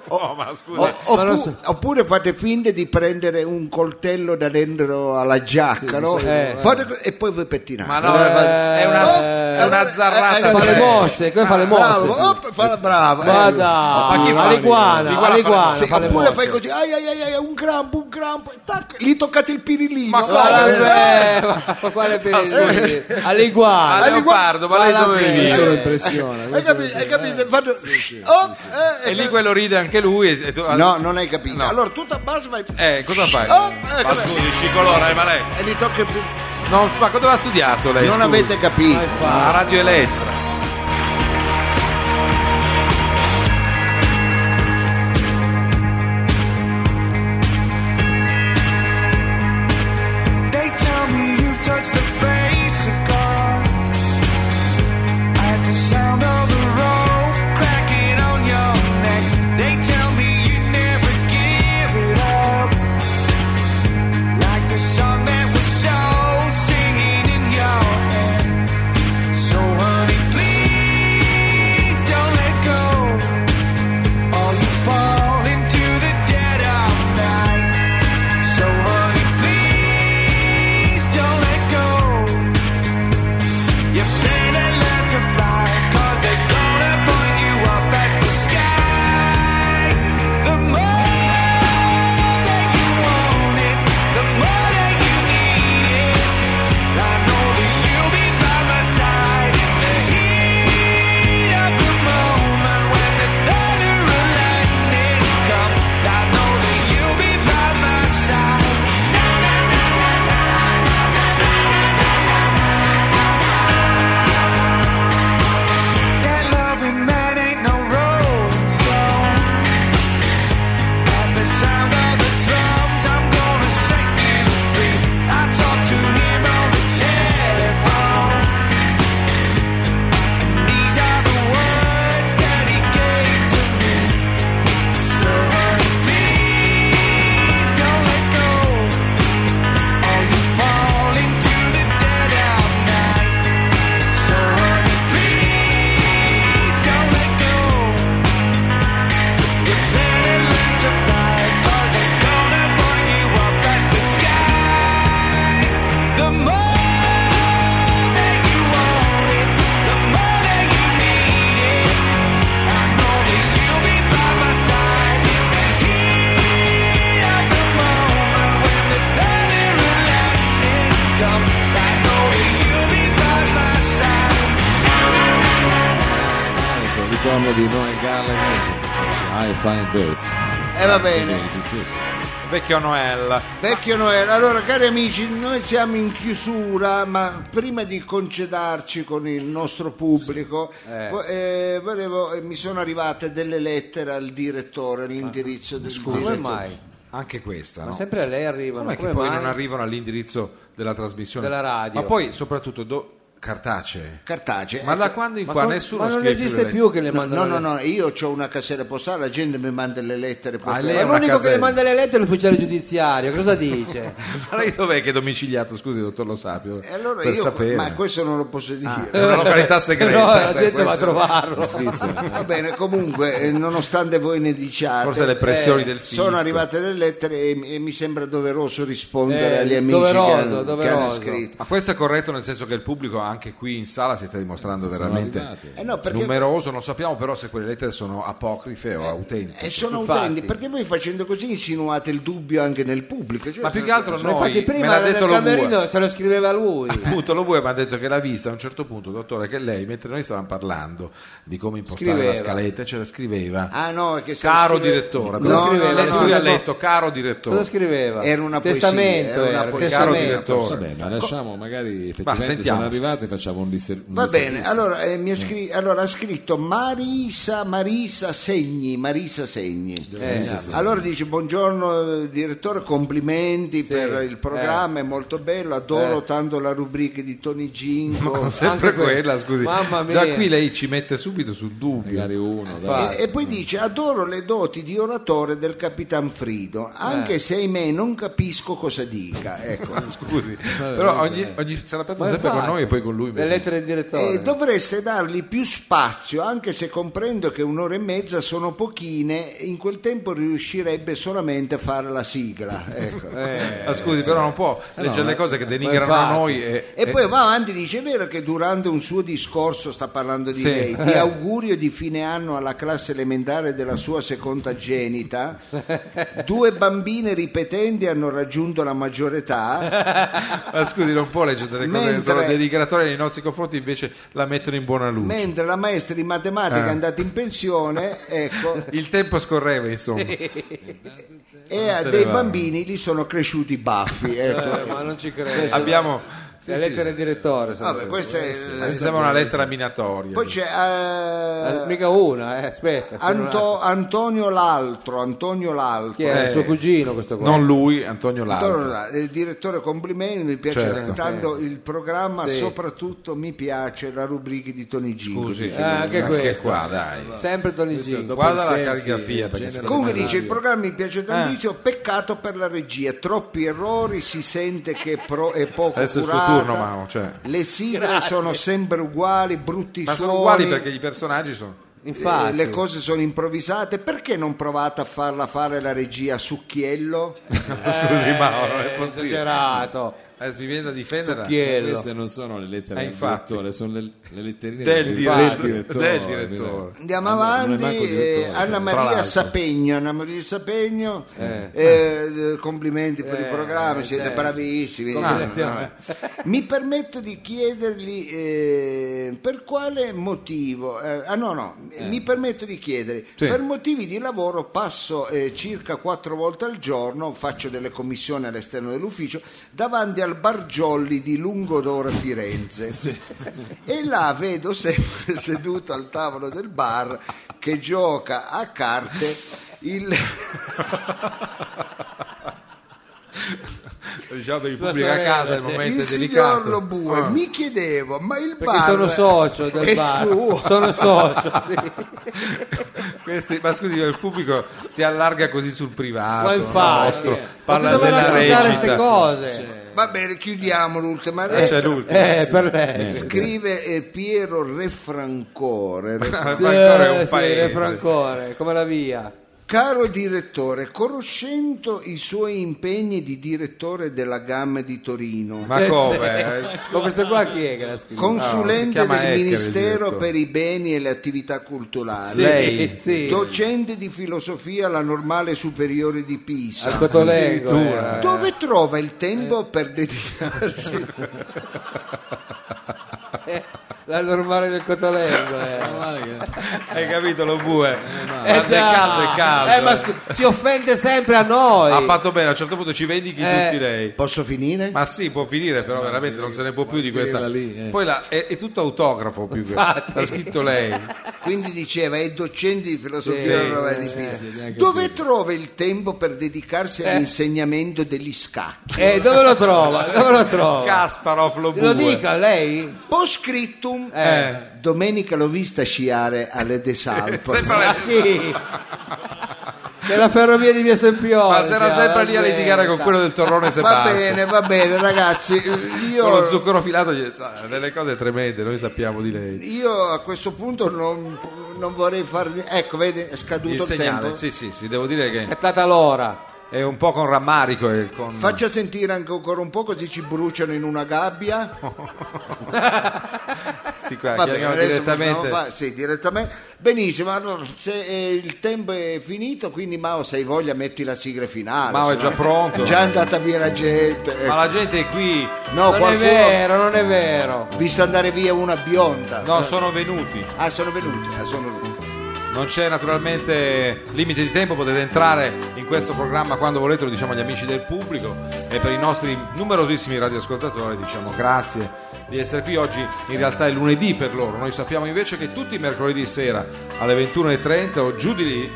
Speaker 3: Oh, ma scusa.
Speaker 1: O-
Speaker 2: Ma
Speaker 1: oppu-
Speaker 2: non so-
Speaker 1: oppure fate finta di prendere un coltello da dentro alla giacca no?
Speaker 4: sì,
Speaker 2: eh.
Speaker 1: Fate co- e poi voi pettinate
Speaker 3: Ma no,
Speaker 1: Eh,
Speaker 3: è è una,
Speaker 1: eh,
Speaker 3: è una zarrata.
Speaker 1: eh, eh,
Speaker 2: fa le
Speaker 1: eh,
Speaker 2: mosse, come fa le mosse.
Speaker 1: bravo op, fa la brava eh.
Speaker 2: Guarda,
Speaker 3: Ma chi fa?
Speaker 2: ma l'iguana,
Speaker 3: L'iguana
Speaker 2: ma l'iguana,
Speaker 1: Sì,
Speaker 2: fa le
Speaker 1: oppure
Speaker 2: mosse.
Speaker 1: fai così ai ai ai, ai un crampo un crampo e tac, gli toccate il pirillino Ah, eh,
Speaker 3: Ma eh,
Speaker 2: Ma
Speaker 3: come?
Speaker 4: Eh,
Speaker 2: vabbè, ma- ma quale pericolo?
Speaker 3: A
Speaker 2: All'iguana.
Speaker 3: Leopardo, ma lei
Speaker 2: Ma
Speaker 3: dove
Speaker 2: vabbè.
Speaker 3: vive?
Speaker 4: Questo lo impressiona.
Speaker 1: hai
Speaker 4: questo lo
Speaker 1: capito, hai
Speaker 4: impressiona.
Speaker 1: capito? Fanno-
Speaker 4: eh, sì,
Speaker 1: op,
Speaker 4: sì,
Speaker 1: eh,
Speaker 3: E lì quello ride anche lui. e- e tu-
Speaker 1: No, non hai capito.
Speaker 3: No.
Speaker 1: Allora tu a base vai
Speaker 3: Eh, cosa fai?
Speaker 1: Oh, eh,
Speaker 3: ma scusi, scicolora, eh, ma lei.
Speaker 1: e li tocchi più.
Speaker 3: Non, ma dove ha studiato lei?
Speaker 1: Non
Speaker 3: scusi?
Speaker 1: avete capito.
Speaker 3: A Radio Elettra.
Speaker 5: They tell
Speaker 4: di Noel Gallagher I Flying Birds
Speaker 1: E Eh, va bene.
Speaker 4: Sì, è successo.
Speaker 3: Vecchio Noel.
Speaker 1: Vecchio Noel, allora cari amici, noi siamo in chiusura, ma prima di concedarci con il nostro pubblico, vo- eh, volevo- eh, mi sono arrivate delle lettere al direttore, all'indirizzo del
Speaker 2: Come
Speaker 1: direttore.
Speaker 2: mai?
Speaker 3: Anche questa,
Speaker 2: Ma
Speaker 3: no?
Speaker 2: sempre a lei arrivano.
Speaker 3: Com'è che
Speaker 2: come
Speaker 3: poi
Speaker 2: mai?
Speaker 3: non arrivano all'indirizzo della trasmissione?
Speaker 2: Della radio.
Speaker 3: Ma poi soprattutto do- cartacee.
Speaker 1: Cartacee. Eh,
Speaker 3: Ma da quando
Speaker 2: Eh,
Speaker 3: in
Speaker 2: Ma,
Speaker 3: qua
Speaker 2: com-
Speaker 3: nessuno
Speaker 2: ma non
Speaker 3: scrive
Speaker 2: esiste
Speaker 3: le-
Speaker 2: più che le
Speaker 1: No,
Speaker 2: mandano.
Speaker 1: no, no,
Speaker 2: le-
Speaker 1: no, io ho una casella postale, la gente mi manda le lettere. Eh, per
Speaker 3: Ah,
Speaker 1: quello.
Speaker 3: lei
Speaker 2: Ma
Speaker 3: è una
Speaker 2: l'unico che le
Speaker 3: casella.
Speaker 2: manda le lettere è l'ufficiale giudiziario. Cosa dice?
Speaker 3: Ma lei dov'è che è domiciliato? Scusi, dottor Lo Sapio.
Speaker 2: Eh,
Speaker 1: E allora
Speaker 3: per
Speaker 1: io,
Speaker 3: sapere. Ah,
Speaker 1: ma questo non lo posso dire.
Speaker 3: È una località segreta.
Speaker 2: No, la
Speaker 3: Beh,
Speaker 2: gente
Speaker 3: questo-
Speaker 2: va a trovarlo.
Speaker 1: Va bene, comunque, eh, nonostante voi ne diciate, eh,
Speaker 3: Forse le pressioni
Speaker 2: Eh,
Speaker 3: del fisco.
Speaker 1: sono arrivate le lettere e, mi- e mi sembra doveroso rispondere
Speaker 2: Eh,
Speaker 1: agli amici
Speaker 2: doveroso,
Speaker 1: che, hanno- che hanno
Speaker 2: doveroso.
Speaker 1: scritto.
Speaker 3: Ma questo è corretto nel senso che il pubblico anche qui in sala si sta dimostrando veramente
Speaker 4: arrivati.
Speaker 1: Eh no, perché-
Speaker 3: numeroso, non sappiamo però se quelle lettere sono apocrife
Speaker 2: Eh,
Speaker 3: o autentiche.
Speaker 1: E sono
Speaker 2: Infatti.
Speaker 1: utenti, perché voi facendo così insinuate il dubbio anche nel pubblico. cioè-
Speaker 3: Ma più che altro
Speaker 2: Ma
Speaker 3: noi,
Speaker 2: infatti
Speaker 3: me l'ha
Speaker 2: prima nel
Speaker 3: detto Certo. lo
Speaker 2: camerino
Speaker 3: Bue.
Speaker 2: se lo scriveva lui.
Speaker 3: Appunto, lo Bue mi ha detto che l'ha vista a un certo punto, dottore, che lei, mentre noi stavamo parlando di come impostare
Speaker 2: Scriveva.
Speaker 3: la scaletta, ce la scriveva.
Speaker 1: Ah no, è che se lo
Speaker 3: Caro
Speaker 1: scrive-
Speaker 3: direttore,
Speaker 1: No,
Speaker 3: però
Speaker 1: no,
Speaker 3: scriveva,
Speaker 1: no,
Speaker 3: e
Speaker 1: no,
Speaker 3: lui
Speaker 1: no.
Speaker 3: ha letto caro direttore.
Speaker 2: Cosa scriveva?
Speaker 1: Era una poesia,
Speaker 2: testamento,
Speaker 1: era una
Speaker 2: era,
Speaker 1: poesia.
Speaker 3: Caro
Speaker 2: testamento.
Speaker 3: direttore.
Speaker 4: vabbè ma lasciamo magari effettivamente
Speaker 3: sentiamo.
Speaker 4: sono arrivate facciamo un, disser- un
Speaker 1: Va bene,
Speaker 4: disservizio.
Speaker 1: allora, eh,
Speaker 4: Mm.
Speaker 1: mi ha scri- allora ha scritto Marisa, Marisa Segni, Marisa Segni.
Speaker 4: Marisa Segni.
Speaker 1: Allora dice buongiorno eh, direttore, complimenti per il programma,
Speaker 4: Eh.
Speaker 1: è molto bello, adoro tanto la rubrica di Tony Ginko.
Speaker 3: Sempre
Speaker 2: Anche questo.
Speaker 3: quella, scusi.
Speaker 2: Mamma mia.
Speaker 3: Già qui lei ci mette subito sul dubbio.
Speaker 4: magari uno dai.
Speaker 2: Fa-
Speaker 1: E, e poi dice adoro le doti di oratore del Capitan Frido,
Speaker 4: Eh.
Speaker 1: anche se ahimè non capisco cosa dica. Ecco.
Speaker 3: Scusi, però ogni, ogni, se la prendono
Speaker 2: Ma
Speaker 3: sempre con
Speaker 2: infatti,
Speaker 3: noi e poi con lui.
Speaker 2: Le
Speaker 3: invece.
Speaker 2: lettere del direttore.
Speaker 1: Eh, dovreste dargli più spazio, anche se comprendo che un'ora e mezza sono pochine, in quel tempo riuscirebbe solamente a fare la sigla. ecco.
Speaker 3: Ma Ah, scusi, però non può leggere le cose che denigrano
Speaker 2: infatti.
Speaker 3: noi. E,
Speaker 1: E poi va avanti, dice: È vero che durante un suo discorso sta parlando di
Speaker 3: Sì. Eh.
Speaker 1: lei. Ti augurio di fine anno alla classe elementare della sua seconda genita. Due bambine ripetenti hanno raggiunto la maggiore età.
Speaker 3: ma ah, scusi, non può leggere delle cose che sono
Speaker 1: Mentre-
Speaker 3: denigratorie nei nostri confronti, invece la mettono in buona luce.
Speaker 1: Mentre la maestra di matematica
Speaker 3: Ah.
Speaker 1: è andata in pensione, ecco,
Speaker 3: Il tempo scorreva, insomma.
Speaker 1: e a
Speaker 3: se ne
Speaker 1: dei
Speaker 3: va.
Speaker 1: bambini gli sono cresciuti i baffi. Ecco.
Speaker 2: Eh, ma non ci credo.
Speaker 3: Abbiamo.
Speaker 2: Le
Speaker 3: sì, sì.
Speaker 2: lettere del direttore. sono-
Speaker 1: Vabbè, questa è-
Speaker 3: Mi sembra una lettera minatoria.
Speaker 1: Poi c'è
Speaker 2: Eh,
Speaker 1: eh,
Speaker 2: mica una, eh, aspetta. sono
Speaker 1: Anto- Antonio L'Altro, Antonio L'Altro.
Speaker 2: Chi era? Il suo cugino questo qua.
Speaker 3: Eh, Non lui, Antonio
Speaker 1: Antonio
Speaker 3: Lauro.
Speaker 1: L'Altro, eh, direttore, complimenti, mi piace
Speaker 3: Certo.
Speaker 1: tanto il programma,
Speaker 2: Sì.
Speaker 1: soprattutto mi piace la rubrica di Tony Ginko.
Speaker 3: Scusi,
Speaker 1: dice.
Speaker 2: Eh, anche
Speaker 3: anche
Speaker 2: questo.
Speaker 3: qua, dai.
Speaker 2: Sempre Tony
Speaker 4: Questo
Speaker 2: Ginko.
Speaker 4: dopo
Speaker 3: guarda
Speaker 4: il
Speaker 3: la
Speaker 4: selfie,
Speaker 3: calligrafia, perché
Speaker 4: genera
Speaker 1: Comunque
Speaker 4: delle
Speaker 1: dice il
Speaker 3: Eh.
Speaker 4: mani.
Speaker 1: programma mi piace tantissimo, peccato per la regia, troppi errori, si sente che pro- è poco
Speaker 3: Adesso è il suo
Speaker 1: curata.
Speaker 3: turno, Mao. Cioè.
Speaker 1: Le sigle sono sempre uguali, brutti
Speaker 3: Ma sono
Speaker 1: suoni.
Speaker 3: uguali perché i personaggi sono.
Speaker 1: Eh,
Speaker 2: Infatti.
Speaker 1: le cose sono improvvisate, perché non provate a farla fare la regia a Succhiello?
Speaker 3: Scusi, Mao, non è
Speaker 2: Eh,
Speaker 3: possibile.
Speaker 2: esagerato.
Speaker 4: Eh,
Speaker 3: Adesso mi viene da
Speaker 4: esatto.
Speaker 3: difenderla.
Speaker 2: Piello.
Speaker 4: queste non sono le lettere
Speaker 3: Eh,
Speaker 4: del
Speaker 3: infatti.
Speaker 4: direttore sono le, le letterine
Speaker 3: Del direttore. Del
Speaker 4: eh,
Speaker 3: direttore.
Speaker 4: mi-
Speaker 1: Andiamo
Speaker 4: non è
Speaker 1: avanti,
Speaker 4: manco il
Speaker 1: eh,
Speaker 4: direttore,
Speaker 1: Anna
Speaker 4: eh.
Speaker 3: Tra
Speaker 1: Maria
Speaker 3: l'altro.
Speaker 1: Sapegno, Anna Maria Sapegno, eh, eh, complimenti per il
Speaker 2: Eh,
Speaker 1: programma, siete
Speaker 2: certo.
Speaker 1: bravissimi.
Speaker 2: Complimentazioni.
Speaker 1: Ah, vabbè. Mi permetto di chiedergli eh, per quale motivo, eh, ah no no, mi permetto di chiedere,
Speaker 3: Sì.
Speaker 1: per motivi di lavoro passo eh, circa quattro volte al giorno, faccio delle commissioni all'esterno dell'ufficio, davanti al Bargiolli di Lungodoro a Firenze. E là vedo sempre seduto al tavolo del bar che gioca a carte il...
Speaker 3: Diciamo per il
Speaker 2: Sua
Speaker 3: pubblico a
Speaker 2: sorella,
Speaker 3: casa è il
Speaker 2: sì.
Speaker 3: momento
Speaker 1: il
Speaker 3: delicato.
Speaker 1: signor Lobue,
Speaker 3: Ah.
Speaker 1: mi chiedevo, ma il
Speaker 2: Perché
Speaker 1: bar
Speaker 2: sono socio del
Speaker 1: è
Speaker 2: bar.
Speaker 1: suo?
Speaker 2: Sono socio, sì.
Speaker 3: Questi- ma scusi, il pubblico si allarga così sul privato.
Speaker 2: Ma infatti.
Speaker 3: no, nostro, parla
Speaker 2: Ma dove
Speaker 3: della
Speaker 2: raccontare queste
Speaker 3: recita.
Speaker 2: cose?
Speaker 1: Va bene, chiudiamo l'ultima
Speaker 3: Eh, c'è
Speaker 1: lettera.
Speaker 3: l'ultimo.
Speaker 2: Eh, per lei.
Speaker 1: Scrive eh, Piero Refrancore.
Speaker 3: Ma
Speaker 2: Sì,
Speaker 3: ancora è un
Speaker 2: eh, sì,
Speaker 3: paese.
Speaker 2: è Francore, come la via.
Speaker 1: Caro direttore, conoscendo i suoi impegni di direttore della gamma di Torino,
Speaker 3: Ma come?
Speaker 2: Eh,
Speaker 3: Eh,
Speaker 2: Ma questo qua chi è che l'ha scritto?
Speaker 3: No, Ah, si
Speaker 1: consulente
Speaker 3: chiama
Speaker 1: del
Speaker 3: Ecker, il
Speaker 1: Ministero
Speaker 3: direttore.
Speaker 1: per i beni e le attività culturali.
Speaker 3: lei.
Speaker 2: Sì.
Speaker 1: Docente di filosofia alla normale superiore di Pisa.
Speaker 2: Al Cotolengo.
Speaker 3: addirittura.
Speaker 2: eh.
Speaker 1: Dove trova il tempo per dedicarsi
Speaker 2: eh. la normale del Cotolengo. eh.
Speaker 3: Hai capito lo bue?
Speaker 2: Eh
Speaker 3: Quando è
Speaker 2: già.
Speaker 3: caldo è caldo.
Speaker 2: Eh, ma scu- ci offende sempre a noi.
Speaker 3: Ha fatto bene, a un certo punto ci vendichi
Speaker 2: Eh.
Speaker 3: tutti lei.
Speaker 1: Posso finire?
Speaker 3: Ma sì, può finire, però veramente non se ne può più di
Speaker 4: finirla
Speaker 3: questa.
Speaker 4: lì, eh.
Speaker 3: Poi la- è, è tutto autografo più che
Speaker 2: Infatti.
Speaker 3: ha scritto lei.
Speaker 1: Quindi diceva, è docente di filosofia
Speaker 3: Sì,
Speaker 1: dell'Università di
Speaker 4: sì,
Speaker 1: Pisa.
Speaker 4: sì, neanche
Speaker 1: Dove
Speaker 4: dire.
Speaker 1: trova il tempo per dedicarsi all'insegnamento degli scacchi?
Speaker 2: Eh, dove lo trova? Dove lo trova?
Speaker 3: Kasparov lo bue.
Speaker 2: Lo dica lei?
Speaker 1: Po' scriptum,
Speaker 2: Eh.
Speaker 1: domenica l'ho vista sciare alle Desalpes.
Speaker 3: Sempre lei.
Speaker 2: Sì. Che la ferrovia di via Sempione.
Speaker 3: Ma sarà
Speaker 2: cioè,
Speaker 3: sempre
Speaker 2: la
Speaker 3: lì a litigare con
Speaker 2: sventa.
Speaker 3: quello del torrone se
Speaker 1: Va
Speaker 3: basta.
Speaker 1: bene, va bene, ragazzi.
Speaker 3: Con lo
Speaker 1: Io,
Speaker 3: zucchero filato gli- sa, delle cose tremende, noi sappiamo di lei.
Speaker 1: io a questo punto non, non vorrei fare. Ecco, vedi, è scaduto il,
Speaker 3: Il segnale,
Speaker 1: tempo.
Speaker 3: sì, sì, sì, devo dire
Speaker 2: È
Speaker 3: che
Speaker 2: stata l'ora.
Speaker 3: è un po' con rammarico e con
Speaker 1: Faccia sentire anche ancora un po' così ci bruciano in una gabbia.
Speaker 3: sì, qua,
Speaker 1: Va bene,
Speaker 3: chiamiamo
Speaker 1: adesso
Speaker 3: direttamente.
Speaker 1: possiamo fare- sì, direttamente. Benissimo, allora se eh, il tempo è finito, quindi Mao se hai voglia metti la sigla finale.
Speaker 3: Mao è
Speaker 1: se
Speaker 3: già
Speaker 1: no-
Speaker 3: pronto.
Speaker 1: È già andata via la gente.
Speaker 3: Ma la gente è qui.
Speaker 1: No,
Speaker 2: non è
Speaker 1: qualcuno
Speaker 2: vero, non è vero.
Speaker 1: ecco, visto andare via una bionda.
Speaker 3: No, sono venuti.
Speaker 1: Ah, sono venuti, ah, sono venuti.
Speaker 3: Non c'è naturalmente limite di tempo, potete entrare in questo programma quando volete, lo diciamo agli amici del pubblico e per i nostri numerosissimi radioascoltatori diciamo grazie di essere qui oggi, in realtà è lunedì per loro, noi sappiamo invece che tutti i mercoledì sera alle 21.30 o giù di lì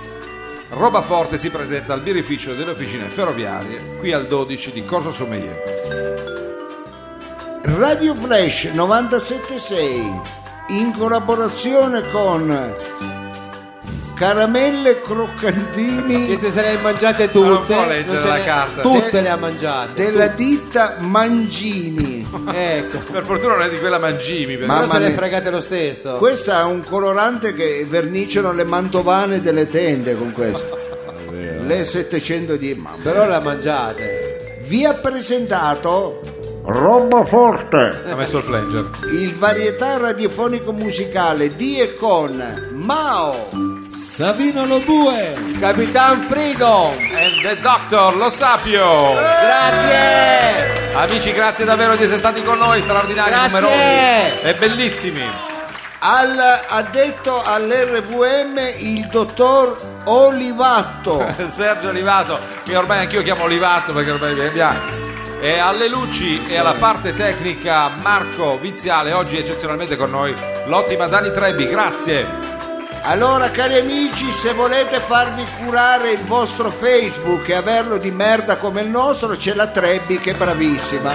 Speaker 3: Roba Forte si presenta al birrificio delle officine ferroviarie qui al 12 di Corso Sommelier.
Speaker 1: Radio Flash 976 in collaborazione con Caramelle
Speaker 2: Che
Speaker 1: Croccantini
Speaker 2: te se le hai mangiate
Speaker 3: Ma
Speaker 2: tutte.
Speaker 3: non può leggere
Speaker 2: non ce
Speaker 3: la
Speaker 2: ne-
Speaker 3: carta.
Speaker 2: Tutte le ha mangiate.
Speaker 1: della ditta Mangini.
Speaker 2: Ecco.
Speaker 3: Per fortuna non è di quella Mangimi, perché
Speaker 1: Ma-
Speaker 2: Però
Speaker 1: Mamma
Speaker 2: se le
Speaker 1: mia.
Speaker 2: fregate lo stesso.
Speaker 1: Questo è un colorante che verniciano le mantovane delle tende con questo. Le 710 mamma.
Speaker 2: Però le ha mangiate.
Speaker 1: Vi ha presentato Roba Forte,
Speaker 3: ha messo il flanger.
Speaker 1: il varietà radiofonico musicale di e con Mao,
Speaker 4: Savino Lobue
Speaker 2: Capitan Freedom.
Speaker 3: And the Doctor, lo sapio!
Speaker 2: Grazie.
Speaker 3: Amici, grazie davvero di essere stati con noi, straordinari,
Speaker 2: Grazie.
Speaker 3: numerosi e bellissimi.
Speaker 1: al addetto all'RVM il dottor Olivatto.
Speaker 3: Sergio Olivato, che ormai anch'io chiamo Olivato perché ormai è bianco. E alle luci e alla parte tecnica Marco Viziale, oggi eccezionalmente con noi l'ottima Dani Trebbi, grazie.
Speaker 1: Allora cari amici, se volete farvi curare il vostro Facebook e averlo di merda come il nostro, c'è la Trebbi che è bravissima.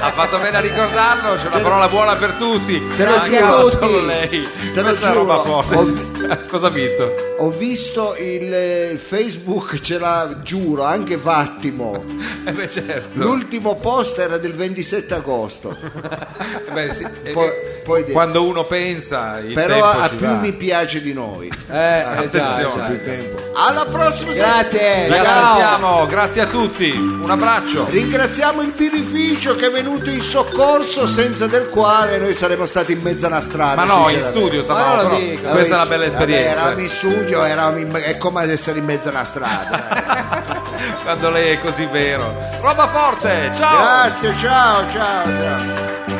Speaker 3: Ha fatto bene a ricordarlo, c'è una parola buona per tutti.
Speaker 1: te lo
Speaker 3: Ma anche
Speaker 1: giuro.
Speaker 3: non solo lei.
Speaker 1: Te lo
Speaker 3: Questa è
Speaker 1: giuro.
Speaker 3: roba forte.
Speaker 1: Ho-
Speaker 3: Cosa ha visto?
Speaker 1: Ho visto il eh, Facebook, ce l'ha giuro, anche Vattimo.
Speaker 3: Eh beh certo.
Speaker 1: L'ultimo post era del 27 agosto,
Speaker 3: Eh beh, sì, eh,
Speaker 1: Poi- poi dire.
Speaker 3: quando uno pensa il
Speaker 1: però
Speaker 3: tempo
Speaker 1: ha
Speaker 3: ci
Speaker 1: più
Speaker 3: va.
Speaker 1: mi piace di noi. Ah.
Speaker 2: Eh, eh, già,
Speaker 3: Attenzione.
Speaker 4: più tempo
Speaker 1: Alla prossima
Speaker 2: Grazie,
Speaker 3: Vi
Speaker 2: ciao.
Speaker 3: aspettiamo, grazie a tutti, un abbraccio.
Speaker 1: Ringraziamo il birrificio che è venuto in soccorso, senza del quale noi saremmo stati in mezzo alla strada.
Speaker 3: Ma no, in
Speaker 1: sinceramente.
Speaker 3: studio
Speaker 2: Ma
Speaker 3: stavamo,
Speaker 2: non lo
Speaker 3: però
Speaker 2: dico.
Speaker 3: questa è una bella
Speaker 1: Vabbè,
Speaker 3: esperienza. eh.
Speaker 1: eravamo in studio, eravamo in- è come ad essere in mezzo alla strada.
Speaker 3: Quando lei è così vero. Roba forte, ciao!
Speaker 1: Grazie, ciao, ciao, ciao.